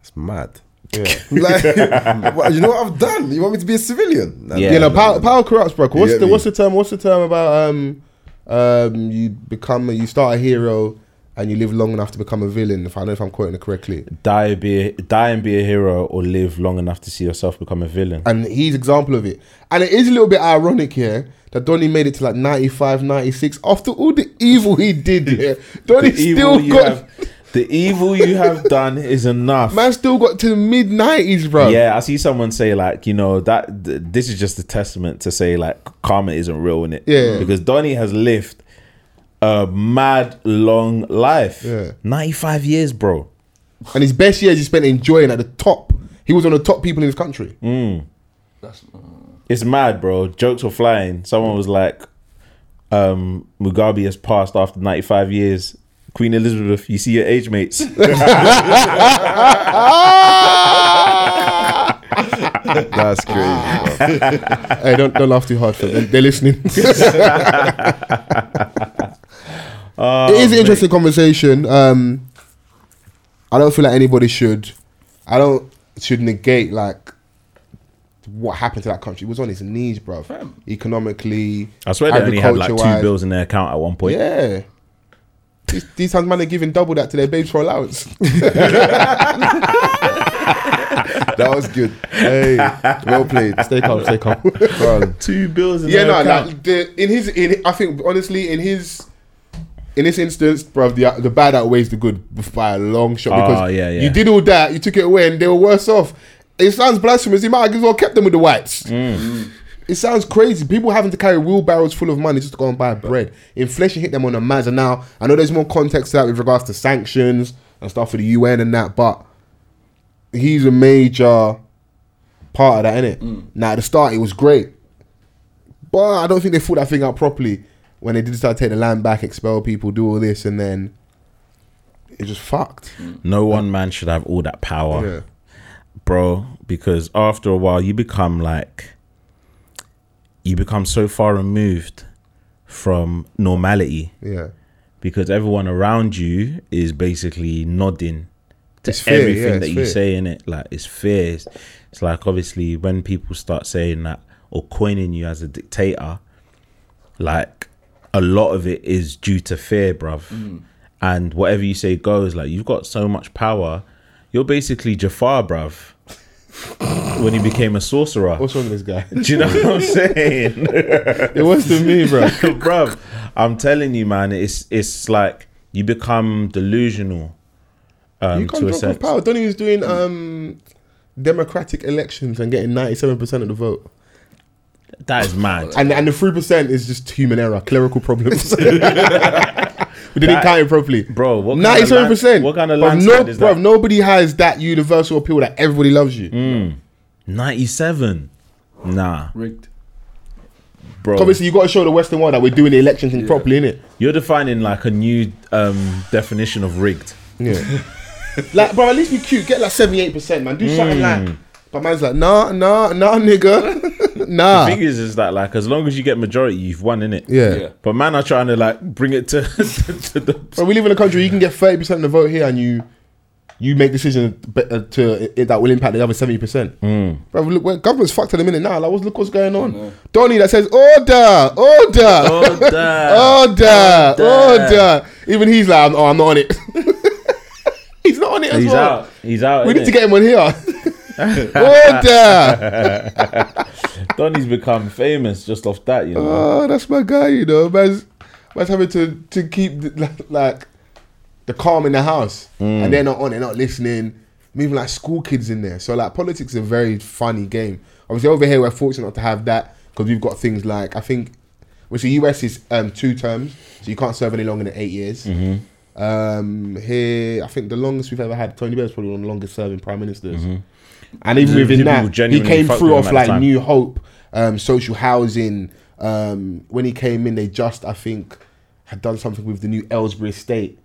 Speaker 3: It's mad. like, what- you know what I've done? You want me to be a civilian? Nah,
Speaker 5: Yeah.
Speaker 4: you know,
Speaker 3: nah,
Speaker 4: power,
Speaker 3: nah,
Speaker 4: power corrupts, bro. What's
Speaker 3: get
Speaker 4: the
Speaker 3: me?
Speaker 4: what's the term? What's the term about um um you become you start a hero and you live long enough to become a villain? If I know if I'm quoting it correctly.
Speaker 5: die be a, die and be a hero or live long enough to see yourself become a villain.
Speaker 4: And he's example of it. And it is a little bit ironic here that Donny made it to like 95, 96. After all the evil he did here, Donny
Speaker 5: the evil
Speaker 4: still
Speaker 5: you
Speaker 4: got
Speaker 5: have the evil you have done is enough.
Speaker 4: man still got to the mid nineties, bro.
Speaker 5: yeah, I see someone say like, you know, that th- this is just a testament to say like karma isn't real in it.
Speaker 4: Yeah.
Speaker 5: Because Donnie has lived a mad long life.
Speaker 4: Yeah.
Speaker 5: 95 years, bro.
Speaker 4: And his best years he spent enjoying at the top. He was one of the top people in his country.
Speaker 2: That's mm,
Speaker 5: It's mad, bro. Jokes were flying. Someone was like, um, Mugabe has passed after 95 years. Queen Elizabeth, you see your age mates.
Speaker 3: That's crazy. Bro.
Speaker 4: hey, don't don't laugh too hard for them. They're listening.
Speaker 5: Oh,
Speaker 4: it is an interesting conversation. Um, I don't feel like anybody should. I don't should negate like what happened to that country. He was on his knees, bro. Economically,
Speaker 5: I swear they only had like two
Speaker 4: agriculture-wise.
Speaker 5: bills in their account at one point.
Speaker 4: Yeah. These, these times, man, are giving double that to their babes for allowance.
Speaker 3: That was good. Hey, well played.
Speaker 4: stay calm, stay calm.
Speaker 3: Bro,
Speaker 5: Two bills in
Speaker 4: yeah,
Speaker 5: their
Speaker 4: no,
Speaker 5: account.
Speaker 4: like the, in his, in I think honestly, in his, in this instance, bro, the the bad outweighs the good by a long shot
Speaker 5: Oh,
Speaker 4: because
Speaker 5: yeah, yeah.
Speaker 4: you did all that, you took it away, and they were worse off. It sounds blasphemous. He might have as well kept them with the whites.
Speaker 5: Mm.
Speaker 4: Mm. It sounds crazy. People having to carry wheelbarrows full of money just to go and buy bread. Inflation hit them on the maz. And now I know there's more context to that with regards to sanctions and stuff for the UN and that, but he's a major part of that, innit?
Speaker 5: Mm.
Speaker 4: Now at the start it was great. But I don't think they thought that thing out properly when they did start to take the land back, expel people, do all this, and then it just fucked.
Speaker 5: no one man should have all that power,
Speaker 4: Yeah.
Speaker 5: bro. Because after a while, you become like, you become so far removed from normality
Speaker 4: Yeah.
Speaker 5: because everyone around you is basically nodding to
Speaker 4: It's fear,
Speaker 5: everything
Speaker 4: yeah, it's
Speaker 5: that you
Speaker 4: fear.
Speaker 5: say in it. Like it's fear. It's, it's like obviously when people start saying that or coining you as a dictator, like a lot of it is due to fear, bruv.
Speaker 4: Mm.
Speaker 5: And whatever you say goes. Like you've got so much power, you're basically Jafar, bruv. when he became a sorcerer.
Speaker 4: What's wrong with this guy?
Speaker 5: Do you know what I'm saying?
Speaker 4: it was to me, bro.
Speaker 5: bruv i'm telling you man it's it's like you become delusional um
Speaker 4: you
Speaker 5: to
Speaker 4: can't
Speaker 5: a
Speaker 4: drop off
Speaker 5: sense
Speaker 4: power. Donny was doing um democratic elections and getting ninety seven percent of the vote.
Speaker 5: That is mad.
Speaker 4: And and the three percent is just human error, clerical problems. we didn't count it properly,
Speaker 5: Bro, what kind of
Speaker 4: Ninety seven
Speaker 5: land-
Speaker 4: percent.
Speaker 5: what kind of
Speaker 4: no,
Speaker 5: landslide is
Speaker 4: bro?
Speaker 5: that? Mm.
Speaker 4: Nobody has that universal appeal that everybody loves you.
Speaker 5: 97. Nah,
Speaker 2: Rigged.
Speaker 5: bro.
Speaker 4: Obviously, you got to show the Western world that we're doing the election thing properly, innit?
Speaker 5: You're defining like a new um, definition of rigged.
Speaker 4: Yeah. like, bro, at least be cute. Get like seventy eight percent, man. Do
Speaker 5: Mm.
Speaker 4: something like. But man's like, nah, nah, nah, nigga, nah.
Speaker 5: The thing is, is that like as long as you get majority, you've won in it.
Speaker 4: Ah. yeah.
Speaker 2: Yeah.
Speaker 5: But man are trying to like bring it to, to the
Speaker 4: Bro, we live in a country where you can get thirty percent of the vote here, and you you make decisions be- uh, to it, that will impact the other seventy percent.
Speaker 5: Mm.
Speaker 4: Bro, look, where government's fucked at the minute now. Like, what's, look what's going on. Donny that says order, order,
Speaker 5: oh,
Speaker 4: order,
Speaker 5: Order.
Speaker 4: order. Even he's like, oh, I'm not on it. he's not on it as
Speaker 5: He's
Speaker 4: well.
Speaker 5: out. He's out.
Speaker 4: We need
Speaker 5: innit?
Speaker 4: to get him on here. order.
Speaker 5: Donny's become famous just off that, you know.
Speaker 4: Oh, that's my guy. You know, man's, man's having to to keep the, like the calm in the house, and they're not on. They're not listening. I'm Even like school kids in there. So like politics is a very funny game. Obviously over here we're fortunate not to have that because we've got things like I think, which the US is um, two terms, so you can't serve any longer than eight years. Um, here I think the longest we've ever had Tony Blair's probably one of the longest serving prime ministers. And even
Speaker 5: Mm.
Speaker 4: within
Speaker 5: People
Speaker 4: that, he
Speaker 5: genuinely
Speaker 4: came
Speaker 5: fucked
Speaker 4: through
Speaker 5: with
Speaker 4: off
Speaker 5: him at the
Speaker 4: like
Speaker 5: time.
Speaker 4: New Hope, um, social housing. Um, when he came in, they just I think had done something with the new Ellsbury estate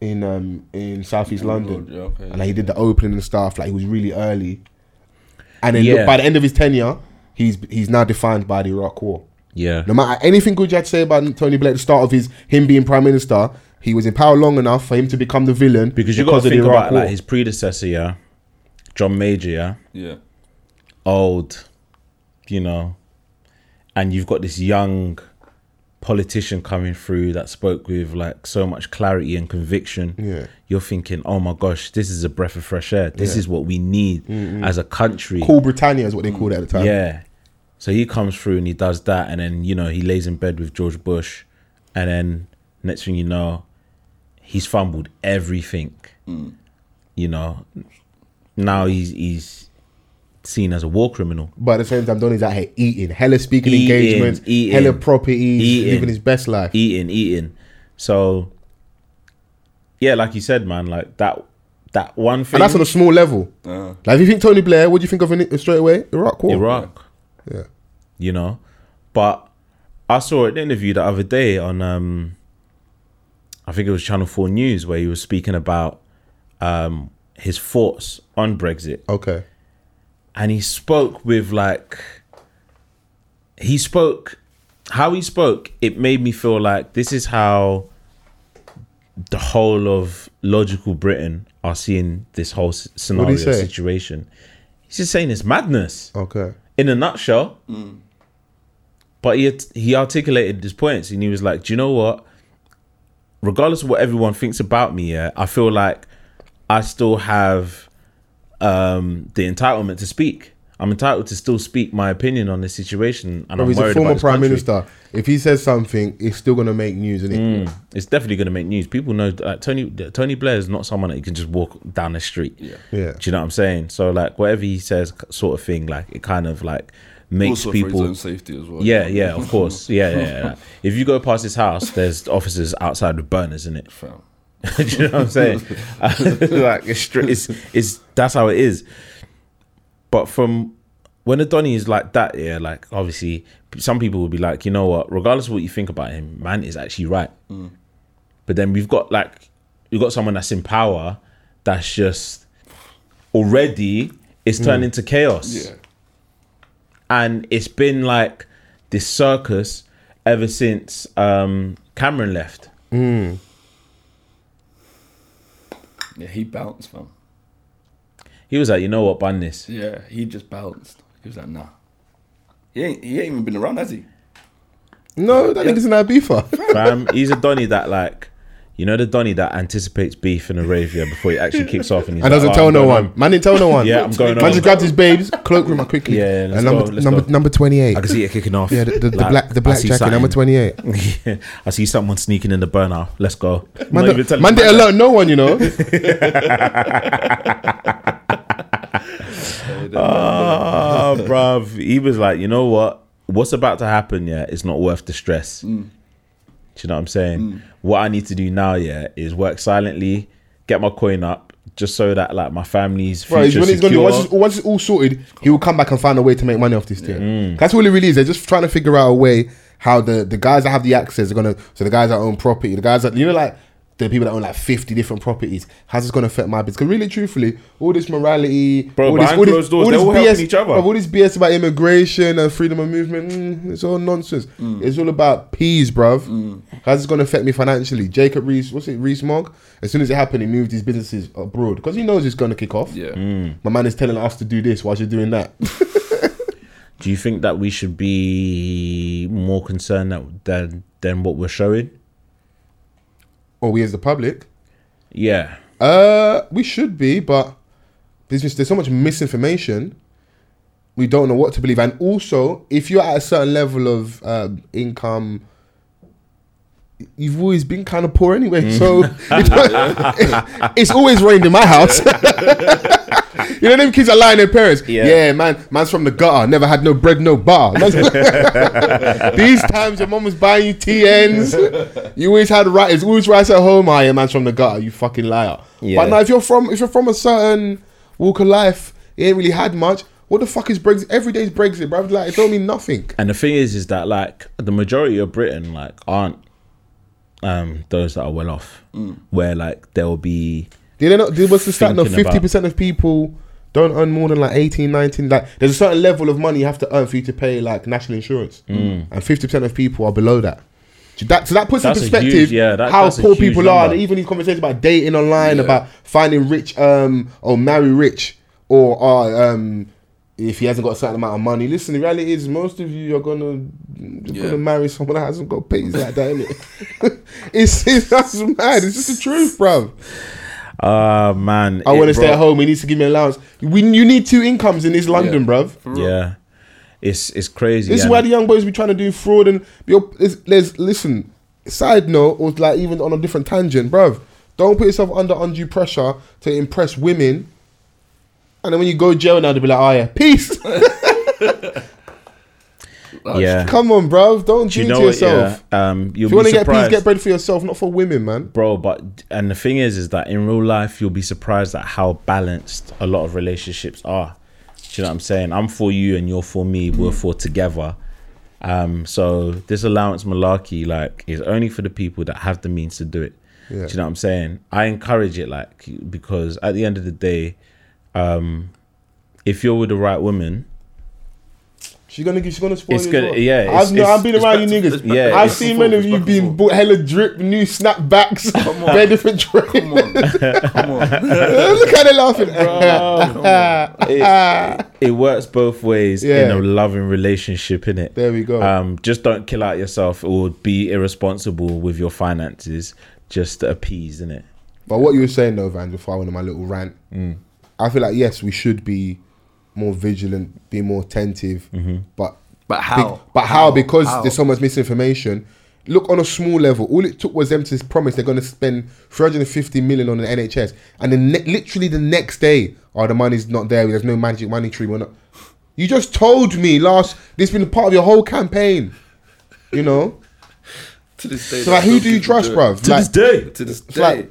Speaker 4: in um, in southeast London,
Speaker 2: Lord, yeah, okay,
Speaker 4: and like, he did the opening and stuff. Like he was really early, and then
Speaker 5: Yeah.
Speaker 4: look, by the end of his tenure, he's he's now defined by the Iraq War.
Speaker 5: yeah.
Speaker 4: No matter anything good you had to say about Tony Blair at the start of his him being prime minister, he was in power long enough for him to become the villain
Speaker 5: because you got to think about like his predecessor, yeah, John Major, yeah,
Speaker 2: Yeah.
Speaker 5: old, you know, and you've got this young politician coming through that spoke with like so much clarity and conviction.
Speaker 4: Yeah.
Speaker 5: You're thinking, oh my gosh, this is a breath of fresh air. This is what we need as a country.
Speaker 4: Cool Britannia is what they called it at the time.
Speaker 5: Yeah. So he comes through and he does that, and then you know he lays in bed with George Bush, and then next thing you know, he's fumbled everything.
Speaker 4: Mm.
Speaker 5: You know, now he's he's seen as a war criminal.
Speaker 4: But at the same time, Donny's out here eating, hella speaking
Speaker 5: Eating,
Speaker 4: engagements,
Speaker 5: eating,
Speaker 4: hella properties,
Speaker 5: eating.
Speaker 4: living his best life.
Speaker 5: eating, eating. So, yeah, like you said, man, like that that one thing.
Speaker 4: And that's on a small level.
Speaker 2: Uh,
Speaker 4: Like, if you think Tony Blair, what do you think of in straight away? Iraq War.
Speaker 5: Uh-huh. Iraq.
Speaker 4: Yeah.
Speaker 5: You know, but I saw an interview the other day on, um, I think it was Channel Four News, where he was speaking about um, his thoughts on Brexit,
Speaker 4: Okay.
Speaker 5: and he spoke with like, he spoke, how he spoke. It made me feel like this is how the whole of logical Britain are seeing this whole s- scenario
Speaker 4: say?
Speaker 5: situation. He's just saying it's madness
Speaker 4: Okay.
Speaker 5: in a nutshell. But he art- he articulated his points, and he was like, "Do you know what? Regardless of what everyone thinks about me, yeah, I feel like I still have um, the entitlement to speak. I'm entitled to still speak my opinion on this situation, and
Speaker 4: Bro,
Speaker 5: I'm
Speaker 4: he's a
Speaker 5: worried about
Speaker 4: former
Speaker 5: this
Speaker 4: prime
Speaker 5: country.
Speaker 4: minister. If he says something, it's still going to make news, isn't it?
Speaker 5: It's definitely going to make news. People know that Tony Tony Blair is not someone that you can just walk down the street. Yeah.
Speaker 4: Yeah.
Speaker 5: Do you know what I'm saying? So like whatever he says, sort of thing, like it kind of like makes
Speaker 2: also for
Speaker 5: people
Speaker 2: his own safety as well.
Speaker 5: Yeah, yeah, of course. Yeah, yeah, yeah. If you go past his house, there's officers outside with burners in it.
Speaker 2: Fam.
Speaker 5: Do you know what I'm saying? like it's, straight, it's it's that's how it is. But from when a Donny is like that, yeah, like obviously some people will be like, you know what? Regardless of what you think about him, man is actually right. But then we've got like we've got someone that's in power that's just already it's turned into chaos
Speaker 2: Yeah.
Speaker 5: and it's been like this circus ever since um, Cameron left.
Speaker 2: Yeah, he bounced, fam.
Speaker 5: He was like, you know what, ban this.
Speaker 2: Yeah, he just bounced. He was like, nah. He ain't, he ain't even been around, has he?
Speaker 4: No, that nigga's an Ibiza.
Speaker 5: Fam, he's a Donny that like, you know, the Donny that anticipates beef in Arabia before he actually kicks off, and he's
Speaker 4: and
Speaker 5: like,
Speaker 4: doesn't
Speaker 5: "Oh,
Speaker 4: tell
Speaker 5: I'm
Speaker 4: no
Speaker 5: going
Speaker 4: one.
Speaker 5: home."
Speaker 4: Man didn't tell no one.
Speaker 5: Yeah, I'm going
Speaker 4: Man
Speaker 5: home.
Speaker 4: just grabbed his babes, cloakroom out quickly.
Speaker 5: Yeah, yeah, let's
Speaker 4: and number,
Speaker 5: go, let's
Speaker 4: number,
Speaker 5: go.
Speaker 4: number 28.
Speaker 5: I can see it kicking off.
Speaker 4: Yeah, the, the, the
Speaker 5: Like,
Speaker 4: black, the
Speaker 5: I
Speaker 4: black
Speaker 5: see
Speaker 4: jacket, number
Speaker 5: something.
Speaker 4: 28.
Speaker 5: I see someone sneaking in the burner. Let's go. I'm
Speaker 4: Man,
Speaker 5: not even
Speaker 4: did-
Speaker 5: telling
Speaker 4: man
Speaker 5: you.
Speaker 4: didn't alert no one, you know.
Speaker 5: Ah, bruv. He was like, you know what? what's about to happen, yeah, is not worth the stress.
Speaker 4: Mm.
Speaker 5: Do you know what I'm saying? What I need to do now, yeah, is work silently, get my coin up, just so that like my family's future
Speaker 4: Bro, he's really, he's gonna do,
Speaker 5: secure.
Speaker 4: once, it's, once it's all sorted, he will come back and find a way to make money off this thing.
Speaker 5: Mm.
Speaker 4: That's all it really is. They're just trying to figure out a way how the, the guys that have the access are gonna. So the guys that own property, the guys that you know, like the people that own like fifty different properties. How's this gonna affect my business? Because really, truthfully, all this morality,
Speaker 5: Bro,
Speaker 4: all this,
Speaker 5: behind closed doors, they're all
Speaker 4: BS,
Speaker 5: helping each other.
Speaker 4: bro, all this BS about immigration and freedom of movement, mm, it's all nonsense. It's all about peas, bruv. How's this going to affect me financially? Jacob Rees, what's it, Rees Mogg? As soon as it happened, he moved his businesses abroad because he knows it's going to kick off.
Speaker 2: Yeah.
Speaker 4: My man is telling us to do this whilst you're doing that.
Speaker 5: Do you think that we should be more concerned that, than than what we're showing?
Speaker 4: or we as the public.
Speaker 5: Yeah,
Speaker 4: Uh, we should be, but there's just there's so much misinformation. We don't know what to believe, and also if you're at a certain level of um, income, you've always been kind of poor anyway. So you don't- it's always rained in my house. You know them kids are lying to their parents.
Speaker 5: Yeah.
Speaker 4: Yeah. man, man's from the gutter. Never had no bread, no bar. These times your mom was buying you TNs. You always had rice. It's always rice at home. Ah, yeah, man's from the gutter. You fucking liar.
Speaker 5: Yeah.
Speaker 4: But now if you're from if you're from a certain walk of life, you ain't really had much. What the fuck is Brexit? Every day's Brexit, bruv. Like it don't mean nothing.
Speaker 5: and the thing is, is that like the majority of Britain like aren't um those that are well off,
Speaker 4: Mm.
Speaker 5: where like there will be
Speaker 4: Did they not? Did, what's the stat? No,
Speaker 5: Thinking about-
Speaker 4: fifty percent of people don't earn more than like 18, 19. Like there's a certain level of money you have to earn for you to pay like national insurance, and fifty percent of people are below that. So that, so that puts
Speaker 5: Mm. That's a
Speaker 4: in
Speaker 5: huge-
Speaker 4: perspective
Speaker 5: yeah, that-
Speaker 4: how
Speaker 5: that's a
Speaker 4: poor
Speaker 5: huge
Speaker 4: people are,
Speaker 5: number.
Speaker 4: and even these conversations about dating online, about finding rich um, or marry rich, or uh, um, if he hasn't got a certain amount of money. Listen, the reality is most of you are gonna you're
Speaker 2: Yeah.
Speaker 4: gonna marry someone that hasn't got peas like that, innit? it's, it's that's mad. It's just the truth, bruv.
Speaker 5: ah man.
Speaker 4: I
Speaker 5: it
Speaker 4: want to stay
Speaker 5: brought-
Speaker 4: at home. He needs to give me an allowance. We, you need two incomes in this London, bruv.
Speaker 2: For real.
Speaker 5: Yeah, it's it's crazy.
Speaker 4: This is
Speaker 5: and-
Speaker 4: why the young boys be trying to do fraud and be up- it's- there's listen. Side note, or like even on a different tangent, bruv. Don't put yourself under undue pressure to impress women. And then when you go jail now, they'll be like, "Oh yeah, peace."
Speaker 2: That's
Speaker 5: yeah.
Speaker 4: Come on, bruv. Don't
Speaker 5: Do
Speaker 4: do,
Speaker 5: you
Speaker 4: it
Speaker 5: know
Speaker 4: to
Speaker 5: what?
Speaker 4: yourself.
Speaker 5: Yeah, um, you'll
Speaker 4: If you want
Speaker 5: be
Speaker 4: to get peace,
Speaker 5: surprised.
Speaker 4: get bread for yourself, not for women, man.
Speaker 5: bro but and the thing is is that in real life you'll be surprised at how balanced a lot of relationships are do you know what i'm saying i'm for you and you're for me we're for together um so this allowance malarkey like is only for the people that have the means to do it
Speaker 4: Yeah.
Speaker 5: do you know what i'm saying i encourage it like because at the end of the day um if you're with the right woman
Speaker 4: She's gonna give. She's gonna spoil
Speaker 5: It's
Speaker 4: you.
Speaker 5: gonna-
Speaker 4: as well.
Speaker 5: yeah, it's-
Speaker 4: I've, no,
Speaker 5: it's-
Speaker 4: I've been
Speaker 2: it's
Speaker 4: around you
Speaker 2: back to-
Speaker 4: niggas.
Speaker 2: it's back-
Speaker 5: Yeah,
Speaker 4: I've
Speaker 5: it's
Speaker 4: seen
Speaker 2: back and
Speaker 4: many of you
Speaker 2: forth, back
Speaker 4: being
Speaker 2: and
Speaker 4: bought hella drip, new snapbacks,
Speaker 2: Come on.
Speaker 4: bare different drip.
Speaker 2: Come on. Come on.
Speaker 4: Look how they're laughing. Oh.
Speaker 5: it, it works both ways in
Speaker 4: Yeah.
Speaker 5: a loving relationship in it
Speaker 4: There we go.
Speaker 5: um just don't kill out yourself or be irresponsible with your finances just to appease in it
Speaker 4: But what you were saying though, Van, before I went on my little rant, I feel like yes, we should be more vigilant, be more attentive, but
Speaker 2: But how?
Speaker 4: Be- but how?
Speaker 2: How?
Speaker 4: Because
Speaker 2: How?
Speaker 4: there's so much misinformation. Look on a small level. All it took was them to promise they're going to spend 350 million on the NHS, and then ne- literally the next day, oh, the money's not there. There's no magic money tree. We're not. You just told me last. This has been part of your whole campaign. You know.
Speaker 2: To this day.
Speaker 4: So like,
Speaker 2: they
Speaker 4: who
Speaker 2: still
Speaker 4: do you
Speaker 2: people
Speaker 4: trust,
Speaker 2: it.
Speaker 4: bruv? Like,
Speaker 5: day
Speaker 2: To this day.
Speaker 4: it's like,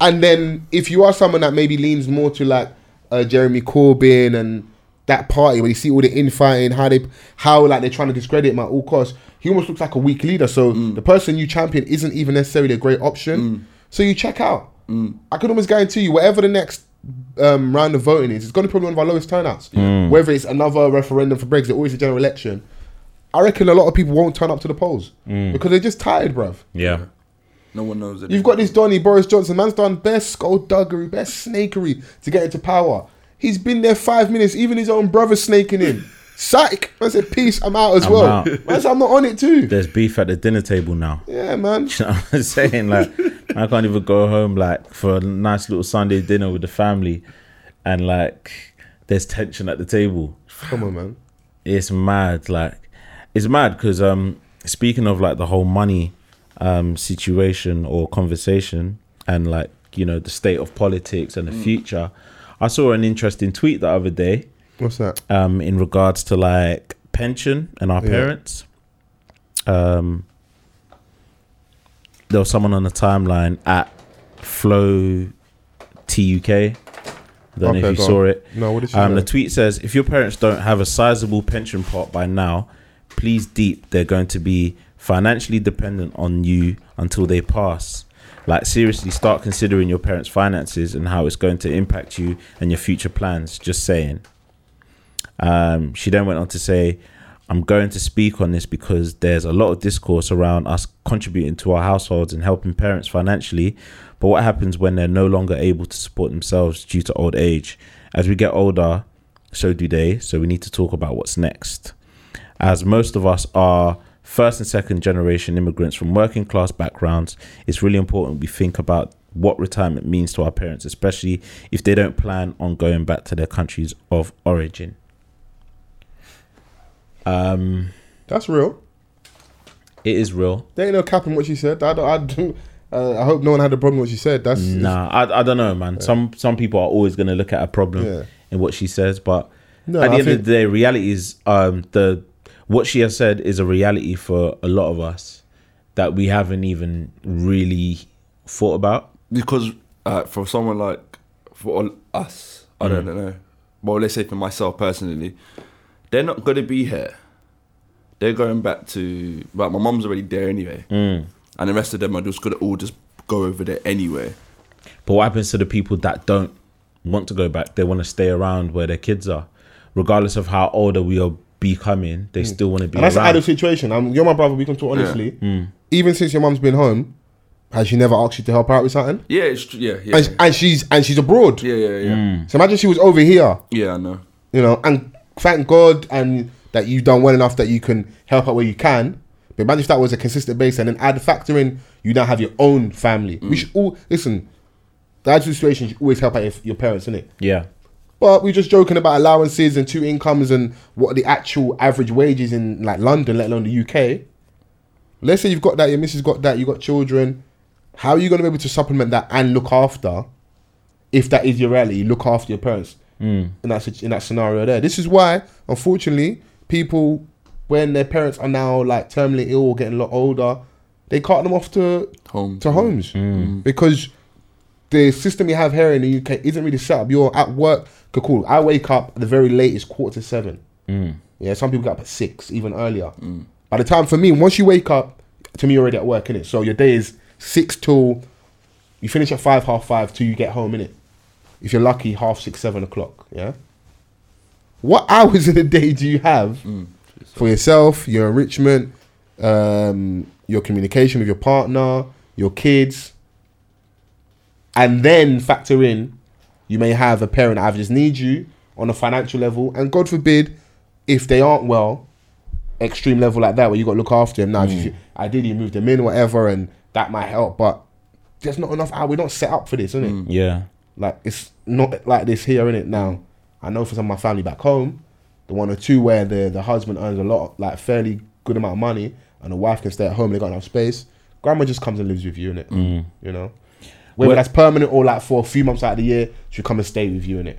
Speaker 4: and then if you are someone that maybe leans more to like uh, Jeremy Corbyn and that party, when you see all the infighting, how they how like they're trying to discredit him at all costs, he almost looks like a weak leader. So the person you champion isn't even necessarily a great option. So you check out. I can almost guarantee you, whatever the next um, round of voting is, it's going to be probably one of our lowest turnouts. Whether it's another referendum for Brexit or it's a general election, I reckon a lot of people won't turn up to the polls because they're just tired, bruv.
Speaker 5: yeah
Speaker 2: no one knows it.
Speaker 4: You've got this Donny Boris Johnson. Man's done best skullduggery, best snakery to get into power. He's been there five minutes. Even his own brother snaking him. Psych. Man said, "Peace. I'm out as
Speaker 5: I'm
Speaker 4: well."
Speaker 5: out.
Speaker 4: Man said, "I'm not on it too."
Speaker 5: there's beef at the dinner table now
Speaker 4: yeah, man.
Speaker 5: you know what i'm saying like i can't even go home like for a nice little sunday dinner with the family and like there's tension at the table
Speaker 4: Come on, man.
Speaker 5: it's mad like it's mad because um speaking of like the whole money um situation or conversation and like you know the state of politics and the
Speaker 4: Mm.
Speaker 5: future i saw an interesting tweet the other day
Speaker 4: What's that?
Speaker 5: um in regards to like pension and our
Speaker 4: Yeah.
Speaker 5: parents. Um, there was someone on the timeline at Flow TUK. I don't know
Speaker 4: Okay,
Speaker 5: if
Speaker 4: go
Speaker 5: you
Speaker 4: on.
Speaker 5: saw it.
Speaker 4: No, what did she
Speaker 5: Um,
Speaker 4: say?
Speaker 5: the tweet says, "If your parents don't have a sizable pension pot by now, please deep. They're going to be financially dependent on you until they pass. Like seriously, start considering your parents' finances and how it's going to impact you and your future plans. Just saying." Um, she then went on to say, I'm going to speak on this because there's a lot of discourse around us contributing to our households and helping parents financially. But what happens when they're no longer able to support themselves due to old age? As we get older, so do they. So we need to talk about what's next. As most of us are first and second generation immigrants from working class backgrounds, it's really important we think about what retirement means to our parents, especially if they don't plan on going back to their countries of origin. Um,
Speaker 4: That's real.
Speaker 5: it is real.
Speaker 4: There ain't no cap in what she said. I don't, I, don't, uh, I hope no one had a problem with what she said. That's
Speaker 5: Nah, I, I don't know, man. Some some people are always gonna look at a problem
Speaker 4: Yeah.
Speaker 5: in what she says, but
Speaker 4: No,
Speaker 5: at the
Speaker 4: I
Speaker 5: end
Speaker 4: think-
Speaker 5: of the day, reality is um the what she has said is a reality for a lot of us that we haven't even really thought about.
Speaker 2: because uh, for someone like for all us, I don't
Speaker 5: Mm.
Speaker 2: know. Well, let's say for myself personally, they're not gonna be here. They're going back to right. My mum's already there anyway,
Speaker 5: Mm.
Speaker 2: and the rest of them are just gonna all just go over there anyway.
Speaker 5: But what happens to the people that don't want to go back? They want to stay around where their kids are, regardless of how older we are becoming. They still want to be
Speaker 4: Hmm. And that's an
Speaker 5: around.
Speaker 4: ideal situation. Um, you're my brother. We can talk
Speaker 2: Yeah.
Speaker 4: honestly.
Speaker 5: Mm.
Speaker 4: Even since your mum's been home, has she never asked you to help her out with something?
Speaker 2: Yeah, it's tr- yeah, yeah,
Speaker 4: And, and she's and she's abroad.
Speaker 2: yeah, yeah, yeah.
Speaker 5: Mm.
Speaker 4: So imagine she was over here,
Speaker 2: Yeah, I know.
Speaker 4: you know. And thank God and that you've done well enough that you can help out where you can. But imagine if that was a consistent base, and then add factor in you now have your own family. We should all listen. The ideal situation you should always help out your, your parents, innit?
Speaker 5: yeah.
Speaker 4: But we're just joking about allowances and two incomes and what the actual average wages in like London, let alone the UK. Let's say you've got that, your missus got that, you got children. How are you going to be able to supplement that and look after, if that is your reality, you look after your parents in that sit- in that scenario there. This is why, unfortunately, people when their parents are now like terminally ill or getting a lot older, they cart them off to
Speaker 2: Home.
Speaker 4: to homes because the system you have here in the UK isn't really set up. You're at work. Could call. I wake up at the very latest quarter to seven. Yeah, some people get up at six, even earlier. By the time for me, once you wake up, to me you're already at work, innit? So your day is six till you finish at five, half five till you get home, innit? If you're lucky, half six, seven o'clock. Yeah. What hours in the day do you have for yourself, your enrichment, um, your communication with your partner, your kids, and then factor in you may have a parent that either just needs you on a financial level, and God forbid, if they aren't well, extreme level like that where you got to look after them. Now, if you, ideally, you move them in, whatever, and that might help, but there's not enough. hour- We're not set up for this, isn't it?
Speaker 5: Yeah.
Speaker 4: Like it's not like this here in it now. I know for some of my family back home, the one or two where the the husband earns a lot, like fairly good amount of money, and the wife can stay at home. They got enough space. Grandma just comes and lives with you in it. You know, whether
Speaker 5: Well-
Speaker 4: that's permanent or like for a few months out of the year, she'll come and stay with you in it.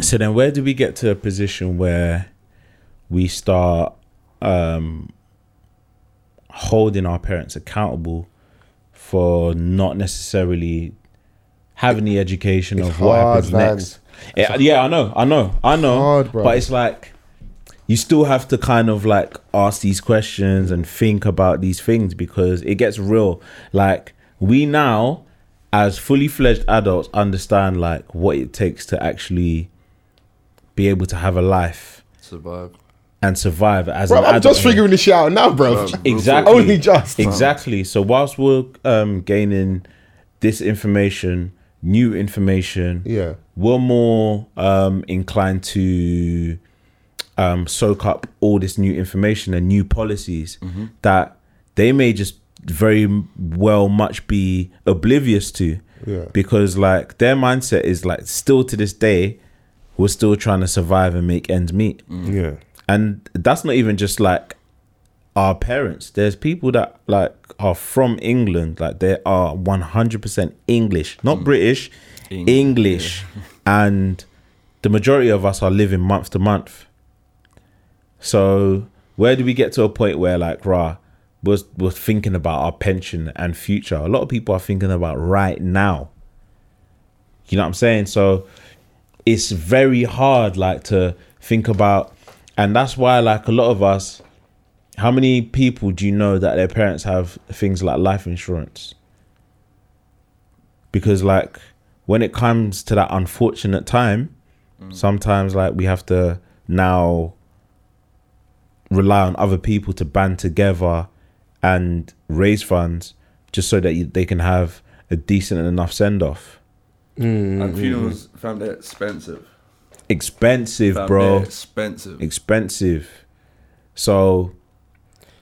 Speaker 5: So then, where do we get to a position where we start um, holding our parents accountable for not necessarily having the education of what
Speaker 4: hard,
Speaker 5: happens
Speaker 4: man.
Speaker 5: next? Yeah, yeah, I know, I know, I know.
Speaker 4: hard, bro.
Speaker 5: But it's like you still have to kind of like ask these questions and think about these things because it gets real. Like we now, as fully fledged adults, understand like what it takes to actually be able to have a life
Speaker 2: Survive.
Speaker 5: and survive as
Speaker 4: Bro,
Speaker 5: an
Speaker 4: I'm
Speaker 5: adult.
Speaker 4: just figuring this shit out now, bro.
Speaker 5: exactly
Speaker 4: Only just.
Speaker 5: exactly. So whilst we're um, gaining this information, new information,
Speaker 4: Yeah.
Speaker 5: we're more um, inclined to um, soak up all this new information and new policies that they may just very well much be oblivious to
Speaker 4: Yeah.
Speaker 5: because like their mindset is like still to this day we're still trying to survive and make ends meet
Speaker 4: Yeah.
Speaker 5: and that's not even just like our parents there's people that like are from england like they are 100% english not british english, and the majority of us are living month to month so Where do we get to a point where like rah, was was thinking about our pension and future? A lot of people are thinking about right now. You know what I'm saying? So it's very hard like to think about and that's why like a lot of us how many people do you know that their parents have things like life insurance? Because like when it comes to that unfortunate time, sometimes like we have to now rely on other people to band together and raise funds just so that you, they can have a decent enough send off.
Speaker 2: And funerals, fam, they're expensive.
Speaker 5: Expensive,
Speaker 2: Fam,
Speaker 5: bro.
Speaker 2: they're expensive.
Speaker 5: Expensive. So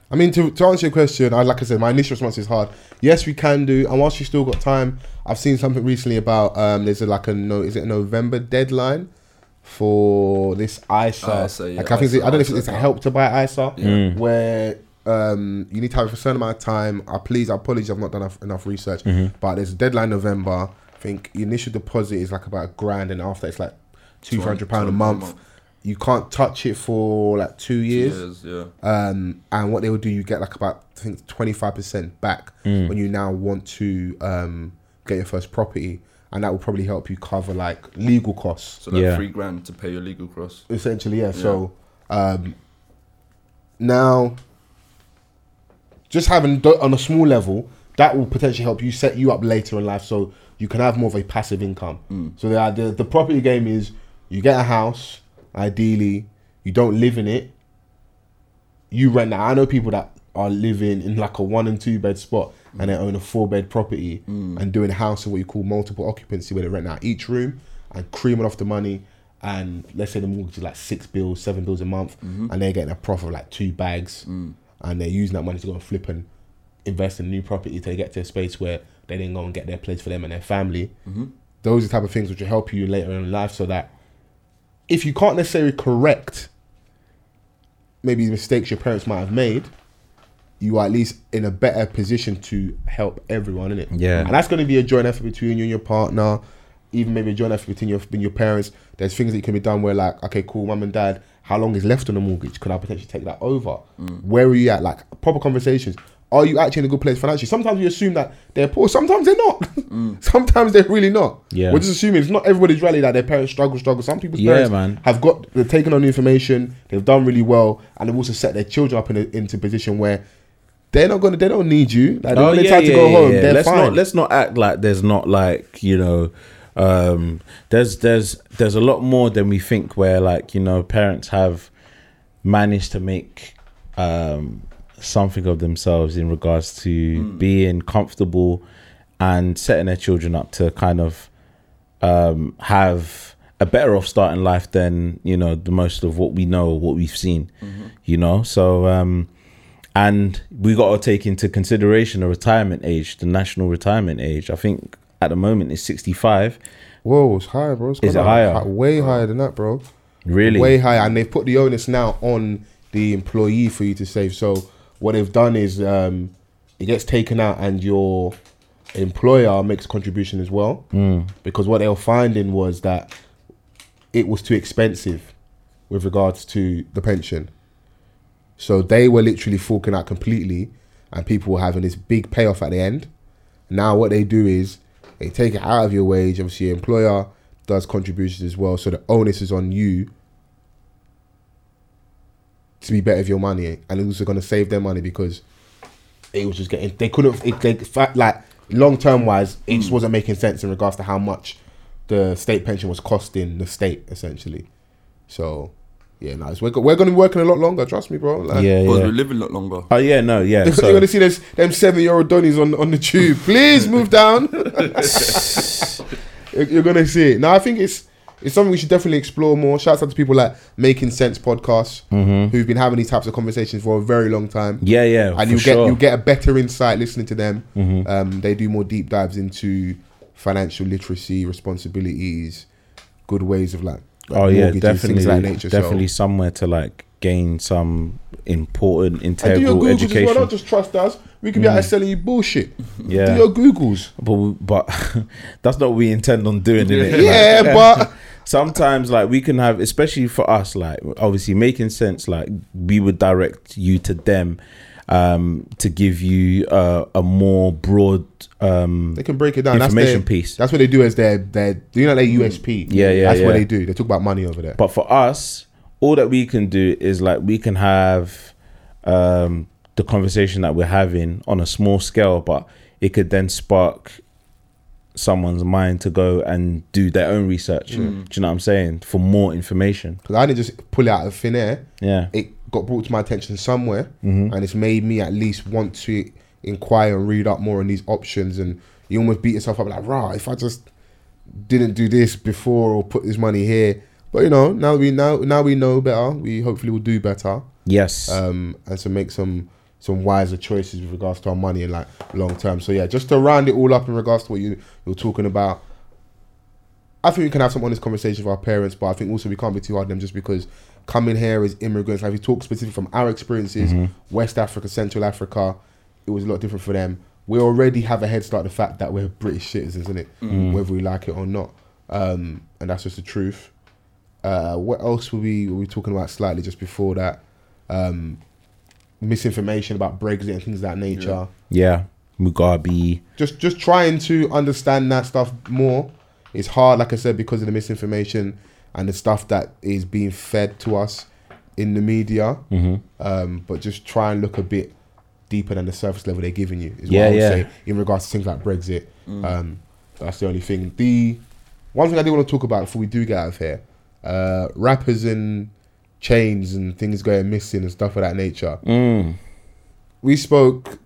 Speaker 4: I mean, to, to answer your question, I like I said, my initial response is hard. Yes, we can do, and whilst you still got time, I've seen something recently about um, there's a, like a no, is it a November deadline for this ISA?
Speaker 2: ISA, yeah,
Speaker 4: like I think
Speaker 2: ISA,
Speaker 4: I don't know if
Speaker 2: ISA.
Speaker 4: it's a help to buy ISA, where um, you need to have a certain amount of time. I please, I apologize, I've not done enough, enough research, but there's a deadline November. I think the initial deposit is like about a grand, and after it's like two hundred pound
Speaker 2: 200
Speaker 4: a month. You can't touch it for like two
Speaker 2: Years,
Speaker 4: years.
Speaker 2: yeah.
Speaker 4: Um, and what they will do, you get like about I think twenty five percent back when you now want to um, get your first property, and that will probably help you cover like legal costs.
Speaker 2: So like
Speaker 5: Yeah.
Speaker 2: three grand to pay your legal costs.
Speaker 4: Essentially, yeah. So um, now, just having do- on a small level, that will potentially help you set you up later in life, so you can have more of a passive income. So the idea, the property game is you get a house, ideally, you don't live in it, you rent that. I know people that are living in like a one and two bed spot and they own a four bed property and doing a house in what you call multiple occupancy where they rent out each room and creaming off the money and let's say the mortgage is like six bills, seven bills a month and they're getting a profit of like two bags and they're using that money to go and flip and invest in new property till they get to a space where they then go and get their place for them and their family. Those are the type of things which will help you later in life so that if you can't necessarily correct maybe the mistakes your parents might have made, you are at least in a better position to help everyone, innit?
Speaker 5: Yeah.
Speaker 4: And that's going to be a joint effort between you and your partner, even maybe a joint effort between your, between your parents. There's things that can be done where, like, okay, cool, mum and dad, how long is left on the mortgage? Could I potentially take that over?
Speaker 5: Mm.
Speaker 4: Where are you at? Like, proper conversations. Are you actually in a good place financially? Sometimes we assume that they're poor. Sometimes they're not. sometimes they're really not.
Speaker 5: Mm. Yeah.
Speaker 4: We're just assuming it's not everybody's rally that their parents struggle, struggle. Some people's
Speaker 5: Yeah,
Speaker 4: parents
Speaker 5: man.
Speaker 4: have got they've taken on the information, they've done really well, and they've also set their children up in a, into a position where they're not gonna they don't need you.
Speaker 5: Oh,
Speaker 4: Like when they try to go home, they're
Speaker 5: Let's
Speaker 4: fine.
Speaker 5: not let's not act like there's not like you know, um, there's there's there's a lot more than we think. Where like you know, parents have managed to make um, something of themselves in regards to
Speaker 4: Hmm.
Speaker 5: being comfortable and setting their children up to kind of um, have a better off start in life than you know the most of what we know, what we've seen,
Speaker 4: Mm-hmm.
Speaker 5: you know. So um, and we got to take into consideration the retirement age, the national retirement age. I think at the moment it's sixty five.
Speaker 4: Whoa, it's higher, bro. It's
Speaker 5: Is
Speaker 4: gone up
Speaker 5: it higher?
Speaker 4: hi- Way higher than that, bro.
Speaker 5: Really?
Speaker 4: Way higher. And they've put the onus now on the employee for you to save. So what they've done is um, it gets taken out and your employer makes a contribution as well. Because what they were finding was that it was too expensive with regards to the pension. So they were literally forking out completely, and people were having this big payoff at the end. Now what they do is they take it out of your wage. Obviously, your employer does contributions as well, so the onus is on you to be better with your money, and it's also going to save their money because it was just getting they couldn't it, they fa- like long term wise it just wasn't making sense in regards to how much the state pension was costing the state essentially. So yeah, nice. We're, go- we're going to be working a lot longer. Trust me, bro. Like,
Speaker 5: Yeah,
Speaker 2: Because we're
Speaker 5: yeah.
Speaker 2: living a lot longer.
Speaker 5: Oh yeah, no, yeah.
Speaker 4: You're
Speaker 5: So,
Speaker 4: going to see this, them seven year old Donnies on, on the tube. Please move down. You're- You're going to see it. Now, I think it's it's something we should definitely explore more. Shouts out to people like Making Sense Podcasts who've been having these types of conversations for a very long time.
Speaker 5: Mm-hmm. yeah, yeah.
Speaker 4: and
Speaker 5: for
Speaker 4: you
Speaker 5: sure. Mm-hmm.
Speaker 4: get you get a better insight listening to them. Um, they do more deep dives into financial literacy, responsibilities, good ways of like, like
Speaker 5: oh yeah,
Speaker 4: mortgages,
Speaker 5: definitely,
Speaker 4: things like nature. So-
Speaker 5: definitely somewhere to like gain some important
Speaker 4: And do your
Speaker 5: integral
Speaker 4: Googles as well.
Speaker 5: education. Mm.
Speaker 4: Don't just trust us. We can be out there selling you bullshit.
Speaker 5: Yeah.
Speaker 4: Do your Googles.
Speaker 5: but but that's not what we intend on doing, innit?
Speaker 2: Yeah.
Speaker 5: Like,
Speaker 4: Yeah, but
Speaker 5: sometimes like we can have especially for us like obviously making sense like we would direct you to them um to give you uh, a more broad um
Speaker 4: They can break it down.
Speaker 5: Information
Speaker 4: that's their,
Speaker 5: piece.
Speaker 4: That's what they do as their their you know their USP.
Speaker 5: Yeah, yeah,
Speaker 4: That's what
Speaker 5: yeah.
Speaker 4: they do. They talk about money over there.
Speaker 5: But for us, all that we can do is like we can have um, the conversation that we're having on a small scale, but it could then spark someone's mind to go and do their own research. Do you know what I'm saying? For more information.
Speaker 4: Because I didn't just pull it out of thin air.
Speaker 5: Yeah.
Speaker 4: It got brought to my attention somewhere,
Speaker 5: Mm-hmm.
Speaker 4: and it's made me at least want to inquire and read up more on these options. And you almost beat yourself up like, rah, if I just didn't do this before or put this money here. But you know, now we now now we know better. We hopefully will do better.
Speaker 5: Yes.
Speaker 4: um, and to make some some wiser choices with regards to our money and like long term. So yeah, just to round it all up in regards to what you you're talking about, I think we can have some honest conversations with our parents, but I think also we can't be too hard on them just because coming here as immigrants, like if you talk specifically from our experiences, West Africa, Central Africa, it was a lot different for them. We already have a head start the fact that we're British citizens, isn't it? Whether we like it or not. Um, and that's just the truth. Uh, what else were we were we talking about slightly just before that? Um, misinformation about Brexit and things of that nature
Speaker 5: yeah. Mugabe.
Speaker 4: just just trying to understand that stuff more it's hard like i said because of the misinformation and the stuff that is being fed to us in the media
Speaker 5: Mm-hmm.
Speaker 4: um, but just try and look a bit deeper than the surface level they're giving you is
Speaker 5: Yeah,
Speaker 4: what i would
Speaker 5: yeah.
Speaker 4: say in regards to things like brexit um, that's the only thing the one thing i do want to talk about before we do get out of here uh, rappers and chains and things going missing and stuff of that nature
Speaker 5: Mm.
Speaker 4: we spoke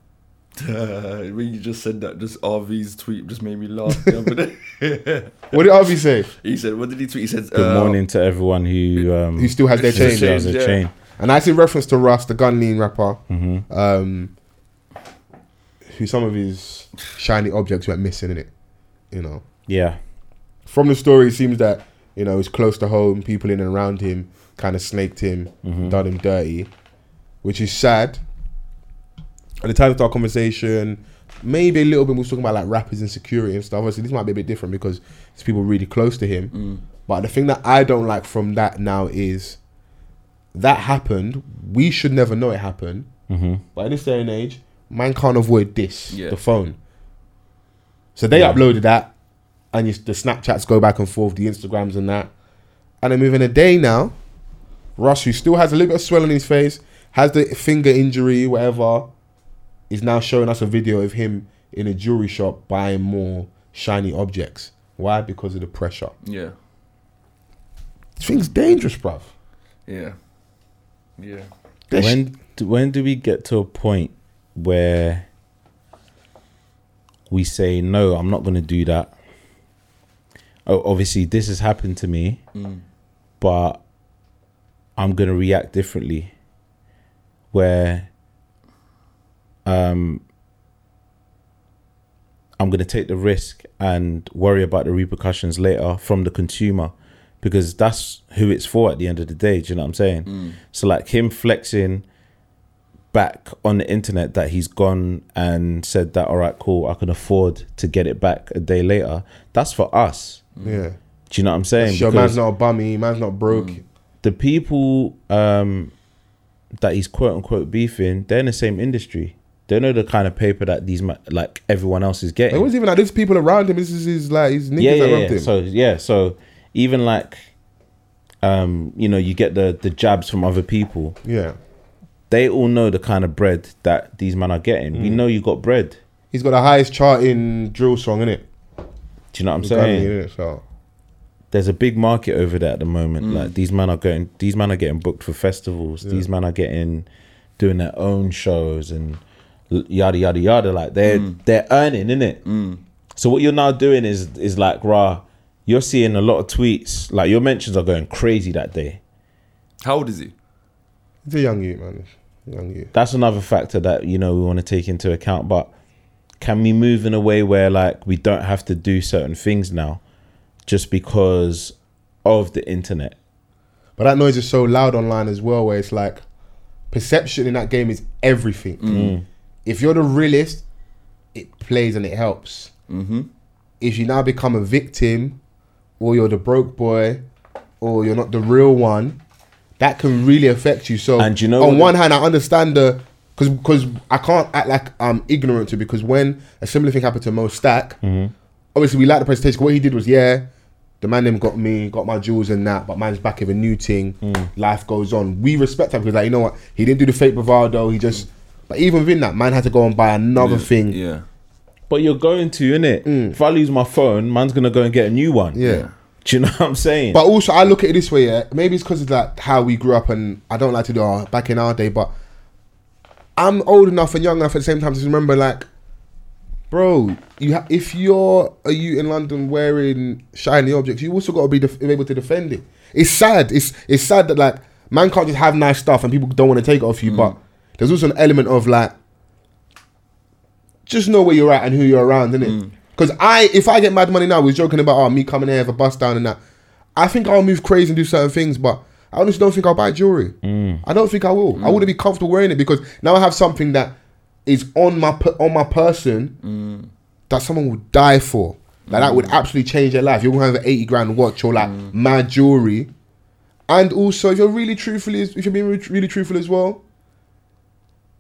Speaker 2: Uh, when you just said that, just RV's tweet just made me laugh the other day.
Speaker 4: what did Harvey say?
Speaker 2: he said, "What did he tweet?" He said,
Speaker 5: Good
Speaker 2: uh,
Speaker 5: morning to everyone who um
Speaker 4: He still has their
Speaker 2: Still
Speaker 4: chains.
Speaker 2: chains.
Speaker 5: has a
Speaker 2: yeah.
Speaker 5: chain.
Speaker 4: And that's in reference to Russ, the gun lean rapper, um, who some of his shiny objects went missing in it. You know,
Speaker 5: Yeah.
Speaker 4: from the story, it seems that you know it's close to home. People in and around him kind of snaked him, done him dirty, which is sad. At the time of our conversation, maybe a little bit we was talking about like rappers and security and stuff. Obviously, this might be a bit different because it's people really close to him. But the thing that I don't like from that now is that happened. We should never know it happened. But in this day and age, man can't avoid this
Speaker 2: Yeah.
Speaker 4: the phone. So they uploaded that, and you, the Snapchats go back and forth, the Instagrams and that. And then within a day now, Russ, who still has a little bit of swelling in his face, has the finger injury, whatever, is now showing us a video of him in a jewelry shop buying more shiny objects. Why? Because of the pressure.
Speaker 2: Yeah,
Speaker 4: This thing's dangerous, bruv.
Speaker 2: yeah, yeah.
Speaker 4: This-
Speaker 5: when do, when do we get to a point where we say no i'm not going to do that oh obviously this has happened to me but i'm going to react differently where um i'm going to take the risk and worry about the repercussions later from the consumer because that's who it's for at the end of the day do you know what i'm saying so like him flexing back on the internet that he's gone and said that all right, cool, I can afford to get it back a day later. That's for us.
Speaker 4: yeah.
Speaker 5: Do you know what I'm saying?
Speaker 4: Sure,
Speaker 5: Mm.
Speaker 4: man's
Speaker 5: Because- Mm.
Speaker 4: not a bummy, man's not broke.
Speaker 5: the people um, that he's quote unquote beefing, they're in the same industry. They know the kind of paper that these ma- like everyone else is
Speaker 4: It
Speaker 5: getting.
Speaker 4: wasn't even like there's people around him. This is his like his niggas
Speaker 5: yeah, yeah,
Speaker 4: that
Speaker 5: yeah.
Speaker 4: rubbed him.
Speaker 5: So yeah, so even like, um, you know, you get the the jabs from other people.
Speaker 4: yeah.
Speaker 5: They all know the kind of bread that these men are getting.
Speaker 4: Mm.
Speaker 5: We know you got bread.
Speaker 4: He's got the highest charting drill song in it.
Speaker 5: Do you know what I'm saying?
Speaker 4: So
Speaker 5: there's a big market over there at the moment.
Speaker 4: Mm.
Speaker 5: Like these men are going, these men are getting booked for festivals. These men are getting doing their own shows and l- yada yada yada. Like they're
Speaker 4: Mm.
Speaker 5: they're earning, in it. So what you're now doing is is like rah. You're seeing a lot of tweets. Like your mentions are going crazy that day.
Speaker 2: How old is he?
Speaker 4: he's a young youth, man. Young youth.
Speaker 5: That's another factor that you know we want to take into account. But can we move in a way where like we don't have to do certain things now, just because of the internet?
Speaker 4: But that noise is so loud online as well, where it's like perception in that game is everything.
Speaker 5: Mm.
Speaker 4: If you're the realist, it plays and it helps. Mm-hmm. If you now become a victim, or you're the broke boy, or you're not the real one, that can really affect you. So,
Speaker 5: And you know
Speaker 4: on
Speaker 5: what
Speaker 4: one
Speaker 5: the-
Speaker 4: hand, I understand the because because I can't act like I'm ignorant to because when a similar thing happened to Mo Stack, obviously we like the presentation. What he did was yeah. The man them got me, got my jewels and that, but man's back with a new thing. Life goes on. We respect that because, like, you know what? He didn't do the fake bravado. He just, but even within that, man had to go and buy another thing.
Speaker 2: Yeah.
Speaker 5: But you're going to, innit? If I lose my phone, man's gonna go and get a new one.
Speaker 4: Mm. Yeah.
Speaker 5: Do you know what I'm saying?
Speaker 4: But also, I look at it this way, yeah. Maybe it's because of like how we grew up, and I don't like to do our back in our day. But I'm old enough and young enough at the same time to remember, like, bro, you ha- if you're a you in London wearing shiny objects, you also got to be def- able to defend it. It's sad. It's it's sad that like man can't just have nice stuff and people don't want to take it off you. But there's also an element of like just know where you're at and who you're around, innit? Because I, if I get mad money now, we was joking about oh me coming here have a bust down and that. I think I'll move crazy and do certain things, but I honestly don't think I'll buy jewelry. I don't think I will. I wouldn't be comfortable wearing it because now I have something that is on my per- on my person that someone would die for. Like that would
Speaker 5: Mm.
Speaker 4: absolutely change their life. You're gonna have an eighty grand watch or like mad jewelry, and also if you're really truthful, if you're being re- really truthful as well,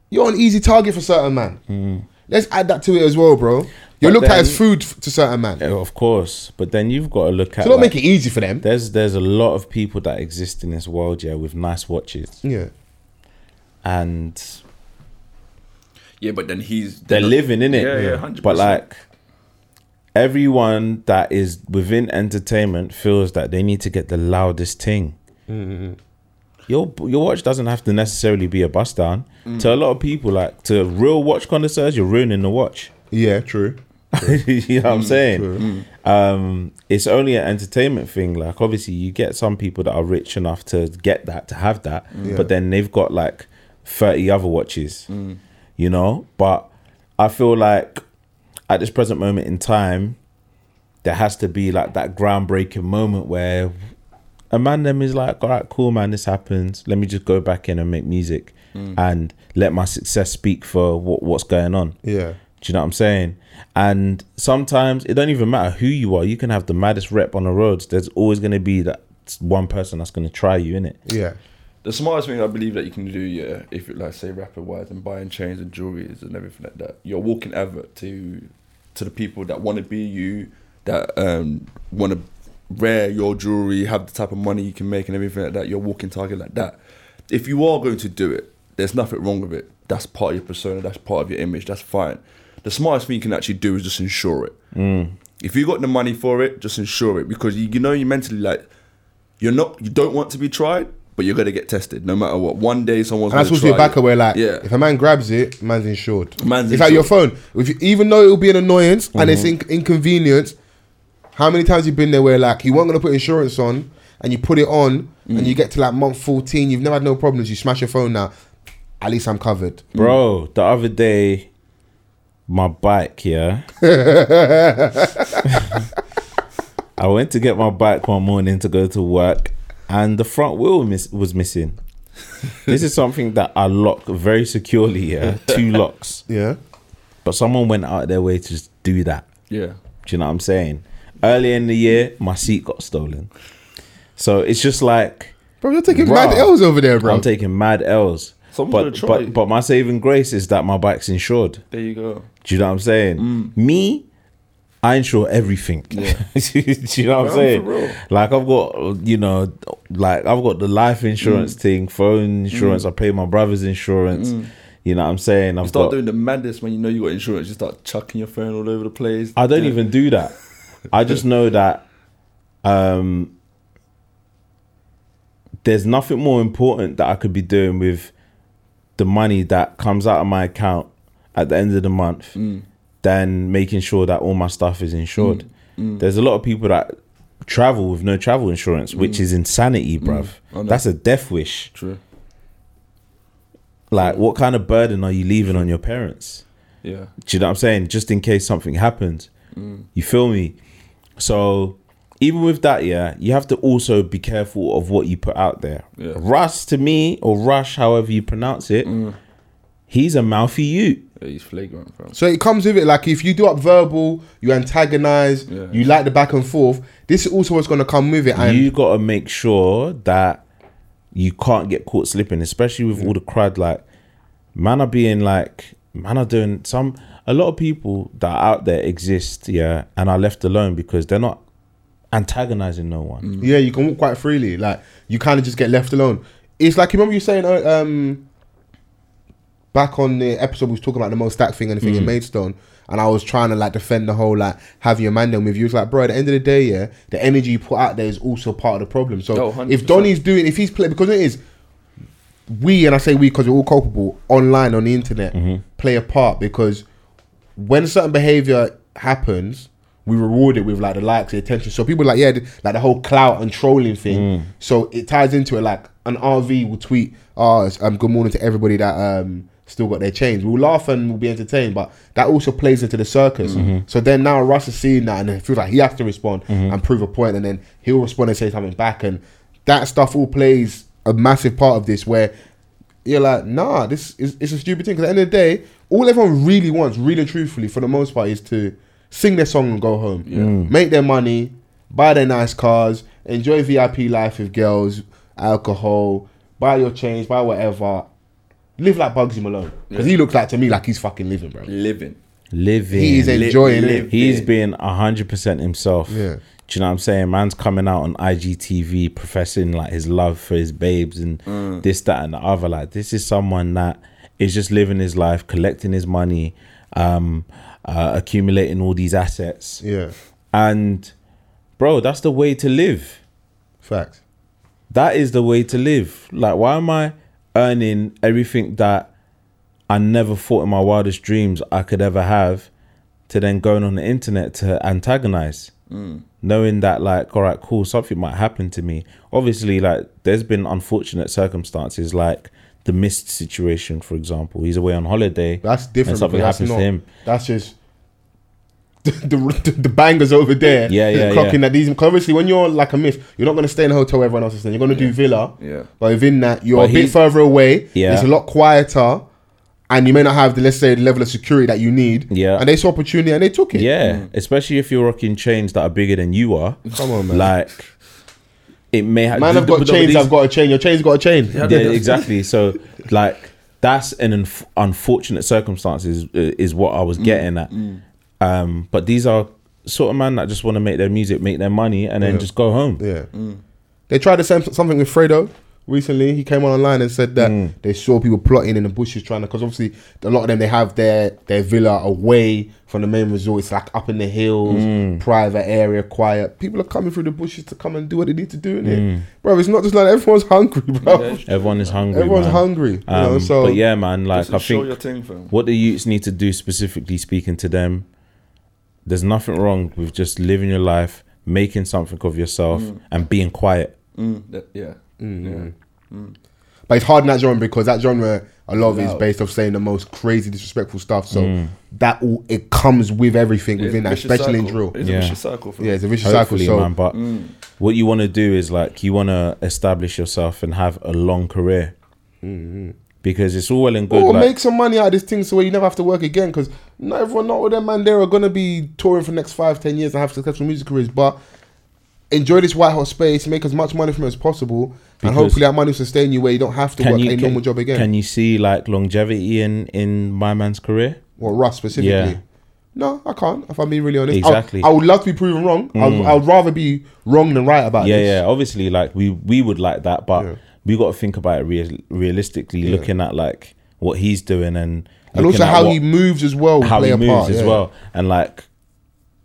Speaker 4: you're an easy target for certain man. Let's add that to it as well, bro. You're
Speaker 5: Mm. But
Speaker 4: looked at
Speaker 5: then-
Speaker 4: as food f- to certain man.
Speaker 5: Yeah, of course. But then you've got to look at.
Speaker 4: So don't
Speaker 5: like,
Speaker 4: make it easy for them.
Speaker 5: There's there's a lot of people that exist in this world, yeah, with nice watches,
Speaker 4: Yeah,
Speaker 5: and
Speaker 2: Yeah, but then he's
Speaker 5: they're living in it.
Speaker 2: Yeah, yeah, 100%.
Speaker 5: But like everyone that is within entertainment feels that they need to get the loudest thing. Your your watch doesn't have to necessarily be a bust down.
Speaker 2: Mm.
Speaker 5: To a lot of people, like to real watch connoisseurs, you're ruining the watch.
Speaker 4: yeah, true.
Speaker 5: you know what I'm saying? Um, it's only an entertainment thing. Like, obviously, you get some people that are rich enough to get that, to have that, but then they've got like 30 other watches, you know? But I feel like at this present moment in time, there has to be like that groundbreaking moment where a man them is like, all right, cool, man, this happens. Let me just go back in and make music and let my success speak for what, what's going on.
Speaker 4: Yeah,
Speaker 5: Do you know what I'm saying? And sometimes it don't even matter who you are. You can have the maddest rep on the roads. There's always going to be that one person that's going to try you in it.
Speaker 4: yeah,
Speaker 2: The smartest thing I believe that you can do, yeah, if you like say rapper wise and buying chains and jewelries and everything like that, you're a walking advert to to the people that want to be you, that um want to wear your jewelry, have the type of money you can make and everything like that. You're a walking target like that. If you are going to do it, there's nothing wrong with it. That's part of your persona. That's part of your image. That's fine. The smartest thing you can actually do is just ensure it. If you got the money for it, just ensure it because you, you know you mentally like you're not you don't want to be tried, but you're gonna get tested no matter what. One day someone's
Speaker 4: and that's
Speaker 2: gonna
Speaker 4: supposed to be a
Speaker 2: try
Speaker 4: backer where like,
Speaker 2: yeah.
Speaker 4: if a man grabs it, man's insured.
Speaker 2: Man's
Speaker 4: it's like your
Speaker 2: insured. Mm-hmm.
Speaker 4: phone. If you, even though it'll be an annoyance and it's in- inconvenience, how many times you been there where like you weren't gonna put insurance on and you put it on
Speaker 2: Mm.
Speaker 4: and you get to like month fourteen, you've never had no problems. You smash your phone now. At least I'm covered.
Speaker 5: Bro, the other day, my bike, yeah. I went to get my bike one morning to go to work, and the front wheel miss- was missing. this is something that I lock very securely, yeah, two locks.
Speaker 4: Yeah,
Speaker 5: But someone went out of their way to just do that.
Speaker 2: yeah.
Speaker 5: Do you know what I'm saying? Earlier in the year, my seat got stolen. So it's just like
Speaker 4: bro, you're taking
Speaker 5: Bruh.
Speaker 4: mad L's over there, bro.
Speaker 5: I'm taking mad L's.
Speaker 2: Someone's
Speaker 5: but,
Speaker 2: gonna try.
Speaker 5: but but my saving grace is that my bike's insured.
Speaker 2: There you go.
Speaker 5: Do you know what I'm saying?
Speaker 2: Mm.
Speaker 5: Me, I insure everything. Do you know what I'm
Speaker 2: for real.
Speaker 5: saying? Like I've got you know, like I've got the life insurance
Speaker 2: Mm.
Speaker 5: thing, phone insurance. I pay my brother's insurance. You know what I'm saying? I've
Speaker 2: Start
Speaker 5: got
Speaker 2: doing the madness when you know you got insurance. You start chucking your phone all over the place.
Speaker 5: I don't even do that. I just know that um, there's nothing more important that I could be doing with the money that comes out of my account at the end of the month
Speaker 2: Mm.
Speaker 5: than making sure that all my stuff is insured.
Speaker 2: Mm.
Speaker 5: There's a lot of people that travel with no travel insurance, which is insanity, bruv.
Speaker 2: Mm. I know.
Speaker 5: That's a death wish.
Speaker 2: True. Mm.
Speaker 5: Like, what kind of burden are you leaving on your parents?
Speaker 2: Yeah.
Speaker 5: Do you know what I'm saying? Just in case something happens. You feel me? So even with that, yeah, you have to also be careful of what you put out there.
Speaker 2: Yeah.
Speaker 5: Russ to me, or Rush, however you pronounce it, he's a mouthy you.
Speaker 2: Yeah, he's flagrant, bro.
Speaker 4: So it comes with it. Like if you do up verbal, you antagonize,
Speaker 2: Yeah.
Speaker 4: you like the back and forth. This is also what's going to come with it. And
Speaker 5: you got to make sure that you can't get caught slipping, especially with all the crowd. Like, man are being like, man are doing some. A lot of people that are out there exist, yeah, and are left alone because they're not antagonizing no one.
Speaker 4: yeah, you can walk quite freely. Like you kind of just get left alone. It's like you remember you saying uh, um, back on the episode we was talking about the most stack thing and the thing in Maidstone, and I was trying to like defend the whole like having your man down with you. It's like, bro, at the end of the day, yeah, the energy you put out there is also part of the problem.
Speaker 2: Oh,
Speaker 4: So
Speaker 2: 100%.
Speaker 4: if Donny's doing, if he's playing, because it is. We and I say we because we're all culpable online on the internet play a part because when certain behavior happens, we reward it with like the likes, the attention. So people like yeah, th- like the whole clout and trolling thing. So it ties into it. Like an RV will tweet, "Ah, it's um, good morning to everybody that um still got their chains." We'll laugh and we'll be entertained, but that also plays into the circus. So then now Russ is seeing that and it feels like he has to respond and prove a point, and then he'll respond and say something back, and that stuff all plays a massive part of this where you're like, nah, this is it's a stupid thing. Because at the end of the day, all everyone really wants, really truthfully, for the most part, is to sing their song and go home, make their money, buy their nice cars, enjoy VIP life with girls, alcohol, buy your change, buy whatever, live like Bugsy Malone. Because he looks like to me like he's fucking living, bro.
Speaker 2: Living.
Speaker 5: Living.
Speaker 4: He is
Speaker 2: Li-
Speaker 4: enjoying
Speaker 2: live.
Speaker 4: it.
Speaker 5: He's
Speaker 2: Yeah.
Speaker 5: being hundred percent himself.
Speaker 4: Yeah.
Speaker 5: Do you know what I'm saying? Man's coming out on IGTV professing like his love for his babes and
Speaker 4: Mm.
Speaker 5: this, that, and the other. Like this is someone that is just living his life, collecting his money, um, uh, accumulating all these assets.
Speaker 4: Yeah,
Speaker 5: And bro, that's the way to live.
Speaker 4: facts.
Speaker 5: That is the way to live. Like, why am I earning everything that I never thought in my wildest dreams I could ever have to then going on the internet to antagonize?
Speaker 4: Mm.
Speaker 5: Knowing that, like, all right, cool, something might happen to me. Obviously, like, there's been unfortunate circumstances, like the missed situation, for example. He's away on holiday.
Speaker 4: That's different.
Speaker 5: And something
Speaker 4: because
Speaker 5: happens
Speaker 4: that's
Speaker 5: to him.
Speaker 4: That's just the, the, the bangers over there.
Speaker 5: Yeah, yeah,
Speaker 4: Clocking
Speaker 5: yeah.
Speaker 4: that these. 'cause Obviously, when you're like a miss, you're not going to stay in a hotel where everyone else is staying. You're going to do villa.
Speaker 2: Yeah.
Speaker 4: But within that, you're
Speaker 5: But
Speaker 4: a
Speaker 5: he-
Speaker 4: bit further away.
Speaker 5: Yeah.
Speaker 4: It's a lot quieter. And you may not have the let's say the level of security that you need.
Speaker 5: Yeah.
Speaker 4: And they saw opportunity and they took it.
Speaker 5: Yeah, especially if you're rocking chains that are bigger than you are.
Speaker 4: Mm. Come on, man.
Speaker 5: Like, it may have.
Speaker 4: Man, I've got chains. I've got a chain. Your chain's got a chain.
Speaker 5: yeah, exactly. So like that's an unf- unfortunate circumstance is, is what I was
Speaker 4: Mm.
Speaker 5: getting at. Um, but these are sort of man that just want to make their music, make their money, and then just go home.
Speaker 4: Yeah.
Speaker 2: Mm.
Speaker 4: They tried the same something with Fredo recently. He came online and said that
Speaker 5: Mm.
Speaker 4: they saw people plotting in the bushes trying to because obviously a lot of them they have their their villa away from the main resort. It's like up in the hills,
Speaker 5: Mm.
Speaker 4: private area, quiet. People are coming through the bushes to come and do what they need to do in it. Bro, it's not just like everyone's hungry, bro.
Speaker 5: Everyone is Mm. hungry.
Speaker 4: Everyone's
Speaker 5: man.
Speaker 4: hungry. You know,
Speaker 5: Um,
Speaker 4: so
Speaker 5: but yeah, man, like
Speaker 2: Just
Speaker 5: I
Speaker 2: show
Speaker 5: think
Speaker 2: your thing, fam.
Speaker 5: what the youths need to do specifically speaking to them there's nothing wrong with just living your life making something of yourself
Speaker 4: Mm.
Speaker 5: and being quiet
Speaker 2: Mm, that, yeah. yeah.
Speaker 4: But it's hard in that genre because that genre, a lot of it is
Speaker 2: Loud.
Speaker 4: based off saying the most crazy, disrespectful stuff. So
Speaker 5: Mm.
Speaker 4: that all it comes with everything
Speaker 2: It's
Speaker 4: within
Speaker 2: a
Speaker 4: that,
Speaker 2: vicious
Speaker 4: especially in
Speaker 2: cycle.
Speaker 4: drill.
Speaker 2: It's
Speaker 5: Yeah.
Speaker 2: a vicious cycle. Fam.
Speaker 4: Yeah, it's a vicious
Speaker 5: hopefully
Speaker 4: cycle. So
Speaker 5: man but what you want to do is like you want to establish yourself and have a long career
Speaker 4: Mm-hmm.
Speaker 5: because it's all well and good
Speaker 4: Or
Speaker 5: like,
Speaker 4: make some money out of this thing so where you never have to work again. Because not everyone, not all them man there are gonna be touring for the next five, ten years and have successful music careers. But enjoy this white hot space, make as much money from it as possible, and
Speaker 5: Because-
Speaker 4: hopefully that money will sustain you where you don't have to
Speaker 5: can
Speaker 4: work
Speaker 5: you
Speaker 4: a
Speaker 5: can,
Speaker 4: normal job again.
Speaker 5: can you see like longevity in in my man's career
Speaker 4: or Russ specifically.
Speaker 5: Yeah.
Speaker 4: No, I can't. If I'm being really honest, I-
Speaker 5: Exactly. Mm.
Speaker 4: I, would love to be proven wrong. I, would, I'd rather be wrong than right about
Speaker 5: yeah
Speaker 4: this.
Speaker 5: yeah obviously like we we would like that but we got to think about it real, realistically looking at like what he's doing and
Speaker 4: And
Speaker 5: looking
Speaker 4: also
Speaker 5: at
Speaker 4: how
Speaker 5: what-
Speaker 4: he moves as well. will
Speaker 5: how
Speaker 4: play
Speaker 5: he
Speaker 4: a
Speaker 5: moves
Speaker 4: part,
Speaker 5: as
Speaker 4: yeah.
Speaker 5: well, and like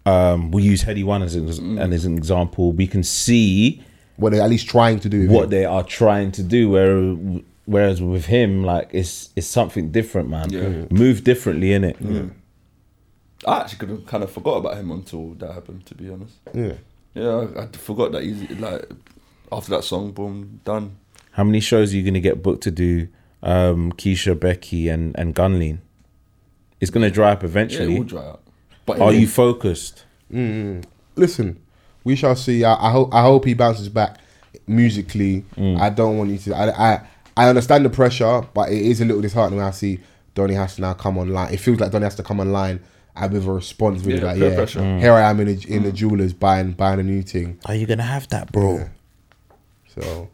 Speaker 5: um, we use Heady One as an, and as an example. We can see
Speaker 4: What they're at least trying to do. with
Speaker 5: what
Speaker 4: it.
Speaker 5: they are trying to do, where, whereas with him, like it's it's something different, man.
Speaker 2: Yeah.
Speaker 5: Move differently in it.
Speaker 2: I actually could have kind of forgot about him until that happened. To be honest.
Speaker 4: Yeah.
Speaker 2: Yeah, I, I forgot that he's like after that song, boom, done.
Speaker 5: How many shows are you gonna get booked to do? Um, Keisha, Becky, and and Gunlean. It's gonna dry up
Speaker 2: Yeah,
Speaker 5: eventually.
Speaker 2: it will dry out. But
Speaker 5: are
Speaker 2: it-
Speaker 5: you focused?
Speaker 4: listen, we shall see. I, I hope I hope he bounces back
Speaker 5: Mm.
Speaker 4: musically. I don't want you to. I, I I understand the pressure, but it is a little disheartening when I see Donny has to now come online. It feels like Donny has to come online and with a response, really
Speaker 2: Yeah,
Speaker 4: like,
Speaker 2: peer
Speaker 4: yeah,
Speaker 2: pressure. Mm.
Speaker 4: here I am in a, in the jewelers buying buying a new thing.
Speaker 5: Are you gonna have that, bro?
Speaker 4: So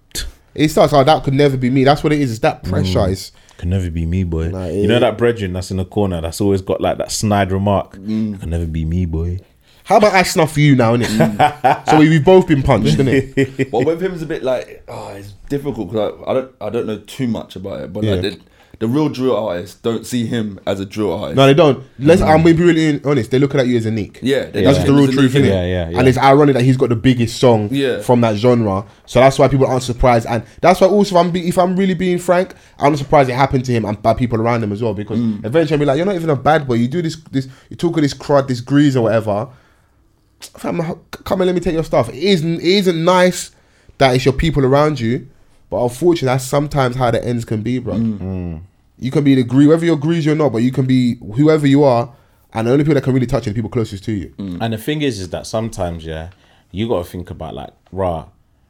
Speaker 4: it starts out. That could never be me. That's what it is. It's
Speaker 5: Mm.
Speaker 4: that pressure. It's
Speaker 5: Can never be me, boy.
Speaker 4: Nah,
Speaker 5: you
Speaker 4: it-
Speaker 5: know that brethren that's in the corner that's always got like that snide remark.
Speaker 2: Mm.
Speaker 5: Can never be me, boy.
Speaker 4: how about I snuff you now, innit? so we, we've both been punched, innit?
Speaker 2: But with him, it's a bit like oh, it's difficult because I, I don't I don't know too much about it. But
Speaker 4: Yeah.
Speaker 2: like the, the real drill artists don't see him as a drill artist.
Speaker 4: No, they don't. Let's.
Speaker 5: Mm.
Speaker 4: I'm being really honest. They're looking at you as a nick.
Speaker 2: yeah, they
Speaker 4: That's
Speaker 2: don't
Speaker 4: the
Speaker 2: see him
Speaker 4: real
Speaker 2: as a
Speaker 4: truth,
Speaker 2: nick,
Speaker 4: innit?
Speaker 5: Yeah, yeah, yeah.
Speaker 4: And it's ironic that he's got the biggest song
Speaker 2: Yeah.
Speaker 4: from that genre. So that's why people aren't surprised. And that's why also, if I'm, be, if I'm really being frank, I'm not surprised it happened to him and by people around him as well. Because eventually I'll be like, you're not even a bad boy. You do this, this you talk of this crud, this grease or whatever. Fam, h- come and let me take your stuff. It isn't, it isn't nice that it's your people around you. But unfortunately, that's sometimes how the ends can be, bro. You can be the grease, whether you're greasy or not, but you can be whoever you are. And the only people that can really touch you are the people closest to you.
Speaker 5: Mm. And the thing is, is that sometimes, yeah, you gotta think about like, rah,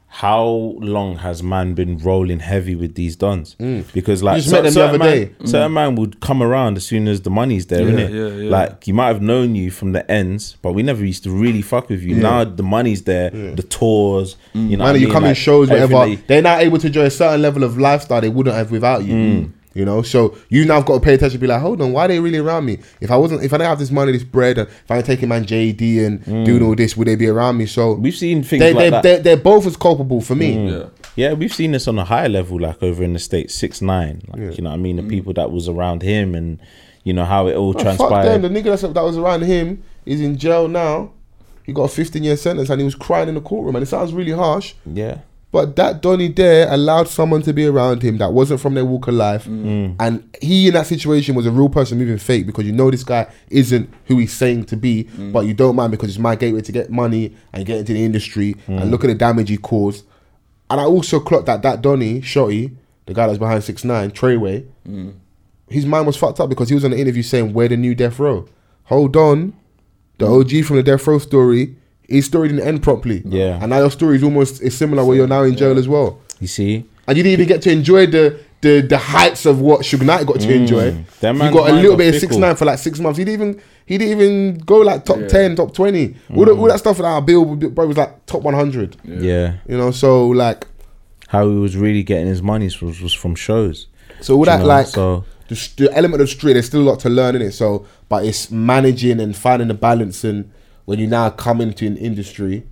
Speaker 5: how long has man been rolling heavy with these dons? Because
Speaker 4: Mm.
Speaker 5: like,
Speaker 4: You just met them the
Speaker 5: certain
Speaker 4: other Mm.
Speaker 5: man- certain man would come around as soon as the money's there, innit?
Speaker 2: yeah, yeah.
Speaker 5: Like you might have known you from the ends, but we never used to really fuck with you. Now the money's there, the tours, you know, what
Speaker 4: Mm. Man,
Speaker 5: I
Speaker 4: you
Speaker 5: mean?
Speaker 4: come in
Speaker 5: Like,
Speaker 4: shows,
Speaker 5: everything
Speaker 4: whatever.
Speaker 5: that you-
Speaker 4: They're now able to enjoy a certain level of lifestyle they wouldn't have without you.
Speaker 5: Mm.
Speaker 4: You know, so you now got to pay attention. Be like, hold on, why are they really around me? If I wasn't, if I didn't have this money, this bread, and if I ain't taking my JD and doing all this, would they be around me? So
Speaker 5: Mm. We've seen things
Speaker 4: they,
Speaker 5: like
Speaker 4: they,
Speaker 5: that. Mm.
Speaker 4: they're, they're both as culpable for me.
Speaker 2: Yeah.
Speaker 5: Yeah, we've seen this on a higher level, like over in the states, six nine. Like, You know what I mean? The people that was around him, and you know how it all
Speaker 4: Mm. Oh, fuck them.
Speaker 5: transpired.
Speaker 4: The nigga that's, that was around him is in jail now. He got a 15 year sentence and he was crying in the courtroom. And it sounds really harsh,
Speaker 5: yeah,
Speaker 4: But that Donny there allowed someone to be around him that wasn't from their walk of life. And he in that situation was a real person moving fake because you know this guy isn't who he's saying to be, but you don't mind because it's my gateway to get money and get into the industry and look at the damage he caused. And I also clocked that that Donny, Shotty, the guy that's behind 6 9 Treyway, his mind was fucked up because he was on the interview saying, We're the new death row. Hold on. The OG from the death row story, his story didn't end properly.
Speaker 5: Yeah.
Speaker 4: And now your story is almost is similar where you're now in jail as well.
Speaker 5: you see,
Speaker 4: And you didn't even get to enjoy the the, the heights of what Suge Knight got to enjoy.
Speaker 5: Mm. That
Speaker 4: You
Speaker 5: man's
Speaker 4: got a
Speaker 5: mind
Speaker 4: little
Speaker 5: got
Speaker 4: bit of
Speaker 5: fickle.
Speaker 4: six nine for like six months. He didn't even he didn't even go like top ten, top twenty. All, the, all
Speaker 5: Mm.
Speaker 4: that stuff that our bill bro was like top one hundred.
Speaker 5: yeah.
Speaker 4: You know, so like
Speaker 5: how he was really getting his money was, was from shows.
Speaker 4: So all
Speaker 5: Do you
Speaker 4: that
Speaker 5: know?
Speaker 4: like
Speaker 5: So-
Speaker 4: the, st- the element of the street, there's still a lot to learn in it. So, but it's managing and finding the balance. And when you now come into an industry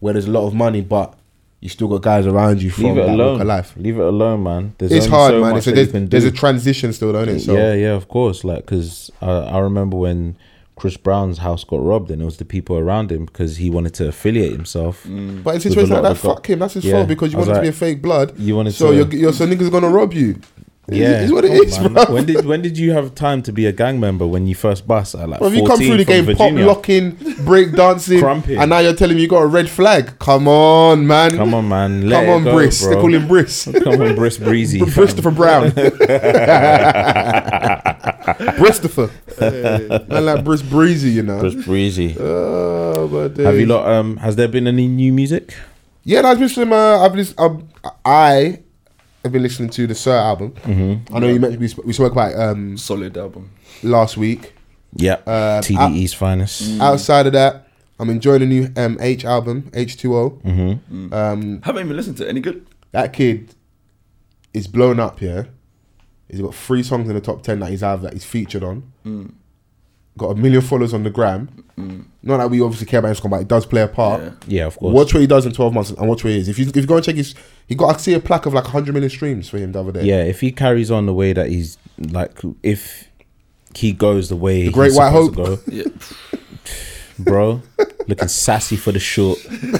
Speaker 4: where there's a lot of money, but you still got guys around you from
Speaker 5: Leave
Speaker 4: that
Speaker 5: it
Speaker 4: walk
Speaker 5: alone.
Speaker 4: of life.
Speaker 5: Leave it alone, man. There's
Speaker 4: It's
Speaker 5: only
Speaker 4: hard,
Speaker 5: so
Speaker 4: man.
Speaker 5: much
Speaker 4: So
Speaker 5: that
Speaker 4: there's,
Speaker 5: you can
Speaker 4: there's
Speaker 5: do.
Speaker 4: a transition still, don't it? So
Speaker 5: Yeah, yeah, of course. Like, because uh, I remember when Chris Brown's house got robbed, and it was the people around him because he wanted to affiliate himself.
Speaker 4: But in
Speaker 5: with a
Speaker 4: situations like
Speaker 5: lot
Speaker 4: that,
Speaker 5: of the
Speaker 4: fuck him. That's his
Speaker 5: Yeah,
Speaker 4: fault because you
Speaker 5: I was
Speaker 4: wanted to be a
Speaker 5: like-
Speaker 4: fake blood.
Speaker 5: You wanted
Speaker 4: so
Speaker 5: to-
Speaker 4: you're, you're so niggas gonna rob you.
Speaker 5: Yeah,
Speaker 4: it's what it
Speaker 5: come
Speaker 4: is,
Speaker 5: on,
Speaker 4: bro.
Speaker 5: When did when did you have time to be a gang member when you first bust at like?
Speaker 4: Bro, if you
Speaker 5: 14
Speaker 4: come through the
Speaker 5: from
Speaker 4: game
Speaker 5: Virginia?
Speaker 4: pop locking, break dancing,
Speaker 5: Crumping.
Speaker 4: and now you're telling me you got a red flag. Come on, man.
Speaker 5: Come on, man. Let
Speaker 4: Come
Speaker 5: it
Speaker 4: on,
Speaker 5: go,
Speaker 4: Briss.
Speaker 5: bro.
Speaker 4: They call him Briss.
Speaker 5: Come on, Briss Breezy. fam.
Speaker 4: Christopher Brown. Christopher. Man like Briss Breezy, you know.
Speaker 5: Briss Breezy.
Speaker 4: Oh, but, uh,
Speaker 5: Have you lot? Um, has there been any new music?
Speaker 4: Yeah, no, I've been listening. Uh, I've been, um, I have been listening to the Sir album.
Speaker 5: Mm-hmm.
Speaker 4: I know you mentioned we, sp- we spoke about it, um,
Speaker 2: Solid album.
Speaker 4: last week.
Speaker 5: Yeah.
Speaker 4: Uh, Mm.
Speaker 5: TDE's finest.
Speaker 4: Outside of that, I'm enjoying the new um, H album, H2O.
Speaker 5: Mm-hmm.
Speaker 4: Um,
Speaker 2: Haven't even listened to it. any good.
Speaker 4: that kid is blown up yeah. He's got three songs in the top ten that he's have that he's featured on.
Speaker 5: Mm.
Speaker 4: Got a million followers on the gram. Not that we obviously care about Instagram, but it does play a part.
Speaker 2: Yeah.
Speaker 5: Yeah, of course.
Speaker 4: Watch what he does in twelve months and watch where he is. If you if you go and check his, he got I see a plaque of like hundred million streams for him the other day.
Speaker 5: yeah, if he carries on the way that he's like, if he goes the way the
Speaker 4: Great White
Speaker 5: go,
Speaker 2: Yeah.
Speaker 5: bro, looking sassy for the short.
Speaker 4: you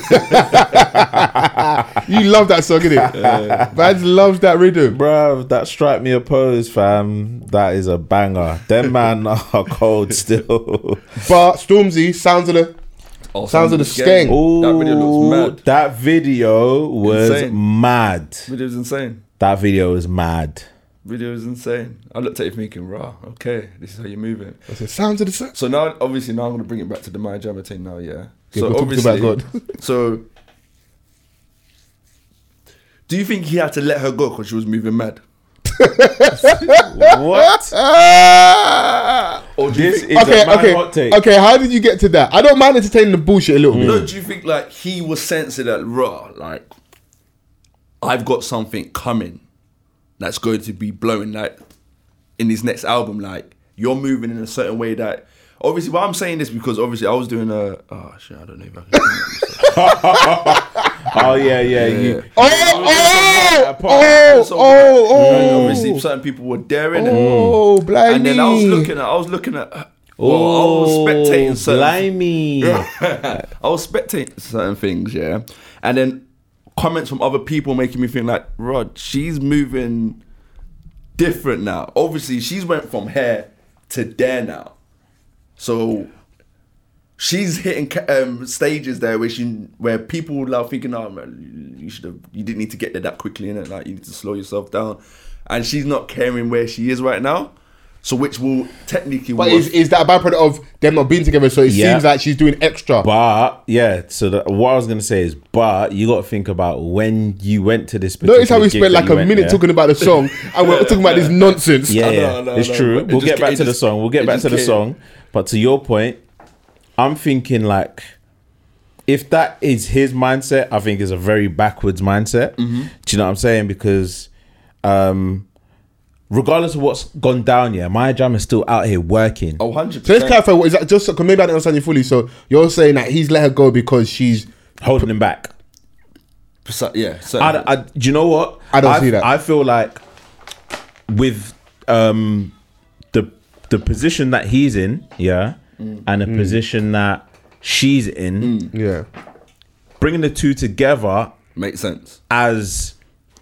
Speaker 4: love that song, innit? Vans loves that rhythm.
Speaker 5: Bro, that strike me a pose, fam. That is a banger. Them man are cold still.
Speaker 4: But Stormzy sounds of the
Speaker 2: Oh,
Speaker 4: Sounds of the Skank.
Speaker 5: Ooh,
Speaker 2: That video looks mad.
Speaker 5: That video was
Speaker 2: Insane.
Speaker 5: mad.
Speaker 2: Video's insane.
Speaker 5: That video was mad.
Speaker 2: Video is insane. I looked at it thinking, rah, okay, this is how you're moving.
Speaker 4: I said, sounds of the sa-
Speaker 2: So now, obviously, now I'm going to bring it back to the Maya Jama thing now, yeah?
Speaker 4: Yeah,
Speaker 2: so
Speaker 4: we'll talk to you about
Speaker 2: so do you think he had to let her go because she was moving mad?
Speaker 5: what?
Speaker 2: Or do you
Speaker 5: This
Speaker 2: think,
Speaker 5: is
Speaker 4: Ah! okay,
Speaker 5: a mad
Speaker 4: okay,
Speaker 5: hot take.
Speaker 4: okay. How did you get to that? I don't mind entertaining the bullshit a little bit.
Speaker 2: No, do you think like he was sensing that raw, like I've got something coming that's going to be blowing like in his next album, like you're moving in a certain way that obviously why I'm saying this because obviously I was doing a oh shit, I don't know if I can
Speaker 5: Oh yeah, yeah. You,
Speaker 4: Oh, oh,
Speaker 2: And
Speaker 4: oh,
Speaker 2: so, like,
Speaker 4: oh,
Speaker 2: obviously
Speaker 4: oh,
Speaker 2: certain people were daring and,
Speaker 4: oh, blimey.
Speaker 2: and then I was looking at I was looking at well,
Speaker 4: Oh,
Speaker 2: I was spectating certain
Speaker 5: Oh, Blimey.
Speaker 2: I was spectating certain things, yeah, and then comments from other people making me think like, Rod, she's moving different now. Obviously, she's went from here to there now, so she's hitting ca- um, stages there where she where people are thinking, oh man, you should have, you didn't need to get there that quickly, and like you need to slow yourself down, and she's not caring where she is right now. So which will technically
Speaker 4: But
Speaker 2: was-
Speaker 4: is, is that a byproduct of them not being together? So it
Speaker 5: Yeah.
Speaker 4: seems like she's doing extra.
Speaker 5: But yeah, so the, what I was gonna say is, but you got to think about when you went to this. particular
Speaker 4: Notice how we
Speaker 5: gig
Speaker 4: spent
Speaker 5: that
Speaker 4: like
Speaker 5: you
Speaker 4: a
Speaker 5: went
Speaker 4: minute
Speaker 5: there.
Speaker 4: talking about the song and we're talking about this nonsense.
Speaker 5: Yeah, yeah.
Speaker 2: know, I know, I
Speaker 5: it's
Speaker 2: know,
Speaker 5: true.
Speaker 2: but it
Speaker 5: We'll
Speaker 2: just
Speaker 5: get
Speaker 2: ca-
Speaker 5: back
Speaker 2: it
Speaker 5: to the
Speaker 2: just-
Speaker 5: song. We'll get
Speaker 2: it
Speaker 5: back
Speaker 2: just
Speaker 5: to the
Speaker 2: came.
Speaker 5: song. But to your point, I'm thinking like, if that is his mindset, I think is a very backwards mindset.
Speaker 2: Mm-hmm.
Speaker 5: Do you know what I'm saying? Because, um, regardless of what's gone down, yeah, my jam is still out here working.
Speaker 2: Oh, 100%.
Speaker 4: So let's clarify what is that just 'cause maybe I didn't understand you fully. So you're saying that he's let her go because she's
Speaker 5: holding him back.
Speaker 2: Perci- yeah, so
Speaker 5: I, I- do you know what?
Speaker 4: I don't see that.
Speaker 5: I feel like with um, the the position that he's in, yeah, and the
Speaker 4: Mm.
Speaker 5: position that she's in,
Speaker 4: yeah.
Speaker 5: bringing the two together
Speaker 2: makes sense.
Speaker 5: as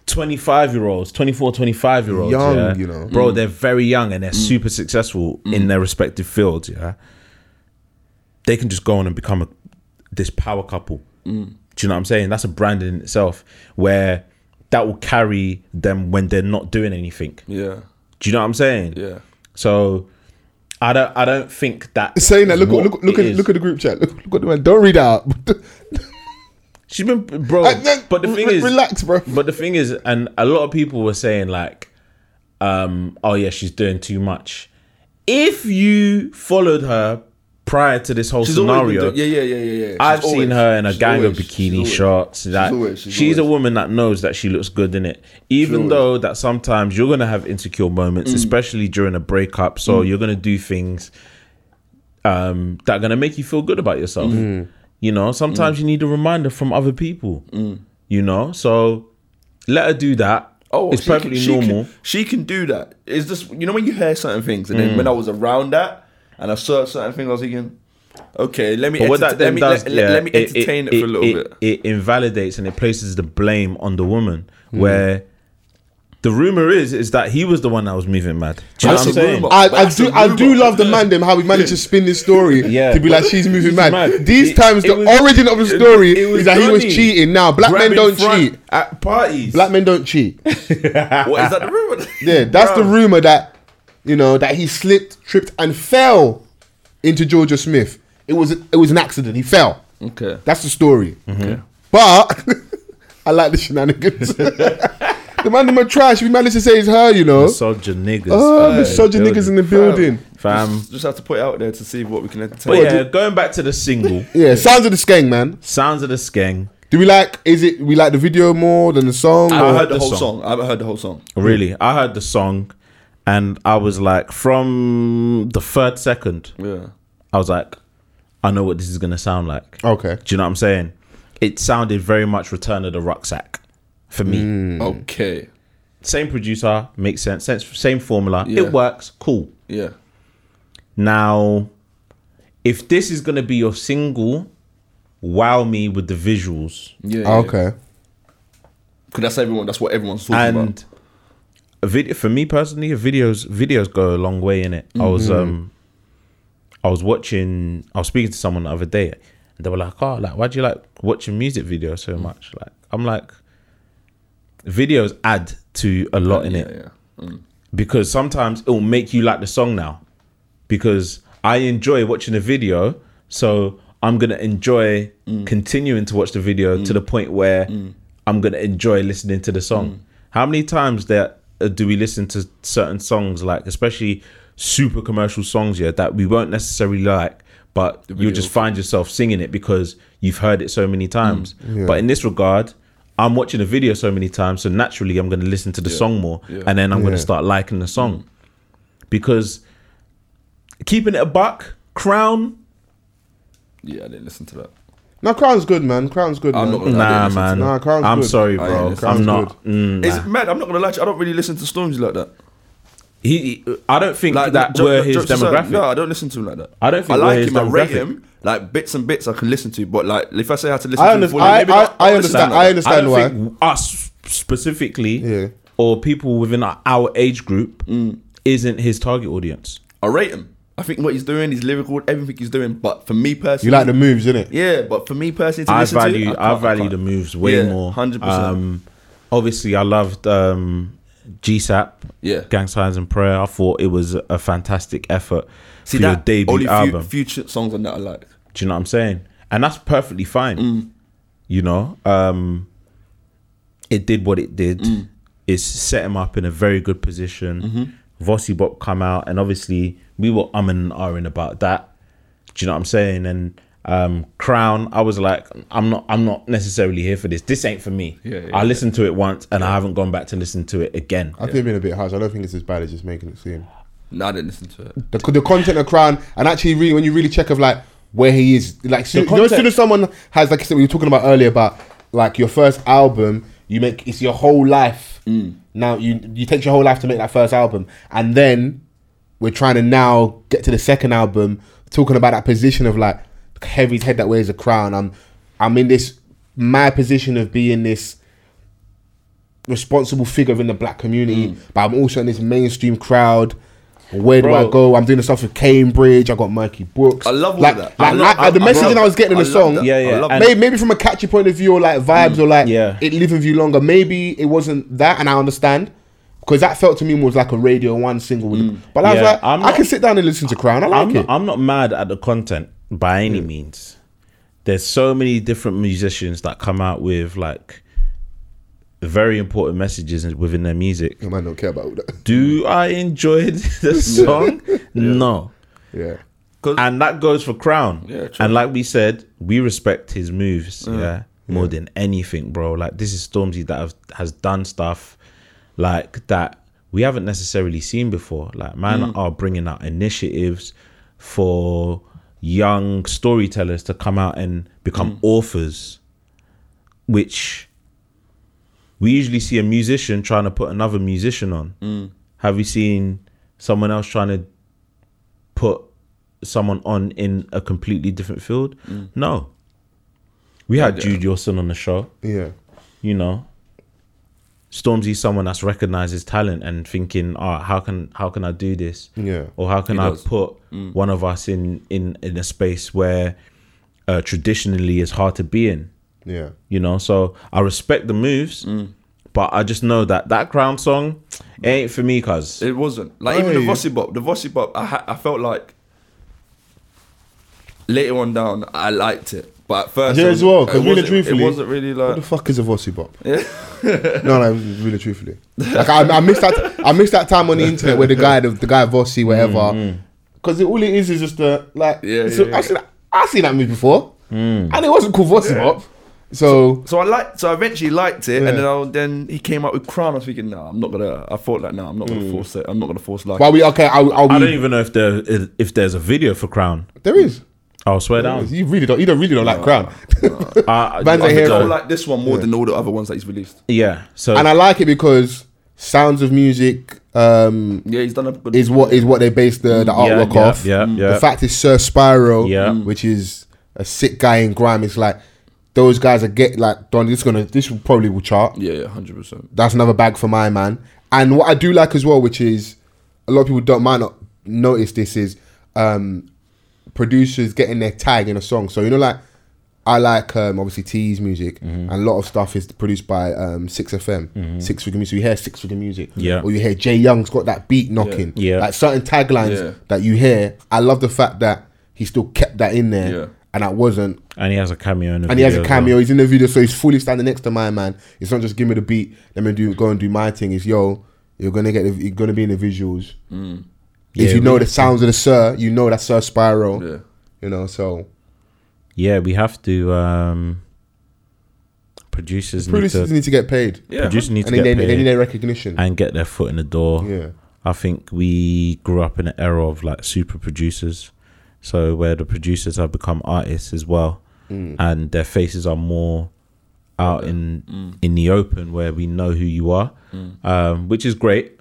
Speaker 5: 25 year olds 24 25 year olds
Speaker 4: Young,
Speaker 5: yeah,
Speaker 4: you know. Mm.
Speaker 5: bro they're very young and they're super successful in their respective fields yeah they can just go on and become a, this power couple
Speaker 4: Mm.
Speaker 5: do you know what i'm saying that's a brand in itself where that will carry them when they're not doing anything
Speaker 2: Yeah,
Speaker 5: do you know what i'm saying
Speaker 2: yeah.
Speaker 5: so i don't i don't think that
Speaker 4: Saying that, look,
Speaker 5: what
Speaker 4: look, look
Speaker 5: it
Speaker 4: at
Speaker 5: is.
Speaker 4: look at the group chat. Look, look at the man. Don't read out.
Speaker 5: She's been bro, but the thing
Speaker 4: re-
Speaker 5: is,
Speaker 4: relax, bro.
Speaker 5: But the thing is, and a lot of people were saying like, um, oh yeah, she's doing too much. If you followed her prior to this whole
Speaker 2: She's always
Speaker 5: scenario,
Speaker 2: been doing, yeah, yeah, yeah, yeah. yeah. She's
Speaker 5: I've
Speaker 2: always-
Speaker 5: seen her in a
Speaker 2: she's
Speaker 5: gang
Speaker 2: always-
Speaker 5: of
Speaker 2: she's
Speaker 5: bikini
Speaker 2: always-
Speaker 5: shots. Like, she's,
Speaker 2: always- she's
Speaker 5: a
Speaker 2: always.
Speaker 5: woman that knows that she looks good in it, even
Speaker 2: always. Mm.
Speaker 5: though that sometimes you're gonna have insecure moments, especially during a breakup. So you're gonna do things um, that are gonna make you feel good about yourself.
Speaker 2: Mm.
Speaker 5: You know, sometimes you need a reminder from other people.
Speaker 2: Mm.
Speaker 5: You know, so let her do that.
Speaker 2: Oh,
Speaker 5: it's
Speaker 2: she can-
Speaker 5: perfectly
Speaker 2: she can-
Speaker 5: normal.
Speaker 2: she can do that. It's just you know when you hear certain things, and
Speaker 5: Mm.
Speaker 2: then when I was around that, and I saw certain things, I was thinking, okay, let me
Speaker 5: But what that
Speaker 2: entertain- let
Speaker 5: then
Speaker 2: me
Speaker 5: does,
Speaker 2: let, let-
Speaker 5: yeah,
Speaker 2: let me entertain it, for a little
Speaker 5: it-
Speaker 2: bit.
Speaker 5: It invalidates and it places the blame on the woman.
Speaker 4: Mm.
Speaker 5: Where the rumor is is that he was the one that was moving mad. Do you know
Speaker 2: That's
Speaker 5: what I'm
Speaker 2: a
Speaker 5: saying?
Speaker 2: rumour.
Speaker 4: I,
Speaker 2: But
Speaker 4: I
Speaker 2: that's
Speaker 4: do
Speaker 2: a
Speaker 4: I do
Speaker 2: rumor.
Speaker 4: love the man them how we managed to spin this story
Speaker 5: Yeah.
Speaker 4: to be like she's moving mad.
Speaker 5: mad.
Speaker 4: These
Speaker 5: It-
Speaker 4: times
Speaker 5: it
Speaker 4: the
Speaker 5: was-
Speaker 4: origin of the
Speaker 5: it-
Speaker 4: story
Speaker 5: it was
Speaker 4: is that he was
Speaker 5: Donny
Speaker 4: cheating. Now black men
Speaker 5: Grabbing
Speaker 4: don't
Speaker 5: front
Speaker 4: cheat.
Speaker 5: at parties.
Speaker 4: Black men don't cheat.
Speaker 2: What is that the rumor?
Speaker 4: Yeah, that's the
Speaker 2: Bruh.
Speaker 4: rumor that you know that he slipped, tripped, and fell into Georgia Smith. It was it was an accident. He fell.
Speaker 2: Okay.
Speaker 4: That's the story.
Speaker 2: Okay.
Speaker 4: But I like the shenanigans. the man in my trash. We managed to say it's her. You know,
Speaker 5: Misogyny niggas.
Speaker 4: oh,
Speaker 5: fam,
Speaker 4: misogyny niggas in the building.
Speaker 5: Fam.
Speaker 2: Just have to put it out there to see what we can entertain.
Speaker 5: But yeah, going back to the single,
Speaker 4: Yeah, sounds of the skeng, man.
Speaker 5: Sounds of the Skeng.
Speaker 4: Do we like? Is it we like the video more than the song?
Speaker 2: I
Speaker 4: or-
Speaker 2: haven't heard the
Speaker 5: the
Speaker 2: whole
Speaker 5: song.
Speaker 2: song. I haven't heard the whole song.
Speaker 5: Really, I heard the song and I was like, from the third second,
Speaker 2: Yeah.
Speaker 5: I was like, I know what this is gonna sound like.
Speaker 4: Okay.
Speaker 5: Do you know what I'm saying? It sounded very much Return of the Rucksack for me.
Speaker 2: Mm. Okay.
Speaker 5: Same producer, makes sense. Sense, same formula.
Speaker 2: Yeah.
Speaker 5: It works. Cool.
Speaker 2: Yeah.
Speaker 5: Now, if this is gonna be your single, wow me with the visuals
Speaker 2: Yeah. yeah.
Speaker 4: Okay.
Speaker 2: Because that's everyone. That's what everyone's talking about.
Speaker 5: and a video for me personally, videos videos go a long way in it. I
Speaker 2: Mm-hmm.
Speaker 5: was um, I was watching. I was speaking to someone the other day, and they were like, "Oh, like why do you like watching music videos so much?" Like I'm like, videos add to a lot in
Speaker 2: yeah,
Speaker 5: it
Speaker 2: yeah.
Speaker 5: because sometimes it'll make you like the song now because I enjoy watching a video, so I'm gonna enjoy
Speaker 4: Mm.
Speaker 5: continuing to watch
Speaker 4: Mm.
Speaker 5: the video to the point where I'm gonna enjoy listening to the song. How many times that uh, do we listen to certain songs, like especially super commercial songs, yeah, that we won't necessarily like, but you'll just find yourself singing it because you've heard it so many times.
Speaker 4: Mm.
Speaker 5: But in this regard, I'm watching a video so many times, so naturally I'm going to listen to the song more, and then I'm going to
Speaker 4: Yeah. Mm.
Speaker 5: start liking the song because keeping it a buck, Crown.
Speaker 2: Yeah, I didn't listen to that.
Speaker 4: No, Crown's good, man. Crown's good.
Speaker 2: I'm
Speaker 4: man.
Speaker 2: not gonna-
Speaker 5: Nah,
Speaker 2: Oh, listen to Oh,
Speaker 5: man.
Speaker 4: that. Nah, Crown's
Speaker 5: I'm
Speaker 4: good.
Speaker 5: sorry,
Speaker 2: I
Speaker 5: bro.
Speaker 2: didn't listen.
Speaker 5: I'm
Speaker 4: Crown's
Speaker 5: not. Mm, nah.
Speaker 2: It's mad. I'm not gonna lie. To you, I don't really listen to Stormzy like that.
Speaker 5: He, he- I don't think
Speaker 2: Like
Speaker 5: that
Speaker 2: jo-
Speaker 5: were
Speaker 2: jo-
Speaker 5: his
Speaker 2: jokes aside,
Speaker 5: demographic.
Speaker 2: No, I don't listen to him like that.
Speaker 5: I don't think
Speaker 2: I
Speaker 5: we're
Speaker 2: like
Speaker 5: his
Speaker 2: him. I rate
Speaker 5: demographic.
Speaker 2: him. Like bits and bits, I can listen to. But like, if I say I had to listen
Speaker 4: I,
Speaker 2: to, him
Speaker 4: under-
Speaker 2: fully,
Speaker 4: I,
Speaker 2: maybe
Speaker 4: I,
Speaker 2: not.
Speaker 4: I
Speaker 2: I'll listen
Speaker 4: understand.
Speaker 2: to him like that.
Speaker 4: I understand why.
Speaker 5: think us specifically,
Speaker 4: Yeah.
Speaker 5: or people within our, our age group,
Speaker 2: Mm.
Speaker 5: isn't his target audience.
Speaker 2: I rate him. I think what he's doing, he's lyrical, everything he's doing. But for me personally,
Speaker 4: you like the moves, innit?
Speaker 2: Yeah, but for me personally, to
Speaker 5: I
Speaker 2: listen
Speaker 5: value,
Speaker 2: to,
Speaker 5: I,
Speaker 2: can't-
Speaker 5: value
Speaker 2: can't.
Speaker 5: the moves way
Speaker 2: Yeah,
Speaker 5: more.
Speaker 2: 100%.
Speaker 5: Um, obviously, I loved um, GSAP.
Speaker 2: Yeah.
Speaker 5: Gang Signs and Prayer. I thought it was a fantastic effort
Speaker 2: See
Speaker 5: for your
Speaker 2: that
Speaker 5: debut
Speaker 2: only
Speaker 5: album.
Speaker 2: Few, few ch- songs on that I like.
Speaker 5: Do you know what I'm saying? And that's perfectly fine.
Speaker 2: Mm.
Speaker 5: You know, um, it did what it did.
Speaker 2: Mm.
Speaker 5: It's set him up in a very good position.
Speaker 2: Mm-hmm.
Speaker 5: Vossi Bop come out, and obviously we were umming and ahhing about that. Do you know what I'm saying? And um, Crown, I was like, I'm not, I'm not necessarily here for this. This ain't for me.
Speaker 2: yeah,
Speaker 5: I listened to it once, and I haven't gone back to listen to it again.
Speaker 4: I think being a bit harsh. I don't think it's as bad as just making it seem.
Speaker 2: No, I didn't listen to it.
Speaker 4: The, the content of Crown, and actually, really, when you really check of like where he is, like so, you know, as soon
Speaker 5: content-
Speaker 4: as someone has, like I said, we were talking about earlier about like your first album, you make it's your whole life. Now you you take your whole life to make that first album, and then we're trying to now get to the second album, talking about that position of like heavy's head that wears a crown. I'm I'm in this my position of being this responsible figure in the black community,
Speaker 2: Mm.
Speaker 4: but I'm also in this mainstream crowd. Where do I
Speaker 5: Bro.
Speaker 4: go? I'm doing the stuff with Cambridge. I got Murky Brooks.
Speaker 2: I love all
Speaker 4: like,
Speaker 2: that. I love
Speaker 4: Like, like, the
Speaker 2: that. I
Speaker 4: messaging
Speaker 2: love
Speaker 4: I was getting in the
Speaker 2: that. I love
Speaker 4: song,
Speaker 2: that.
Speaker 5: Yeah, yeah.
Speaker 2: I love Mm.
Speaker 5: and-
Speaker 4: maybe, maybe from a catchy point of view or like vibes or like
Speaker 5: Yeah.
Speaker 4: it living view longer. Maybe it wasn't that, and I understand because that felt to me was like a Radio One single.
Speaker 2: Mm.
Speaker 4: But I was
Speaker 5: Yeah,
Speaker 4: like,
Speaker 5: I'm
Speaker 4: i can
Speaker 5: not-
Speaker 4: sit down and listen to Crown. I like
Speaker 5: I'm
Speaker 4: it.
Speaker 5: not, I'm not mad at the content by any means. There's so many different musicians that come out with like very important messages within their music.
Speaker 4: I might not care about all that.
Speaker 5: Do I enjoy the song? No.
Speaker 4: Yeah.
Speaker 5: And that goes for Crown.
Speaker 2: Yeah, true.
Speaker 5: and like we said, we respect his moves, yeah, more than anything, bro. Like this is Stormzy that have, has done stuff like that we haven't necessarily seen before. Like man are bringing out initiatives for young storytellers to come out and become authors, which we usually see a musician trying to put another musician on. Have we seen someone else trying to put someone on in a completely different field?
Speaker 2: Mm.
Speaker 5: No. We had Jude Yorson on the show,
Speaker 4: Yeah.
Speaker 5: you know. Stormzy's someone that's recognized his talent and thinking, oh, how can how can I do this?
Speaker 4: Yeah.
Speaker 5: Or how can
Speaker 2: He
Speaker 5: I
Speaker 2: does. Mm.
Speaker 5: put one of us in in in a space where uh, traditionally it's hard to be in?
Speaker 4: Yeah.
Speaker 5: you know. So I respect the moves,
Speaker 2: Mm.
Speaker 5: but I just know that that crown song it ain't for me, cuz.
Speaker 2: It wasn't like even
Speaker 4: Hey.
Speaker 2: the Vossi Bop. The Vossi Bop, I ha- I felt like later on down, I liked it, but at first
Speaker 4: Yeah,
Speaker 2: it
Speaker 4: as well.
Speaker 2: wasn't-
Speaker 4: Because really,
Speaker 2: it wasn't,
Speaker 4: truthfully,
Speaker 2: it wasn't really
Speaker 4: what the
Speaker 2: like.
Speaker 4: fuck is a Vossi Bop? no, no, really, truthfully, like I, I missed that. I missed that time on the internet where the guy, the, the guy Vossi,
Speaker 5: Mm,
Speaker 4: whatever, because all it is is just a like.
Speaker 2: Yeah,
Speaker 4: so
Speaker 2: yeah, yeah.
Speaker 4: I seen, I seen that movie before,
Speaker 5: Mm.
Speaker 4: and it wasn't called Vossi Bop. So,
Speaker 2: So I liked. So I eventually liked it, and
Speaker 4: Yeah.
Speaker 2: then I, then he came out with Crown. I was thinking, no, I'm not gonna. I thought like, no, I'm not
Speaker 4: Hmm.
Speaker 2: gonna force it. I'm not gonna force like.
Speaker 4: while we okay, I'll, I'll
Speaker 5: I
Speaker 4: be,
Speaker 5: don't even know if there if there's a video for crown.
Speaker 4: there is.
Speaker 5: I'll swear down.
Speaker 4: You really don't. You don't really don't like Crown,
Speaker 5: I,
Speaker 4: Man's a
Speaker 5: I-
Speaker 2: I think
Speaker 4: hero.
Speaker 2: I like this one more than all the other ones that he's released.
Speaker 5: Yeah. So
Speaker 4: and I like it because Sounds of Music um,
Speaker 2: Yeah, he's done a good.
Speaker 4: is what is what they base the, the
Speaker 5: yeah,
Speaker 4: artwork
Speaker 5: Mm. yeah,
Speaker 4: off. Mm.
Speaker 5: Yeah. Yeah.
Speaker 4: The fact is Sir Spyro, mm,
Speaker 5: Yeah. Mm.
Speaker 4: which is a sick guy in grime. It's like those guys are get like Don. This gonna this will probably will chart.
Speaker 2: yeah, yeah, hundred percent.
Speaker 4: That's another bag for my man. And what I do like as well, which is a lot of people don't might not notice this is um, producers getting their tag in a song. So you know, like I like um, obviously T's music,
Speaker 5: Mm-hmm.
Speaker 4: and a lot of stuff is produced by um, Six FM, Six Figure Music. You hear Six Figure Music,
Speaker 5: Yeah.
Speaker 4: or you hear Jay Young's got that beat knocking,
Speaker 5: Yeah.
Speaker 4: like certain taglines
Speaker 2: Yeah.
Speaker 4: that you hear. I love the fact that he still kept that in there,
Speaker 2: Yeah.
Speaker 4: and that wasn't
Speaker 5: and he has a cameo in the
Speaker 4: and he has a
Speaker 5: video as well.
Speaker 4: cameo. He's in the video, so he's fully standing next to my man. It's not just give me the beat, let me do go and do my thing. It's yo, You're gonna get. The, you're gonna be in the visuals.
Speaker 5: Mm. Yeah,
Speaker 4: if you know
Speaker 5: we-
Speaker 4: the sounds of the sir, you know that's Sir Spiral.
Speaker 2: Yeah.
Speaker 4: You know, so
Speaker 5: Yeah, we have to. Um, producers,
Speaker 4: producers
Speaker 5: need
Speaker 4: need to get paid,
Speaker 5: to.
Speaker 2: Yeah.
Speaker 5: Producers need to
Speaker 4: and they,
Speaker 5: get
Speaker 4: they,
Speaker 5: paid
Speaker 4: they need their recognition.
Speaker 5: and get their foot in the door.
Speaker 4: yeah,
Speaker 5: I think we grew up in an era of like super producers, so where the producers have become artists as well,
Speaker 4: Mm.
Speaker 5: and their faces are more out in in the open where we know who you are, um, which is great.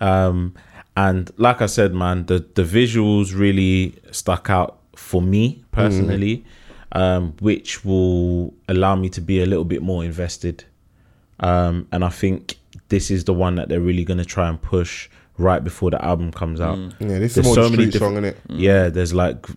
Speaker 5: Um, and like I said, man, the the visuals really stuck out for me personally, um, which will allow me to be a little bit more invested. Um, and I think this is the one that they're really going to try and push right before the album comes out.
Speaker 4: yeah. This is more so street song, isn't it?
Speaker 5: Yeah, there's like,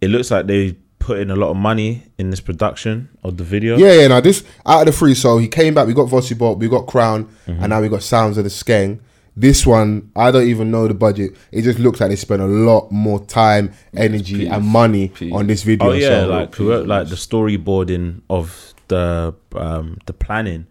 Speaker 5: it looks like they put in a lot of money in this production of the video.
Speaker 4: Yeah, yeah. Now this out of the three, so he came back. We got Vossi Bob, we got Crown,
Speaker 5: Mm-hmm.
Speaker 4: and now we got Sounds of the Skeng. This one, I don't even know the budget. It just looks like they spent a lot more time, energy, and money
Speaker 2: Peas.
Speaker 4: on this video.
Speaker 5: Oh yeah,
Speaker 4: so,
Speaker 5: like who wrote, like the storyboarding of the um the planning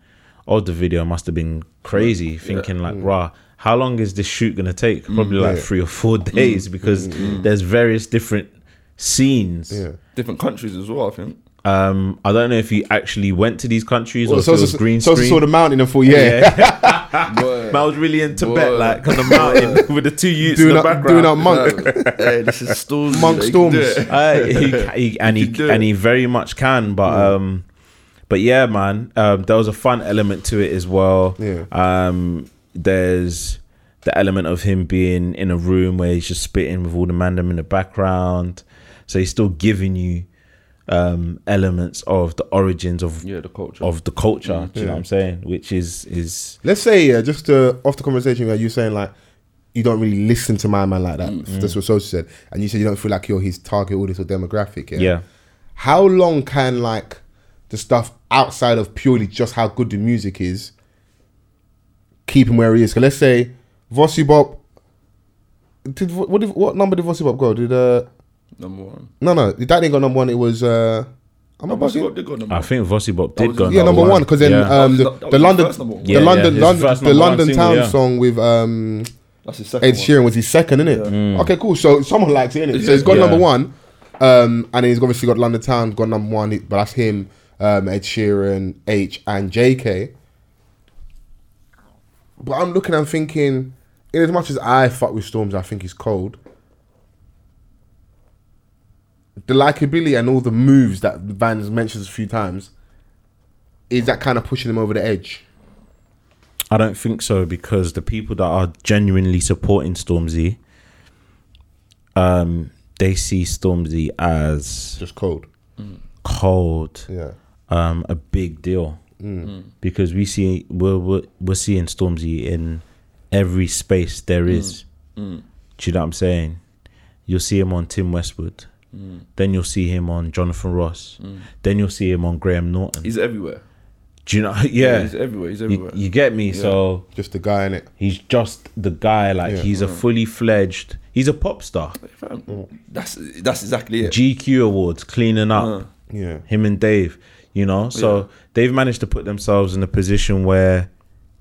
Speaker 5: of the video must have been crazy. Thinking like, rah, how long is this shoot gonna take? Probably
Speaker 4: Mm.
Speaker 5: like
Speaker 4: Yeah.
Speaker 5: three or four days because there's various different scenes.
Speaker 4: yeah.
Speaker 2: Different countries as well, I think.
Speaker 5: Um, I don't know if you actually went to these countries or
Speaker 4: Well,
Speaker 5: if it
Speaker 4: so, so,
Speaker 5: was green
Speaker 4: so, so
Speaker 5: screen.
Speaker 4: saw the mountain and thought, yeah,
Speaker 5: Man, I was really in Tibet,
Speaker 2: Whoa.
Speaker 5: like on the mountain with the two youths in
Speaker 4: doing
Speaker 5: the
Speaker 4: up,
Speaker 5: background.
Speaker 4: doing up monk.
Speaker 2: hey, this is storms.
Speaker 4: Monk storms.
Speaker 5: Uh, he, ca- he and
Speaker 2: can do
Speaker 5: he
Speaker 2: it.
Speaker 5: and he very much can, but um, but yeah, man, um, there was a fun element to it as well.
Speaker 4: Yeah.
Speaker 5: Um, there's the element of him being in a room where he's just spitting with all the mandem in the background, so he's still giving you um elements of the origins of
Speaker 2: Yeah, the culture.
Speaker 5: of the culture. Do you know
Speaker 4: Yeah.
Speaker 5: what I'm saying? Which is is
Speaker 4: Let's say uh, just uh, off the conversation where you saying like you don't really listen to my man like that.
Speaker 5: Mm.
Speaker 4: That's what Sosa said, and you said you don't feel like you're his target audience or demographic. Yeah.
Speaker 5: yeah.
Speaker 4: How long can like the stuff outside of purely just how good the music is keep him where he is? Because let's say Vossi Bop. Did Vo- what? Did, what number did Vossi Bop go? Did uh
Speaker 2: Number one.
Speaker 4: no no that didn't go number one. It was uh. I'm
Speaker 2: Number
Speaker 4: about
Speaker 2: two, what they got number
Speaker 5: I
Speaker 2: one?
Speaker 5: think Vossibop did
Speaker 2: was
Speaker 5: go
Speaker 2: his-
Speaker 4: Yeah, number one because then
Speaker 5: Yeah.
Speaker 4: um, the,
Speaker 2: That was- that
Speaker 4: the
Speaker 2: was his
Speaker 4: London,
Speaker 2: first number one.
Speaker 4: the
Speaker 5: Yeah,
Speaker 4: London,
Speaker 5: yeah, his
Speaker 4: London,
Speaker 5: first
Speaker 4: the
Speaker 5: number one
Speaker 4: London
Speaker 5: single,
Speaker 4: Town
Speaker 5: yeah.
Speaker 4: song with um,
Speaker 2: That's his second
Speaker 4: Ed
Speaker 2: one.
Speaker 4: Sheeran was his second, innit? Okay, cool. So someone likes it, innit? So he's got
Speaker 5: Yeah.
Speaker 4: number one, um, and then he's obviously got London Town, got number one, but that's him, um, Ed Sheeran, H, and JK. But I'm looking, I'm thinking, in as much as I fuck with Storms, I think he's cold. The likability and all the moves that Vans mentions a few times is that kind of pushing him over the edge.
Speaker 5: I don't think so because the people that are genuinely supporting Stormzy, um, they see Stormzy as
Speaker 4: Just cold.
Speaker 5: cold,
Speaker 4: Yeah.
Speaker 5: um, a big deal
Speaker 2: Mm.
Speaker 5: because we see we're, we're we're seeing Stormzy in every space there is. Do you know what I'm saying? You'll see him on Tim Westwood, then you'll see him on Jonathan Ross, then you'll see him on Graham Norton.
Speaker 2: He's everywhere.
Speaker 5: Do you know? Yeah,
Speaker 2: He's everywhere. He's
Speaker 5: you,
Speaker 2: everywhere.
Speaker 5: you get me. So.
Speaker 4: Just the guy in it.
Speaker 5: He's just the guy. Like
Speaker 4: Yeah.
Speaker 5: he's a fully fledged. He's a pop star.
Speaker 2: Fam, That's that's exactly it.
Speaker 5: GQ awards cleaning up
Speaker 2: Uh,
Speaker 4: Yeah.
Speaker 5: him and Dave. You know, so they've managed to put themselves in a position where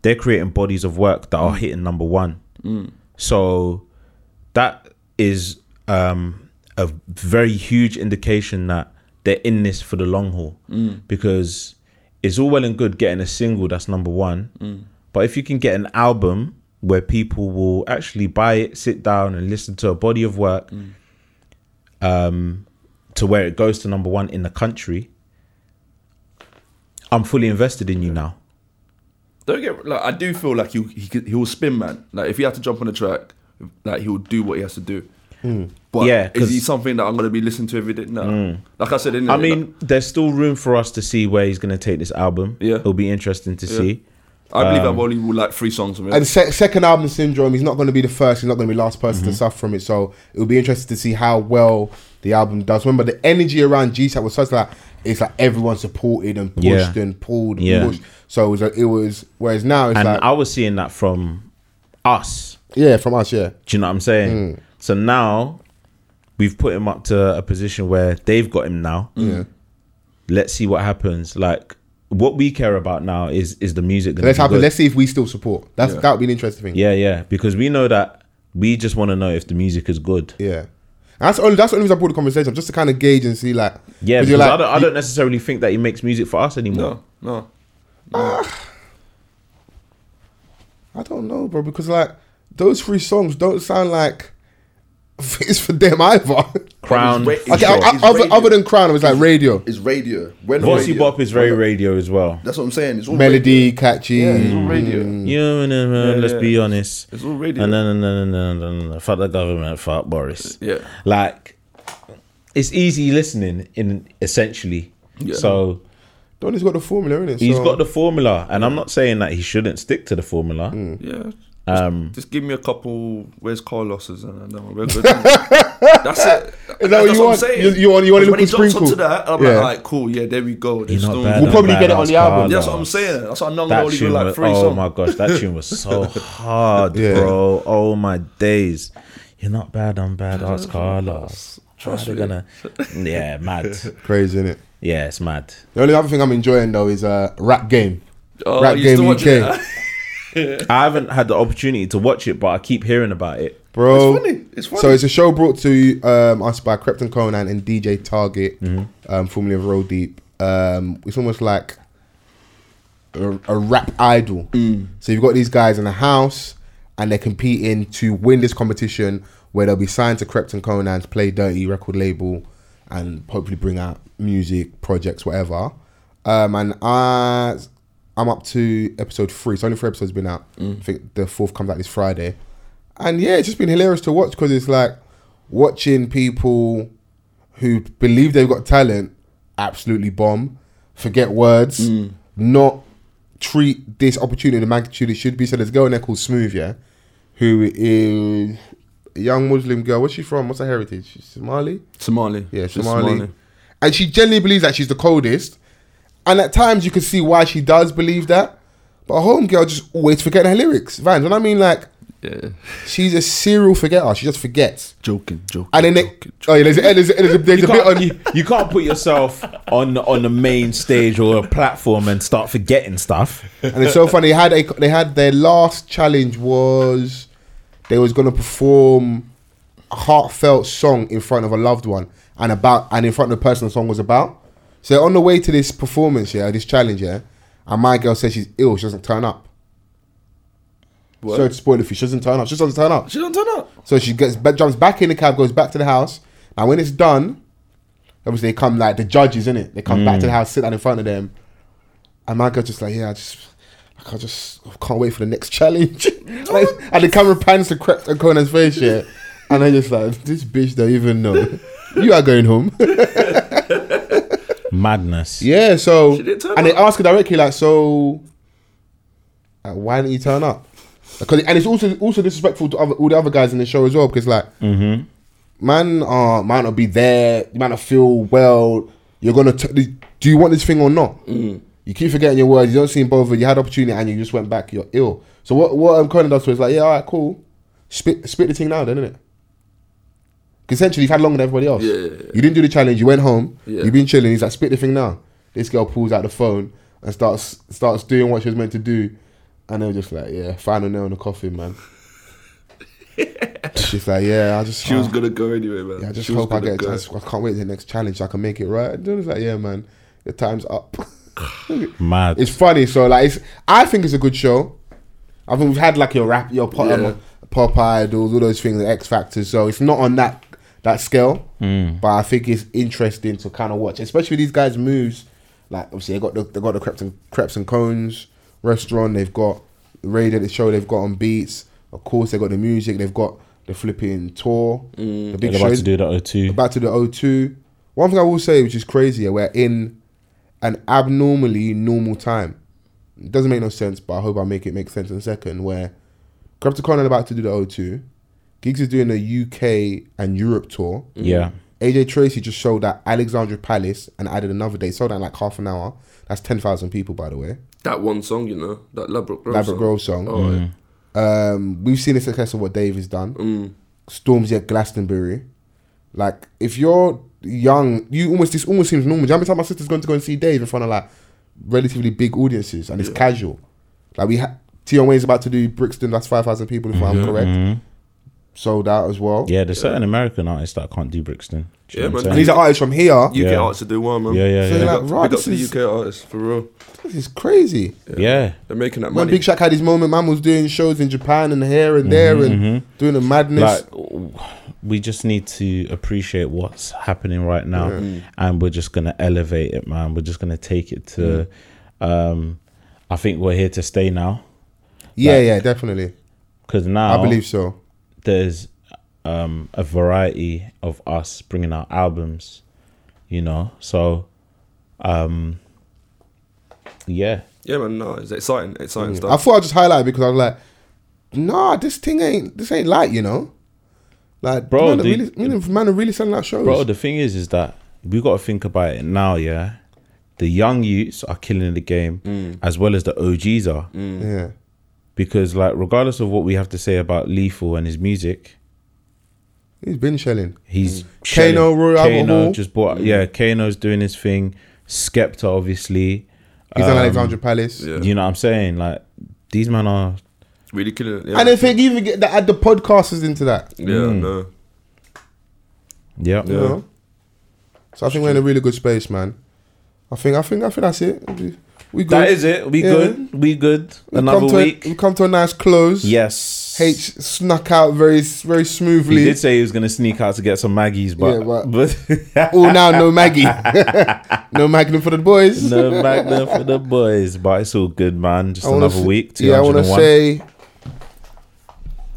Speaker 5: they're creating bodies of work that are hitting number one. So that is um, a very huge indication that they're in this for the long haul because it's all well and good getting a single that's number one, but if you can get an album where people will actually buy it, sit down, and listen to a body of work, um, to where it goes to number one in the country, I'm fully invested in you now.
Speaker 2: Don't get like I do feel like he he could- he will spin man. Like if he had to jump on the track, like he will do what he has to do. But
Speaker 5: Hmm. Yeah,
Speaker 2: is he
Speaker 5: 'cause- Hmm.
Speaker 2: something that I'm gonna be listening to every day? No. Like I said, in
Speaker 5: I mean, there's still room for us to see where he's going to take this album.
Speaker 2: Yeah.
Speaker 5: It'll be interesting to see.
Speaker 2: I believe
Speaker 5: um,
Speaker 2: I've only will like three songs from him.
Speaker 4: And se- second album syndrome, he's not going to be the first. He's not going to be the last person
Speaker 5: Mm-hmm.
Speaker 4: to suffer from it. So it'll be interesting to see how well the album does. Remember, the energy around GSAT was such that it's like everyone supported and pushed
Speaker 5: Yeah.
Speaker 4: and pulled and
Speaker 5: Yeah.
Speaker 4: pushed. So it was, like, it was. Whereas now it's
Speaker 5: And
Speaker 4: like,
Speaker 5: I was seeing that from us.
Speaker 4: yeah, from us, yeah,
Speaker 5: Do you know what I'm saying?
Speaker 4: Mm.
Speaker 5: So now we've put him up to a position where they've got him now.
Speaker 4: yeah,
Speaker 5: Let's see what happens. Like what we care about now is is the music. gonna
Speaker 4: Let's
Speaker 5: be
Speaker 4: have.
Speaker 5: good?
Speaker 4: Let's see if we still support. That's that would be an interesting thing.
Speaker 5: Yeah, yeah, because we know that we just want to know if the music is good. Yeah,
Speaker 4: Yeah. And that's only that's the only reason I brought the conversation just to kind of gauge and see like
Speaker 5: because
Speaker 4: you're
Speaker 5: I, don't, I
Speaker 4: you-
Speaker 5: don't necessarily think that he makes music for us anymore.
Speaker 2: No, no.
Speaker 4: I don't know, bro, because like those three songs don't sound like it's for them either.
Speaker 5: Crown,
Speaker 6: Wait,
Speaker 4: okay,
Speaker 6: sure.
Speaker 4: o-
Speaker 6: It's
Speaker 4: other,
Speaker 6: radio.
Speaker 4: other than Crown, it was like radio,
Speaker 6: It's radio. When
Speaker 5: Bossy
Speaker 6: radio.
Speaker 5: Bop is very radio as well.
Speaker 6: That's what I'm saying. It's all
Speaker 4: melody, catchy.
Speaker 2: Yeah, it's all radio.
Speaker 5: You know, and, uh, let's
Speaker 2: Mm. yeah.
Speaker 5: be honest.
Speaker 2: It's all radio.
Speaker 5: And then, and then, and then, and then, and then, fuck the government, fuck Boris.
Speaker 2: Yeah.
Speaker 5: Like, it's easy listening, in essentially. So
Speaker 4: Donny's got the formula in it.
Speaker 5: he's
Speaker 4: so.
Speaker 5: got the formula, and I'm not saying that he shouldn't stick to the formula.
Speaker 2: Yeah.
Speaker 5: Um,
Speaker 2: Just give me a couple. Where's car losses? And I don't know. We're good. that's it.
Speaker 4: what
Speaker 2: that's
Speaker 4: you want?
Speaker 2: I'm saying.
Speaker 4: You- you want- you want
Speaker 2: Because
Speaker 4: a
Speaker 2: when he
Speaker 4: little
Speaker 2: jumps
Speaker 4: sprinkle?
Speaker 2: onto that, and I'm
Speaker 4: Yeah.
Speaker 2: like, alright, cool. Yeah, there we go. There's
Speaker 5: You're not
Speaker 2: no-
Speaker 5: bad,
Speaker 4: We'll
Speaker 5: not
Speaker 4: probably
Speaker 5: bad,
Speaker 4: get it on
Speaker 5: that's
Speaker 4: the album.
Speaker 5: Carlos.
Speaker 2: Yeah, that's what I'm saying. That's what I know.
Speaker 5: That
Speaker 2: only do
Speaker 5: tune
Speaker 2: like
Speaker 5: was,
Speaker 2: three
Speaker 5: oh
Speaker 2: songs.
Speaker 5: my gosh, that tune was so hard, bro. Oh my days. You're not bad on bad arts, Carlos. Trust me. Gonna... Yeah, mad.
Speaker 4: crazy in it.
Speaker 5: Yeah, it's mad.
Speaker 4: The only other thing I'm enjoying though is uh, rap game,
Speaker 2: Oh,
Speaker 4: rap
Speaker 2: you
Speaker 4: game
Speaker 2: still
Speaker 4: UK,
Speaker 2: watching it?
Speaker 5: I haven't had the opportunity to watch it, but I keep hearing about it.
Speaker 4: bro.
Speaker 2: It's funny. It's
Speaker 4: So
Speaker 2: funny.
Speaker 4: it's a show brought to um, us by Krypton Conan and DJ Target,
Speaker 2: Mm-hmm.
Speaker 4: um, formerly of Roll Deep. Um, it's almost like a, a rap idol. So you've got these guys in a house, and they're competing to win this competition where they'll be signed to Krypton Conan's Play Dirty record label, and hopefully bring out music projects, whatever. Um, and I, I'm up to episode three. So only three episodes been out. I think the fourth comes out this Friday, and yeah, it's just been hilarious to watch because it's like watching people who believe they've got talent absolutely bomb, forget words, not treat this opportunity the magnitude it should be. So there's a girl in there called Smooth, yeah, who is a young Muslim girl. Where's she from? What's her heritage? She's Somali?
Speaker 2: Somali.
Speaker 4: Yeah,
Speaker 2: She's
Speaker 4: Somali. And she genuinely believes that she's the coldest. And at times you can see why she does believe that. But a homegirl just always forgetting her lyrics. Vans, when I mean like
Speaker 2: Yeah.
Speaker 4: she's a serial forgetter, she just forgets.
Speaker 2: Joking, joking.
Speaker 4: And then they, oh yeah, there's, a- there's, a- there's, a- there's a bit on
Speaker 5: You, you can't put yourself on on the main stage or a platform and start forgetting stuff.
Speaker 4: and it's so funny. They had a, they had their last challenge was they was gonna perform a heartfelt song in front of a loved one and about and in front of the person the song was about. So on the way to this performance, yeah, this challenge, yeah, and my girl says she's ill, she doesn't turn up. Sorry to spoil it for you, she doesn't turn up. She just doesn't turn up.
Speaker 2: She don't turn up.
Speaker 4: So she gets ba- jumps back in the cab, goes back to the house. Now when it's done, obviously they come like the judges, in it. They come back to the house, sit down in front of them, and my girl's just like, yeah, I just. I can't just I can't wait for the next challenge. and, I- and the camera pans to Crep and Conan's face, yeah. And I just like, this bitch don't even know. You are going home.
Speaker 5: Madness.
Speaker 4: yeah, so
Speaker 2: She didn't turn
Speaker 4: and they
Speaker 2: up.
Speaker 4: ask her directly, like, so like, why didn't you turn up? Because and it's also also disrespectful to other, all the other guys in the show as well, because like man uh, might not be there, you might not feel well. You're gonna t- do you want this thing or not? You keep forgetting your words. You don't seem bothered. You had opportunity and you just went back. You're ill. So what? What um, Conan does to us is like, yeah, all right, cool. Spit, spit the thing now, then, innit? Because essentially you've had longer than everybody else.
Speaker 2: Yeah, yeah, yeah.
Speaker 4: You didn't do the challenge. You went home.
Speaker 2: Yeah.
Speaker 4: You've been chilling. He's like, spit the thing now. This girl pulls out the phone and starts starts doing what she was meant to do, and they were just like, yeah, final nail in the coffin, man. She's like, yeah, I just
Speaker 2: She was
Speaker 4: ah.
Speaker 2: gonna go anyway, man.
Speaker 4: Yeah, I just
Speaker 2: She was
Speaker 4: hope I
Speaker 2: gonna
Speaker 4: get.
Speaker 2: go.
Speaker 4: I, just- I can't wait to the next challenge. so I can make it right. And it's like, yeah, man, the time's up.
Speaker 5: Mad.
Speaker 4: it's funny. So like, it's, I think it's a good show. I think we've had like your rap, your pop,
Speaker 2: Yeah.
Speaker 4: um, pop idols, all those things, X Factors. So it's not on that that scale,
Speaker 5: Mm.
Speaker 4: but I think it's interesting to kind of watch, especially with these guys' moves. Like obviously they got the they got the crepes and crepes and cones restaurant. They've got the radio the show. They've got on beats. Of course, they got the music. They've got the flipping tour. The big
Speaker 5: Mm. They're about
Speaker 4: shows
Speaker 5: to do that or two.
Speaker 4: back to the O2. One thing I will say, which is crazy, yeah, we're in an abnormally normal time. It doesn't make no sense, but I hope I make it make sense in a second. Where Crypticon are about to do the O2, Giggs is doing a UK and Europe tour.
Speaker 5: Yeah.
Speaker 4: AJ Tracy just showed at Alexandra Palace and added another day. Sold out in like half an hour. That's ten thousand people, by the way.
Speaker 2: That one song, you know, that Labrook Grove
Speaker 4: Labrador
Speaker 2: song.
Speaker 4: Grove song. Mm.
Speaker 2: Oh, yeah.
Speaker 4: Um, we've seen the success of what Dave has done.
Speaker 2: Mm.
Speaker 4: Storms at Glastonbury. Like, if you're young, you almost this almost seems normal. Do you know how many times my sister's going to go and see Dave in front of like relatively big audiences and it's casual. Like we ha- Tion Wayne's about to do Brixton. That's five thousand people, if I'm correct. Sold out as well.
Speaker 5: Yeah, there's certain American artists that can't do Brixton. Do you
Speaker 2: Yeah,
Speaker 5: know what
Speaker 2: man.
Speaker 5: I'm
Speaker 4: And he's
Speaker 5: saying?
Speaker 4: an artist from here.
Speaker 2: UK
Speaker 5: Yeah.
Speaker 2: artists are doing well, man.
Speaker 5: Yeah, yeah,
Speaker 4: So
Speaker 5: yeah.
Speaker 4: you're
Speaker 2: Big
Speaker 4: like,
Speaker 2: up, big
Speaker 4: right,
Speaker 2: up
Speaker 4: this
Speaker 2: to the
Speaker 4: is-
Speaker 2: UK artists for real.
Speaker 4: This is crazy.
Speaker 5: yeah.
Speaker 2: They're making that
Speaker 4: When
Speaker 2: money.
Speaker 4: Big Shaq had his moment, man was doing shows in Japan and here and there and doing the madness.
Speaker 5: Like w- we just need to appreciate what's happening right now, and we're just gonna elevate it, man. We're just gonna take it to. Um, I think we're here to stay now
Speaker 4: yeah, yeah, definitely.
Speaker 5: because now
Speaker 4: I believe so.
Speaker 5: there's um, a variety of us bringing out albums, you know. So, um, yeah,
Speaker 2: Yeah, man, no, it's exciting, exciting
Speaker 4: I
Speaker 2: stuff.
Speaker 4: thought I'd just highlight it because I was like, nah, this thing ain't this ain't light, you know. Like,
Speaker 5: Bro,
Speaker 4: man, are
Speaker 5: the-
Speaker 4: really, man, man are really selling out shows.
Speaker 5: Bro, the thing is, is that we got to think about it now. Yeah, the young youths are killing the game as well as the OGs are,
Speaker 4: yeah,
Speaker 5: because like regardless of what we have to say about Lethal and his music,
Speaker 4: he's been shelling.
Speaker 5: he's
Speaker 4: Mm. Kano,
Speaker 5: shelling.
Speaker 4: Royal Albert
Speaker 5: Kano
Speaker 4: Hall. Mm.
Speaker 5: just bought. Yeah, Kano's doing his thing. Skepta, obviously.
Speaker 4: He's
Speaker 5: Um,
Speaker 4: done Alexandra Palace.
Speaker 2: Yeah.
Speaker 5: You know what I'm saying? Like these men are.
Speaker 2: Really killing it. Yeah,
Speaker 4: And if they even get the, add the podcasters into that,
Speaker 2: yeah, no.
Speaker 5: Yep.
Speaker 4: you know. So I think we're in a really good space, man. I think I think I think that's it. We- We good.
Speaker 5: That is it. We
Speaker 4: Yeah.
Speaker 5: good. We good.
Speaker 4: We've
Speaker 5: Another
Speaker 4: come to
Speaker 5: week.
Speaker 4: A, we come to a nice close.
Speaker 5: yes.
Speaker 4: H snuck out very very
Speaker 5: He
Speaker 4: smoothly.
Speaker 5: did say he was gonna sneak out to get some Maggie's, but
Speaker 4: Yeah, but-
Speaker 5: but
Speaker 4: Oh, now no Maggie, no Magnum for the boys.
Speaker 5: no Magnum for the boys, but it's all good, man. Just
Speaker 4: I wanna
Speaker 5: another
Speaker 4: s-
Speaker 5: week.
Speaker 4: Yeah, I want to
Speaker 5: 201.
Speaker 4: say,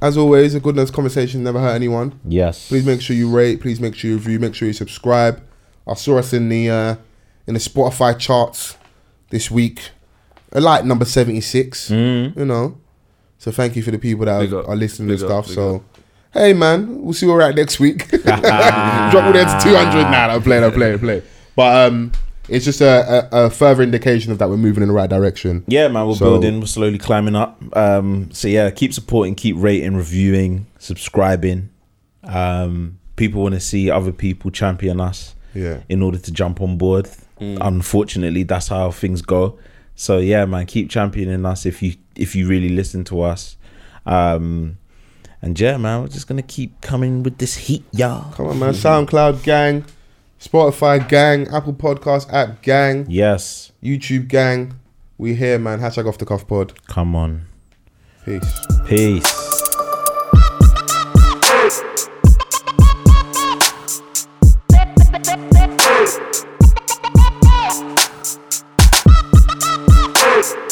Speaker 4: as always, a good nice conversation never hurt anyone.
Speaker 5: yes.
Speaker 4: Please make sure you rate. Please make sure you review. Make sure you subscribe. I saw us in the uh, in the Spotify charts this week, a like number seventy six. You know, so thank you for the people that
Speaker 2: Mm. Big
Speaker 4: are,
Speaker 2: up.
Speaker 4: are listening to
Speaker 2: Big up,
Speaker 4: stuff.
Speaker 2: big
Speaker 4: So. Hey man, we'll see you all right next week. Drop all that to 200 now. Nah, I'm playing, I'm playing, I'm playing. But um, it's just a, a, a further indication of that we're moving in the right direction.
Speaker 5: Yeah, man, we're
Speaker 4: So-
Speaker 5: building. We're slowly climbing up. Um, so yeah, keep supporting, keep rating, reviewing, subscribing. Um, people want to see other people champion us
Speaker 4: Yeah.
Speaker 5: in order to jump on board. Unfortunately, that's how things go. So yeah, man, keep championing us if you if you really listen to us. Um, and yeah, man, we're just gonna keep coming with this heat, y'all.
Speaker 4: Come on, man. SoundCloud gang, Spotify gang, Apple Podcast app gang,
Speaker 5: Yes,
Speaker 4: YouTube gang. We here, man. Hashtag off the cuff pod.
Speaker 5: come on.
Speaker 4: Peace.
Speaker 5: Peace.
Speaker 6: Hey!